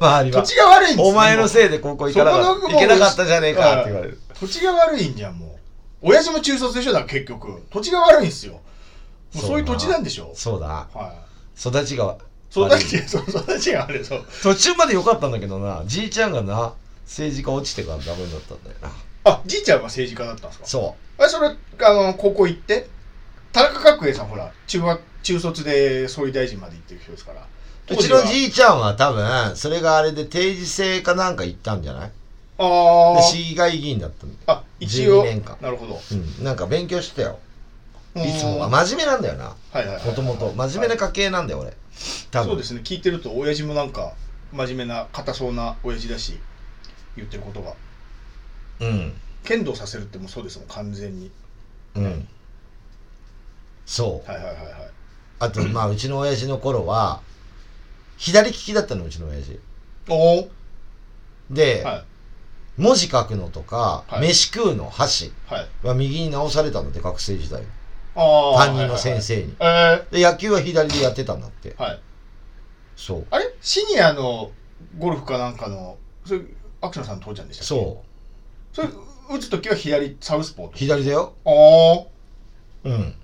A: 周り
B: 土
A: は。
B: 地が悪いんですね
A: お前の
B: い
A: せいで高校行かなかっ
B: そこ
A: た。行
B: の
A: けなかったじゃねえかって言われる。
B: 土地が悪いんじゃんもう親父も中卒でしょだから結局土地が悪いんすよもうそういう土地なんでしょ
A: そうだ。
B: は
A: 育ちが悪
B: い
A: い。
B: 育ちそう育ちが悪いそう
A: 途中まで良かったんだけどな、じいちゃんがな、政治家落ちてからダメだったんだよな。
B: あじいちゃんが政治家だったんですか
A: そ
B: あれそれあの高校行って田中角栄さんほら中学中卒で総理大臣まで行ってる人ですから
A: う。うちの
B: い
A: じいちゃんは多分、それがあれで定時制かなんか行ったんじゃない
B: あ
A: で
B: ー
A: 市議会議員だったんだよ。
B: あ一応
A: 12年間
B: なるほど
A: うん、なんか勉強してたよ。いつも
B: う
A: は
B: ん
A: 真面目なんだよな。
B: はいはいはい
A: もともと。真面目な家系なんだよ、俺。多分。
B: そうですね聞いてると親父もなんか真面目な硬そうな親父だし言ってることが
A: うん。
B: 剣道させるってもうそうですもん完全に
A: うん。そう。
B: はいはいはいはい
A: あ と、まあ、うちの親父の頃は、左利きだったの、うちの親父。
B: おお
A: で、
B: は
A: 文字書くのとか、
B: はい
A: 飯食うの箸
B: いはい
A: は右に直されたので、学生時代。
B: ああ
A: 担任の先生に。
B: はいはいはい
A: で、野球は左でやってたんだって
B: え。ーはい
A: そう。
B: あれシニアのゴルフかなんかのそれアクションさんの父ちゃんでしたっけ
A: そ
B: それ打つ時は左サウスポー
A: う。
B: と
A: 左だよ。
B: ああ
A: うん。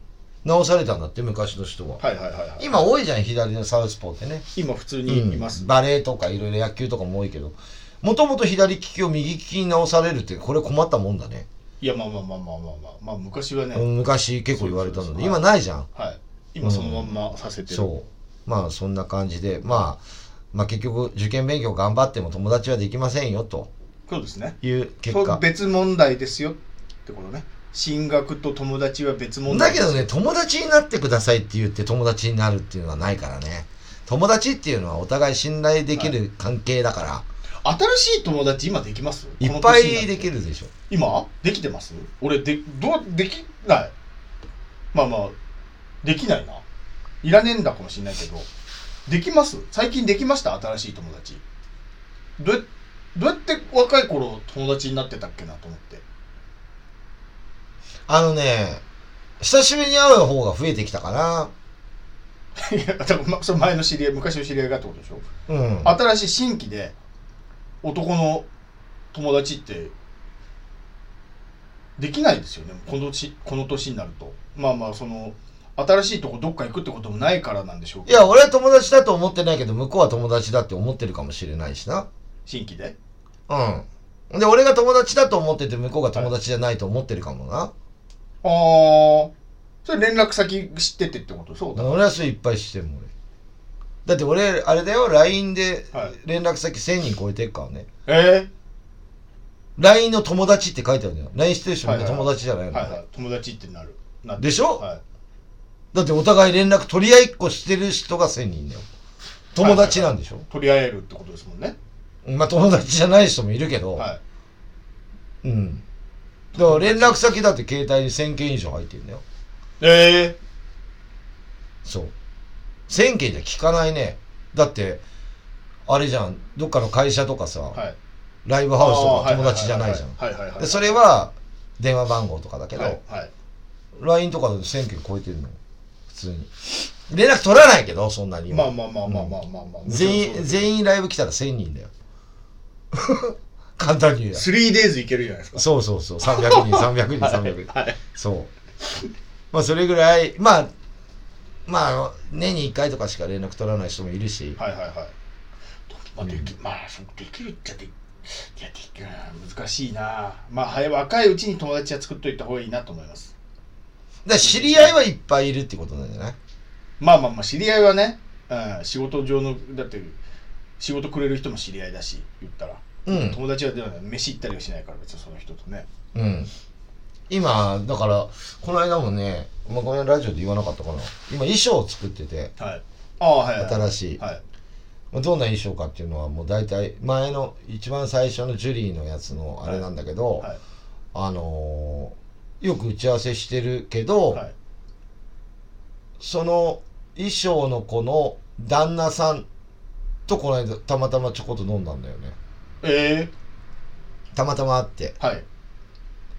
A: 直されたんだって、昔の人は。
B: はいはいはい、はい、
A: 今多いじゃん、左のサウスポーってね。
B: 今普通にいます、
A: うんバレーとかいろいろ野球とかも多いけどもともと左利きを右利きに直されるってこれ困ったもんだね、
B: いやまあまあまあまあまあまあ、まあ、昔はね、
A: うん昔結構言われたの
B: そうそう
A: で
B: そう
A: 今ないじゃん
B: はい今そのまんまさせてる、
A: そうまあそんな感じでまあまあ結局受験勉強頑張っても友達はできませんよと
B: そうですね
A: いう結
B: そう
A: 果
B: 別問題ですよってことね進学と友達は別問題
A: だけどね友達になってくださいって言って友達になるっていうのはないからね友達っていうのはお互い信頼できる関係だから、
B: 新しい友達今できます
A: いっぱ
B: この年
A: い
B: にな
A: できるでしょ
B: 今できてます俺でどうできないまあまあできないないらねえんだかもしれないけどできます最近できました新しい友達どうやどうやって若い頃友達になってたっけなと思って
A: あのね久しぶりに会う方が増えてきたかない
B: や、だからまその前の知り合い、昔の知り合いがってことでしょ。
A: うん
B: 新しい新規で男の友達ってできないですよね。この年この年になると、まあまあその新しいとこどっか行くってこともないからなんでしょう
A: い
B: けど。
A: や、俺は友達だと思ってないけど、向こうは友達だって思ってるかもしれないしな。
B: 新規で。
A: うん。で、俺が友達だと思ってて、向こうが友達じゃないと思ってるかもな。
B: ああ、それ連絡先知っててってことそうだ。
A: 俺はそれいっぱいしてるもん、俺。だって俺、あれだよ、LINE で
B: はい
A: 連絡先1000人超えてるからね。
B: え
A: LINE の友達って書いてあるんだよ。LINE してる人みんな
B: はいはい
A: 友達じゃない
B: え
A: の、
B: はいはい、友達ってなる。なって
A: でしょ
B: はい。
A: だってお互い連絡取り合いっこしてる人が1000人だよ。友達なんでしょ、
B: 取り合えるってことですもんね。
A: まあ友達じゃない人もいるけど。
B: はい。
A: うん。だから連絡先だって携帯に1000件以上入ってるんだよ。
B: ええ
A: そう。1000件じゃ聞かないね。だって、あれじゃん、どっかの会社とかさ、
B: はい。
A: ライブハウスとか友達じゃないじゃん。
B: はいはいはいはいはい。
A: でそれは電話番号とかだけど、
B: はいはい。
A: LINE とかで1000件超えてるの。普通に。連絡取らないけど、そんなに今。
B: まあまあまあまあまあまあまあ。
A: 全員、全員ライブ来たら1000人だ よ。簡単に言うや。
B: 3days いけるじゃないですか。
A: そうそうそう。300人、300人、300人。
B: はい。
A: そう。まあ、それぐらい、まあ、まああの、年に1回とかしか連絡取らない人もいるし、
B: はいはいはい。まあ、でき、まあ、そうできるっちゃでき、いや、できるな難しいな。まあ、はい、若いうちに友達は作っといた方がいいなと思います。
A: だから知り合いはいっぱいいるってことなんじゃない
B: まあまあまあ、知り合いはね、うん、仕事上の、だって、仕事くれる人も知り合いだし言ったら
A: うん。
B: 友達はではない飯行ったりはしないから別にその人とね
A: うん。今、だから、この間もね、まあ、ごめん、ラジオで言わなかったかな。今、衣装を作ってて、
B: はいああはい、はい、
A: 新しい。
B: はい
A: まあどんな衣装かっていうのは、もう大体、前の、一番最初のジュリーのやつのあれなんだけど、
B: はい
A: あのーよく打ち合わせしてるけど、
B: はい
A: その衣装の子の旦那さんとこの間、たまたまちょこっと飲んだんだよね。
B: え
A: たまたま会って。
B: ー、はい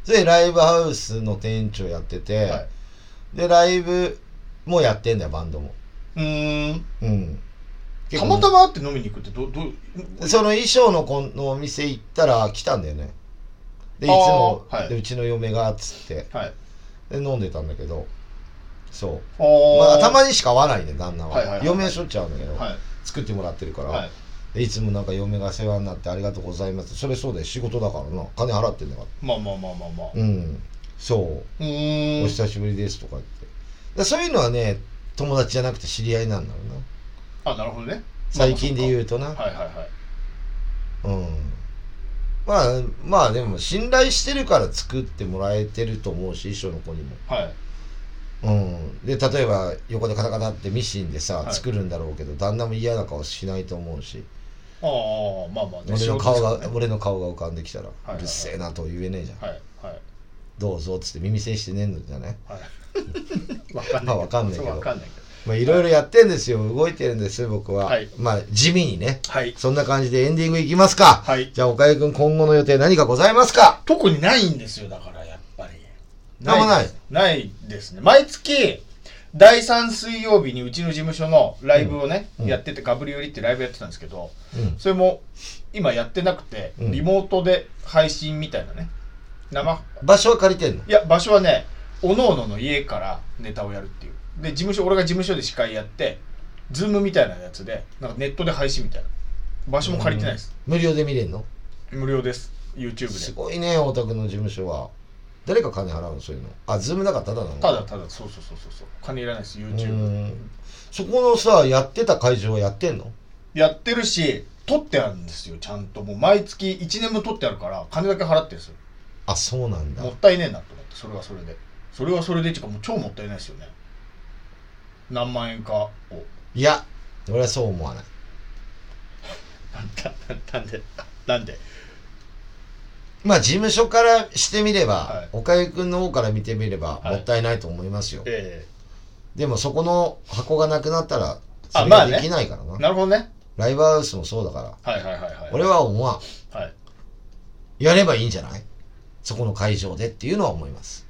A: で、ライブハウスの店長やってて、
B: はい
A: で、ライブもやってんだよ、バンドも。
B: うーん
A: うん。
B: たまたま会って飲みに行くってどどう
A: その衣装の子のお店行ったら来たんだよね。で、いつ
B: あー
A: も、
B: はい
A: でうちの嫁が、っつって、
B: はい
A: で、飲んでたんだけど、そう。
B: あー
A: まあ、たまにしか会わないね、旦那は。
B: はいはいはい
A: 嫁はしょっちゅう会うんだけど、
B: はい
A: 作ってもらってるから、
B: はい
A: でいつもなんか嫁が世話になってありがとうございます。それそうだよ、仕事だからな。金払ってんだか
B: まあまあまあまあまあ
A: ら。うん。そう。
B: うーん
A: お久しぶりですとか言って。でそういうのはね、友達じゃなくて知り合いなんだろうな。
B: あなるほどね
A: 最近で
B: う、
A: 言うとな。
B: はいはいはい
A: うん。まあ、まあでも、信頼してるから作ってもらえてると思うし、衣装の子にも。
B: はい
A: うん。で、例えば、横でカタカタってミシンでさ、
B: はい
A: 作るんだろうけど、旦那も嫌な顔しないと思うし、
B: ああまあまあね
A: 俺の顔が、
B: 仕事ですか
A: 俺の顔が浮かんできたら、
B: いはいう
A: るせえなとは言えねえじゃん。
B: らねはいはい
A: どうぞっつって耳栓してねえのじゃない
B: はい。わかんないけど。
A: まあわかんないけど
B: そうわかんないけ
A: まあ、いろいろやってんですよ。動いてるんですよ、僕は。
B: はい
A: まあ、地味にね。
B: ど。はい。
A: そんな感じでエンディングいきますか。
B: はい
A: じゃあ、岡井くん、今後の予定何かございますか
B: 特にないんですよ、だからやっぱり。
A: なんもない
B: です。ないですね。毎月、第3水曜日にうちの事務所のライブをね、
A: うん
B: やってて、ガブリ寄りってライブやってたんですけど、
A: うん。
B: それも今やってなくて、
A: うん
B: リモートで配信みたいなね。生、
A: 場所は借りてんの
B: いや、場所はね、おのおのの家からネタをやるっていう。で、事務所、俺が事務所で司会やって、ズームみたいなやつで、なんかネットで配信みたいな。場所も借りてないです。
A: 無料で見れんの
B: 無料です。YouTube
A: す
B: で。
A: ごいね、大田区の事務所は。誰が金払うのそういうの。あ、ズームだからただなの
B: ただただ、そうそうそうそうそう。金いらないです、
A: う
B: YouTube。
A: ーん。そこのさ、やってた会場はやってんの
B: やってるし、取ってあるんですよ、ちゃんと。もう毎月1年分取ってあるから、金だけ払ってるんですよ。
A: あ、そうなんだ。
B: もったいねえなと思って、それはそれで。それはそれでっていうか、もう超もったいないですよね。何万円かを。
A: いや、俺はそう思わない。
B: ななんでなんで
A: まあ、事務所からしてみれば、
B: はい
A: 岡井くんの方から見てみれば、
B: はい
A: もったいないと思いますよ。
B: え
A: でも、そこの箱がなくなったら、
B: あ
A: それ
B: ま
A: が
B: あね
A: できないからな。
B: えなるほどね。
A: ライブハウスもそうだから。
B: はいはいはいはい。
A: 俺は思わん。
B: はい。
A: やればいいんじゃないそこの会場でっていうのは思います。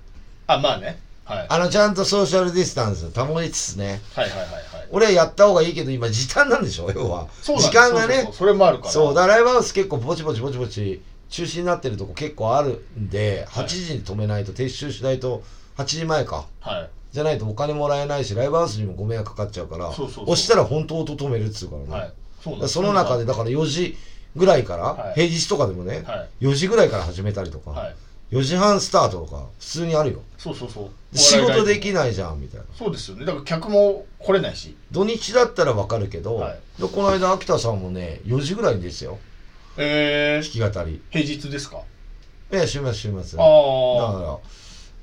B: あ、まあね。はい。はい
A: あの、ちゃんとソーシャルディスタンス保りつつね。
B: はいはいはい。
A: 俺はやった方がいいけど、今時短なんでしょ要は。
B: そうなん
A: 時
B: です
A: 間が
B: そうそうそ
A: ね
B: う。それもあるから。
A: そう、だからライブハウス結構ぼちぼちぼちぼち中止になってるとこ結構あるんで、
B: はい
A: 8時に止めないと、撤収しないと、8時前か。
B: はい。
A: じゃないとお金もらえないし、ライブハウスにもご迷惑かかっちゃうから、
B: そうそうそう
A: 押したら本当音止めるっつうからね。
B: はい。そう
A: だか
B: なんで
A: ら
B: す
A: その中で、だから4時ぐらいから、
B: はい
A: 平日とかでもね、
B: は
A: 4時ぐらいから始めたりとか、
B: い。はい。
A: 4時半スタートとか普通にあるよ
B: そうそうそう。
A: 仕事でき
B: い。
A: ないじゃんみたいな
B: そうですよね。だから客も来れないし。
A: 土日だったらわかるけど、
B: はい
A: でこの間秋田さんもね4時ぐらいにですよ
B: え
A: 弾き語り
B: 平日ですか
A: いや週末週末だ
B: あ
A: から、
B: あ。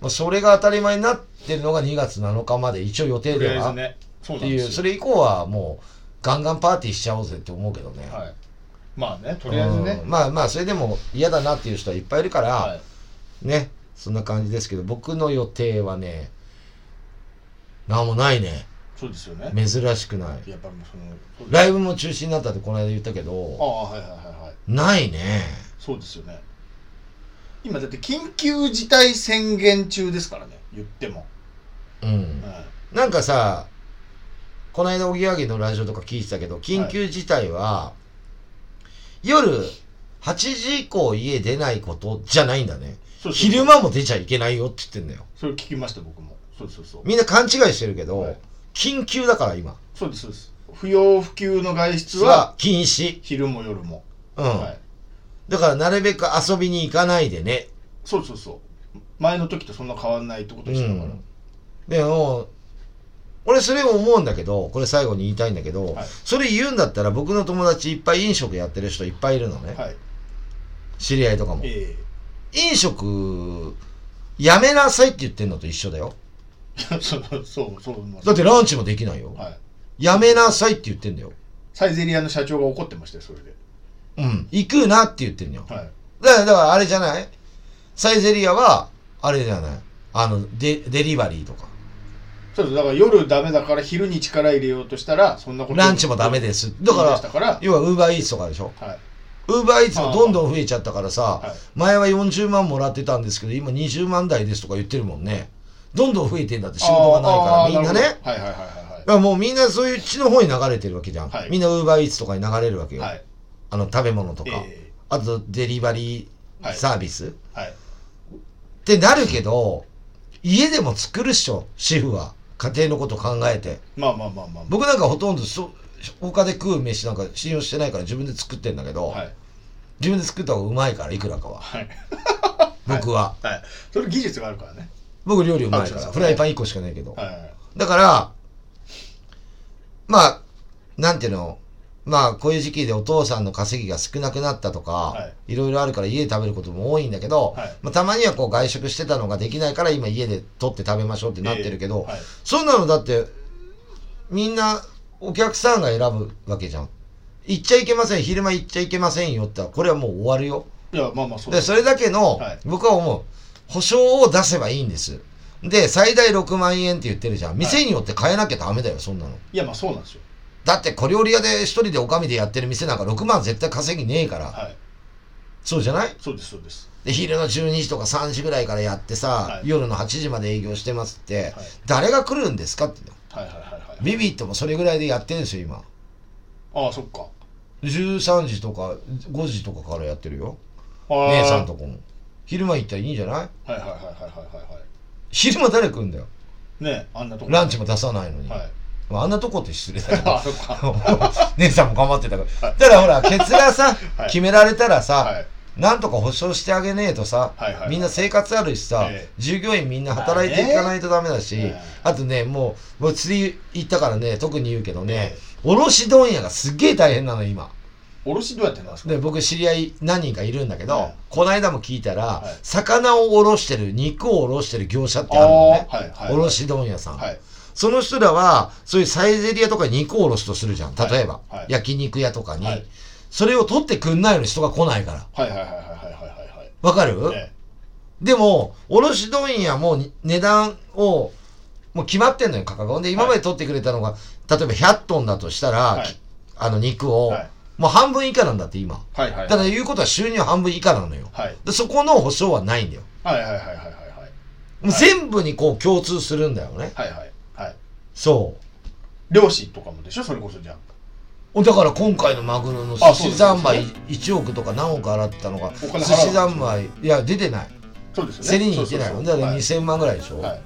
A: まあ、それが当たり前になってるのが2月7日まで一応予定
B: とりあ
A: で
B: えず
A: は、
B: ね。そう
A: っ
B: な
A: て
B: ん
A: い
B: で
A: うそ
B: すよ。
A: れ以降はもうガンガンパーティーしちゃおうぜって思うけどね、
B: はい。まあね、とりあえずね
A: うん。まあまあそれでも嫌だなっていう人はいっぱいいるから、
B: はい。
A: ねそんな感じですけど僕の予定はねなんもないね
B: そうですよね。
A: 珍しくない
B: やっぱりもうそのそうです、
A: ライブも中止になったってこの間言ったけ
B: あ
A: ど、
B: あ、はいはいはいはい。
A: ないね。
B: そうですよね。今だって緊急事態宣言中ですからね、言っても。
A: うん。
B: はい
A: なんかさ、この間おぎやはぎのラジオとか聞いてたけど、緊急事態は、夜8時以降家出ないことじゃないんだね。
B: そうそうそう
A: 昼間も出ちゃいけないよって言ってんだよ。
B: それ聞きました僕もそうそうそう
A: みんな勘違いしてるけど、
B: はい
A: 緊急だから今。
B: そうですそうです不要不急の外出
A: は
B: は
A: 禁止。
B: 昼も夜も、
A: うん。
B: はい
A: だからなるべく遊びに行かないでね。
B: そうそうそう前の時とそんな変わんないってこと
A: う
B: でしたから、
A: ん。でも、俺それを思うんだけど、これ最後に言いたいんだけど、
B: はい
A: それ言うんだったら僕の友達いっぱい飲食やってる人いっぱいいるのね。
B: はい。
A: 知り合いとかも。
B: え
A: 飲食、やめなさいって言ってんのと一緒だよ。
B: え そう、そう、そう思います
A: だってランチもできないよ。
B: はい。
A: やめなさいって言ってんだよ。
B: サイゼリアの社長が怒ってましたよ、それで。
A: うん。行くなって言ってんのよ。
B: はい。
A: だから、だからあれじゃないサイゼリアは、あれじゃないあの、デ、デリバリーとか。
B: そうです。だから夜ダメだから昼に力入れようとしたら、そんなこと。
A: ランチもダメです。だ
B: 言い出
A: か
B: した
A: ら、
B: から、
A: 要はウーバーイーツとかでしょ
B: はい。
A: ウーバーイーツがどんどん増えちゃったからさ、
B: はい。
A: 前は40万もらってたんですけど、今20万台ですとか言ってるもんね。どんどん増えてんだって仕事がな
B: あーあ
A: い
B: ー
A: から、みんなね。
B: る
A: だ
B: ほどはいはいはい
A: からもうみんなそういう地の方に流れてるわけじゃん。
B: はい
A: みんなウーバーイーツとかに流れるわけよ。
B: はい。はい。
A: あの食べ物とか、
B: え
A: あとデリバリーサービス、っ
B: えはい。
A: てなるけど、家でも作るっしょ、主婦は。家庭のこと考えて。
B: まあまあまあまあま
A: 僕なんかほとんどそ他で食う飯なんか信用してないから自分で作ってんだけど、
B: あ。はい。
A: 自分で作った方がうまいから、いくらかは。
B: はい。
A: 僕は。
B: はい。それ技術があるからね。
A: 僕料理うま
B: あ
A: い
B: そう
A: か
B: です
A: ら。
B: ね
A: フライパン1個しかないけど。
B: はいはい。
A: だから、まあ、なんていうの、まあ、こういう時期でお父さんの稼ぎが少なくなったとか、、
B: はい
A: ろいろあるから家で食べることも多いんだけど、
B: はい
A: まあ、たまにはこう外食してたのができないから今家で取って食べましょうってなってるけど、
B: ええはい
A: そんなのだって、みんなお客さんが選ぶわけじゃん。行っちゃいけません、昼間行っちゃいけませんよって言ったら、これはもう終わるよ。
B: いや、まあまあ、そう
A: で、それだけの、
B: はい
A: 僕は思う、保証を出せばいいんです。で、最大6万円って言ってるじゃん。店によって変えなきゃダメだよ、そんなの。
B: いや、まあそうなんですよ。
A: だって小料理屋で一人でおかみでやってる店なんか6万絶対稼ぎねえから。
B: はい。
A: そうじゃない
B: そうです、そうです。
A: で、昼の12時とか3時ぐらいからやってさ、
B: はい
A: 夜の8時まで営業してますって、
B: はい
A: 誰が来るんですかって言うの。
B: はいはいはいはい。
A: ビビットもそれぐらいでやってるんですよ、今。
B: ああ、そっか。
A: 13時とか5時とかからやってるよ。
B: ああ
A: 姉さんとこも。昼間行ったらいいんじゃない
B: はいはいはいはいはいはいは
A: 昼間誰来るんだよ。
B: い。ねあんなとこ。
A: ラン
B: チ。
A: チも出さないのに。
B: はい。
A: まああんなとこって失礼だけ
B: あ
A: ど。
B: あ、そっか。
A: 姉さんも頑張ってたから。ただほら、ケツがさ、
B: はい
A: 決められたらさ、
B: はい。
A: なんとか保証してあげねえとさ、
B: はいはいはい
A: みんな生活あるしさ、
B: ええ
A: 従業員みんな働いていかないとダメだし、
B: まあねええ
A: あとね、もう、もう釣り行ったからね、特に言うけどね
B: ええ、
A: 卸問屋がすっげえ大変なの、今。
B: おろしどうやってなんですか
A: で、僕知り合い何人かいるんだけど、
B: はい
A: この間も聞いたら、
B: い
A: 魚を卸してる、肉を卸してる業者ってあ
B: あ
A: るのね。
B: あ、はいはい。
A: 卸問屋さん、
B: はい。
A: その人らは、そういうサイゼリアとかに肉を卸すとするじゃん。例えば、
B: はいはい
A: 焼肉屋とかに、
B: はい
A: それを取ってくんないのに人が来ないから。
B: はいはいはいはいはいはい。
A: わかる、
B: ね
A: でも、卸問屋もに値段を、もう決まってんのよ、価格が。ほんで、今まで取ってくれたのが、例えば100トンだとしたら、
B: はい
A: きあの肉を、
B: はい
A: もう半分以下なんだって今。
B: はいはい。
A: ただ言うことは収入半分以下なのよ。
B: はい。
A: でそこの保証はないんだよ。
B: はいはいはいはいはいはい。
A: もう全部にこう共通するんだよね。
B: はいはい。はい。
A: そう。
B: 漁師とかもでしょそれこそじゃあ。
A: だから今回のマグロの寿
B: あそ
A: 司
B: うです
A: 三昧1億とか何億払ったのが寿
B: 金払う
A: 司三昧いや出てない
B: そうです
A: 競
B: よね。
A: りに行ってないもんだから
B: そうそう
A: 2000万ぐらいでしょ、
B: そうはい。はい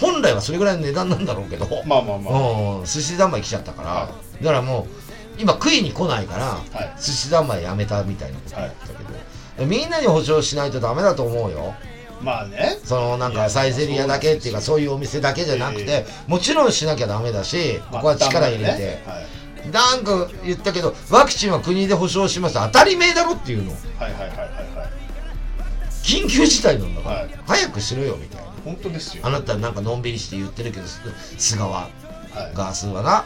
A: 本来はそれぐらいの値段なんだろうけど、
B: まあまあまあ。
A: うん寿司三昧来ちゃったから、
B: は
A: だからもう今食いに来ないから、
B: はい
A: 寿司三昧やめたみたいなこと言ってたけど、みんなに保証しないとダメだと思うよ
B: まあね。
A: そのなん
B: い
A: か
B: や
A: サイゼリアだけっていうかそういうお店だけじゃなくて、
B: え
A: もちろんしなきゃダメだしここは力入れて、
B: ねはい
A: なんか言ったけど、ワクチンは国で保証します。当たり前だろっていうの。
B: はいはいはいはいはい。
A: 緊急事態なんだから。
B: はい
A: 早くしろよ、みたいな。
B: 本当ですよ。
A: あ
B: はい。
A: なたなんかのんびりして言ってるけど、す菅は、
B: は
A: ガースはな。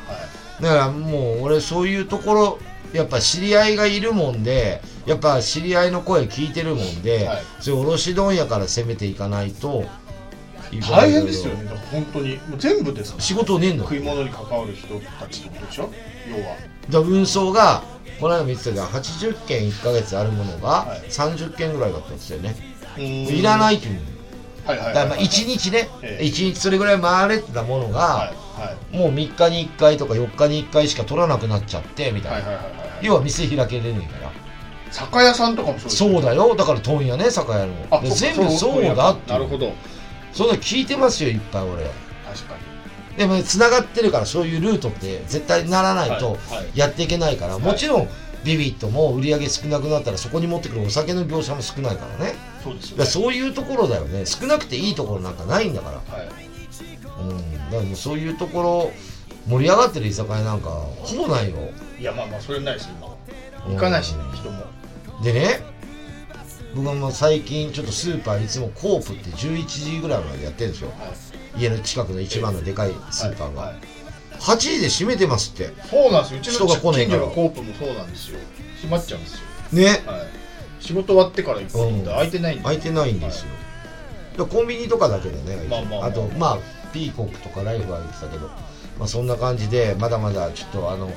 A: だからもう俺そういうところ、やっぱ知り合いがいるもんで、やっぱ知り合いの声聞いてるもんで、
B: はい
A: そういう卸問屋から攻めていかないと、
B: い。大変ですよね。だから本当に。もう全部ですもん。
A: 仕事ねえんだもん
B: 食い物に関わる人たちってことでしょ要は。
A: だから運送がこの間見てたけど80件1ヶ月あるものが
B: はい
A: 30件ぐらいだったんですよね、
B: い。
A: いらないいって言うんだよ
B: はいはいはいはい。
A: だからまあ1日ね、
B: ええ
A: 1日それぐらい回れてたものが、
B: はいはい。
A: もう3日に1回とか4日に1回しか取らなくなっちゃってみたいな、
B: はいはいはいはい。
A: 要は店開けれねえから
B: 酒屋さんとかもそうです
A: そ
B: よ
A: うだよだから問屋ね酒屋ので
B: そっか
A: 全部そうだって
B: なるほど。
A: そんなの聞いてますよいっぱい俺
B: 確か
A: でも繋がってるからそういうルートって絶対ならないと
B: はいはい
A: やっていけないから、
B: い
A: もちろんビビットも売り上げ少なくなったらそこに持ってくるお酒の業者も少ないからね
B: に。そうです
A: だ
B: よ
A: から
B: ね。
A: そういうところだよね少なくていいところなんかないんだから
B: はい。
A: うん、だからそういうところ盛り上がってる居酒屋なんかほぼないよ、
B: いやまあまあそれないです今は
A: うん
B: 行かないしね人も
A: でね僕はもう最近ちょっとスーパーいつもコープって11時ぐらいまでやってるんですよ
B: はい
A: 家の近くの一番のでかいスーパー
B: はい
A: が
B: はい
A: 8時で閉めてますって
B: そうなんですようち
A: 人
B: の
A: が来ねえか
B: 近所
A: ら
B: のコープもそうなんですよ閉まっちゃうんですよ
A: ね
B: はい仕事終わってから行くん
A: うん
B: で空いてないんで
A: 開いてないんですよ、だからコンビニとかだけでね、
B: まあまあまあ
A: あとまあピーコックとかライブは言ってたけど、まあ、そんな感じでまだまだちょっとあの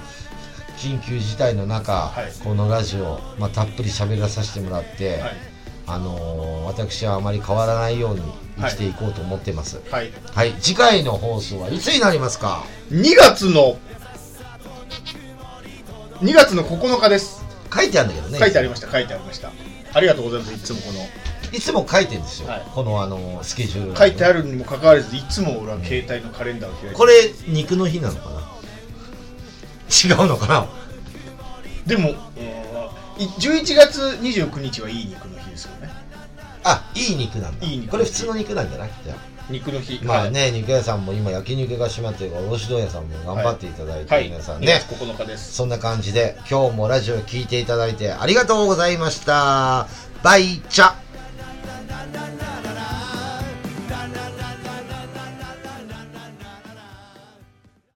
A: 緊急事態の中、
B: はい
A: このラジオ、まあ、たっぷり喋らさせてもらって、
B: はい
A: あのー私はあまり変わらないように生きていこうと思ってます、
B: はい
A: はい、次回の放送はいつになりますか
B: 2月の2月の9日です
A: 書いてあるんだけどね
B: 書いてありました書いてありましたありがとうございますいつもこの
A: いつも書いてるんですよ、
B: はい
A: この、あのースケジュールが
B: 書いてあるにもかかわらずいつも俺は携帯のカレンダーを開いて
A: これ肉の日なのかな違うのかな
B: でも、えーい11月29日はいい肉の日ですよね
A: あいい肉なんだ
B: いい肉
A: これ普通の肉なんじゃないじゃ
B: 肉の日
A: あまあね、肉屋さんも今焼肉が閉まってるから卸問屋さんも頑張っていただいて、
B: はい、はい、
A: 皆さん
B: 2
A: ね
B: 月9日です
A: そんな感じで今日もラジオ聞いていただいてありがとうございましたバイチャ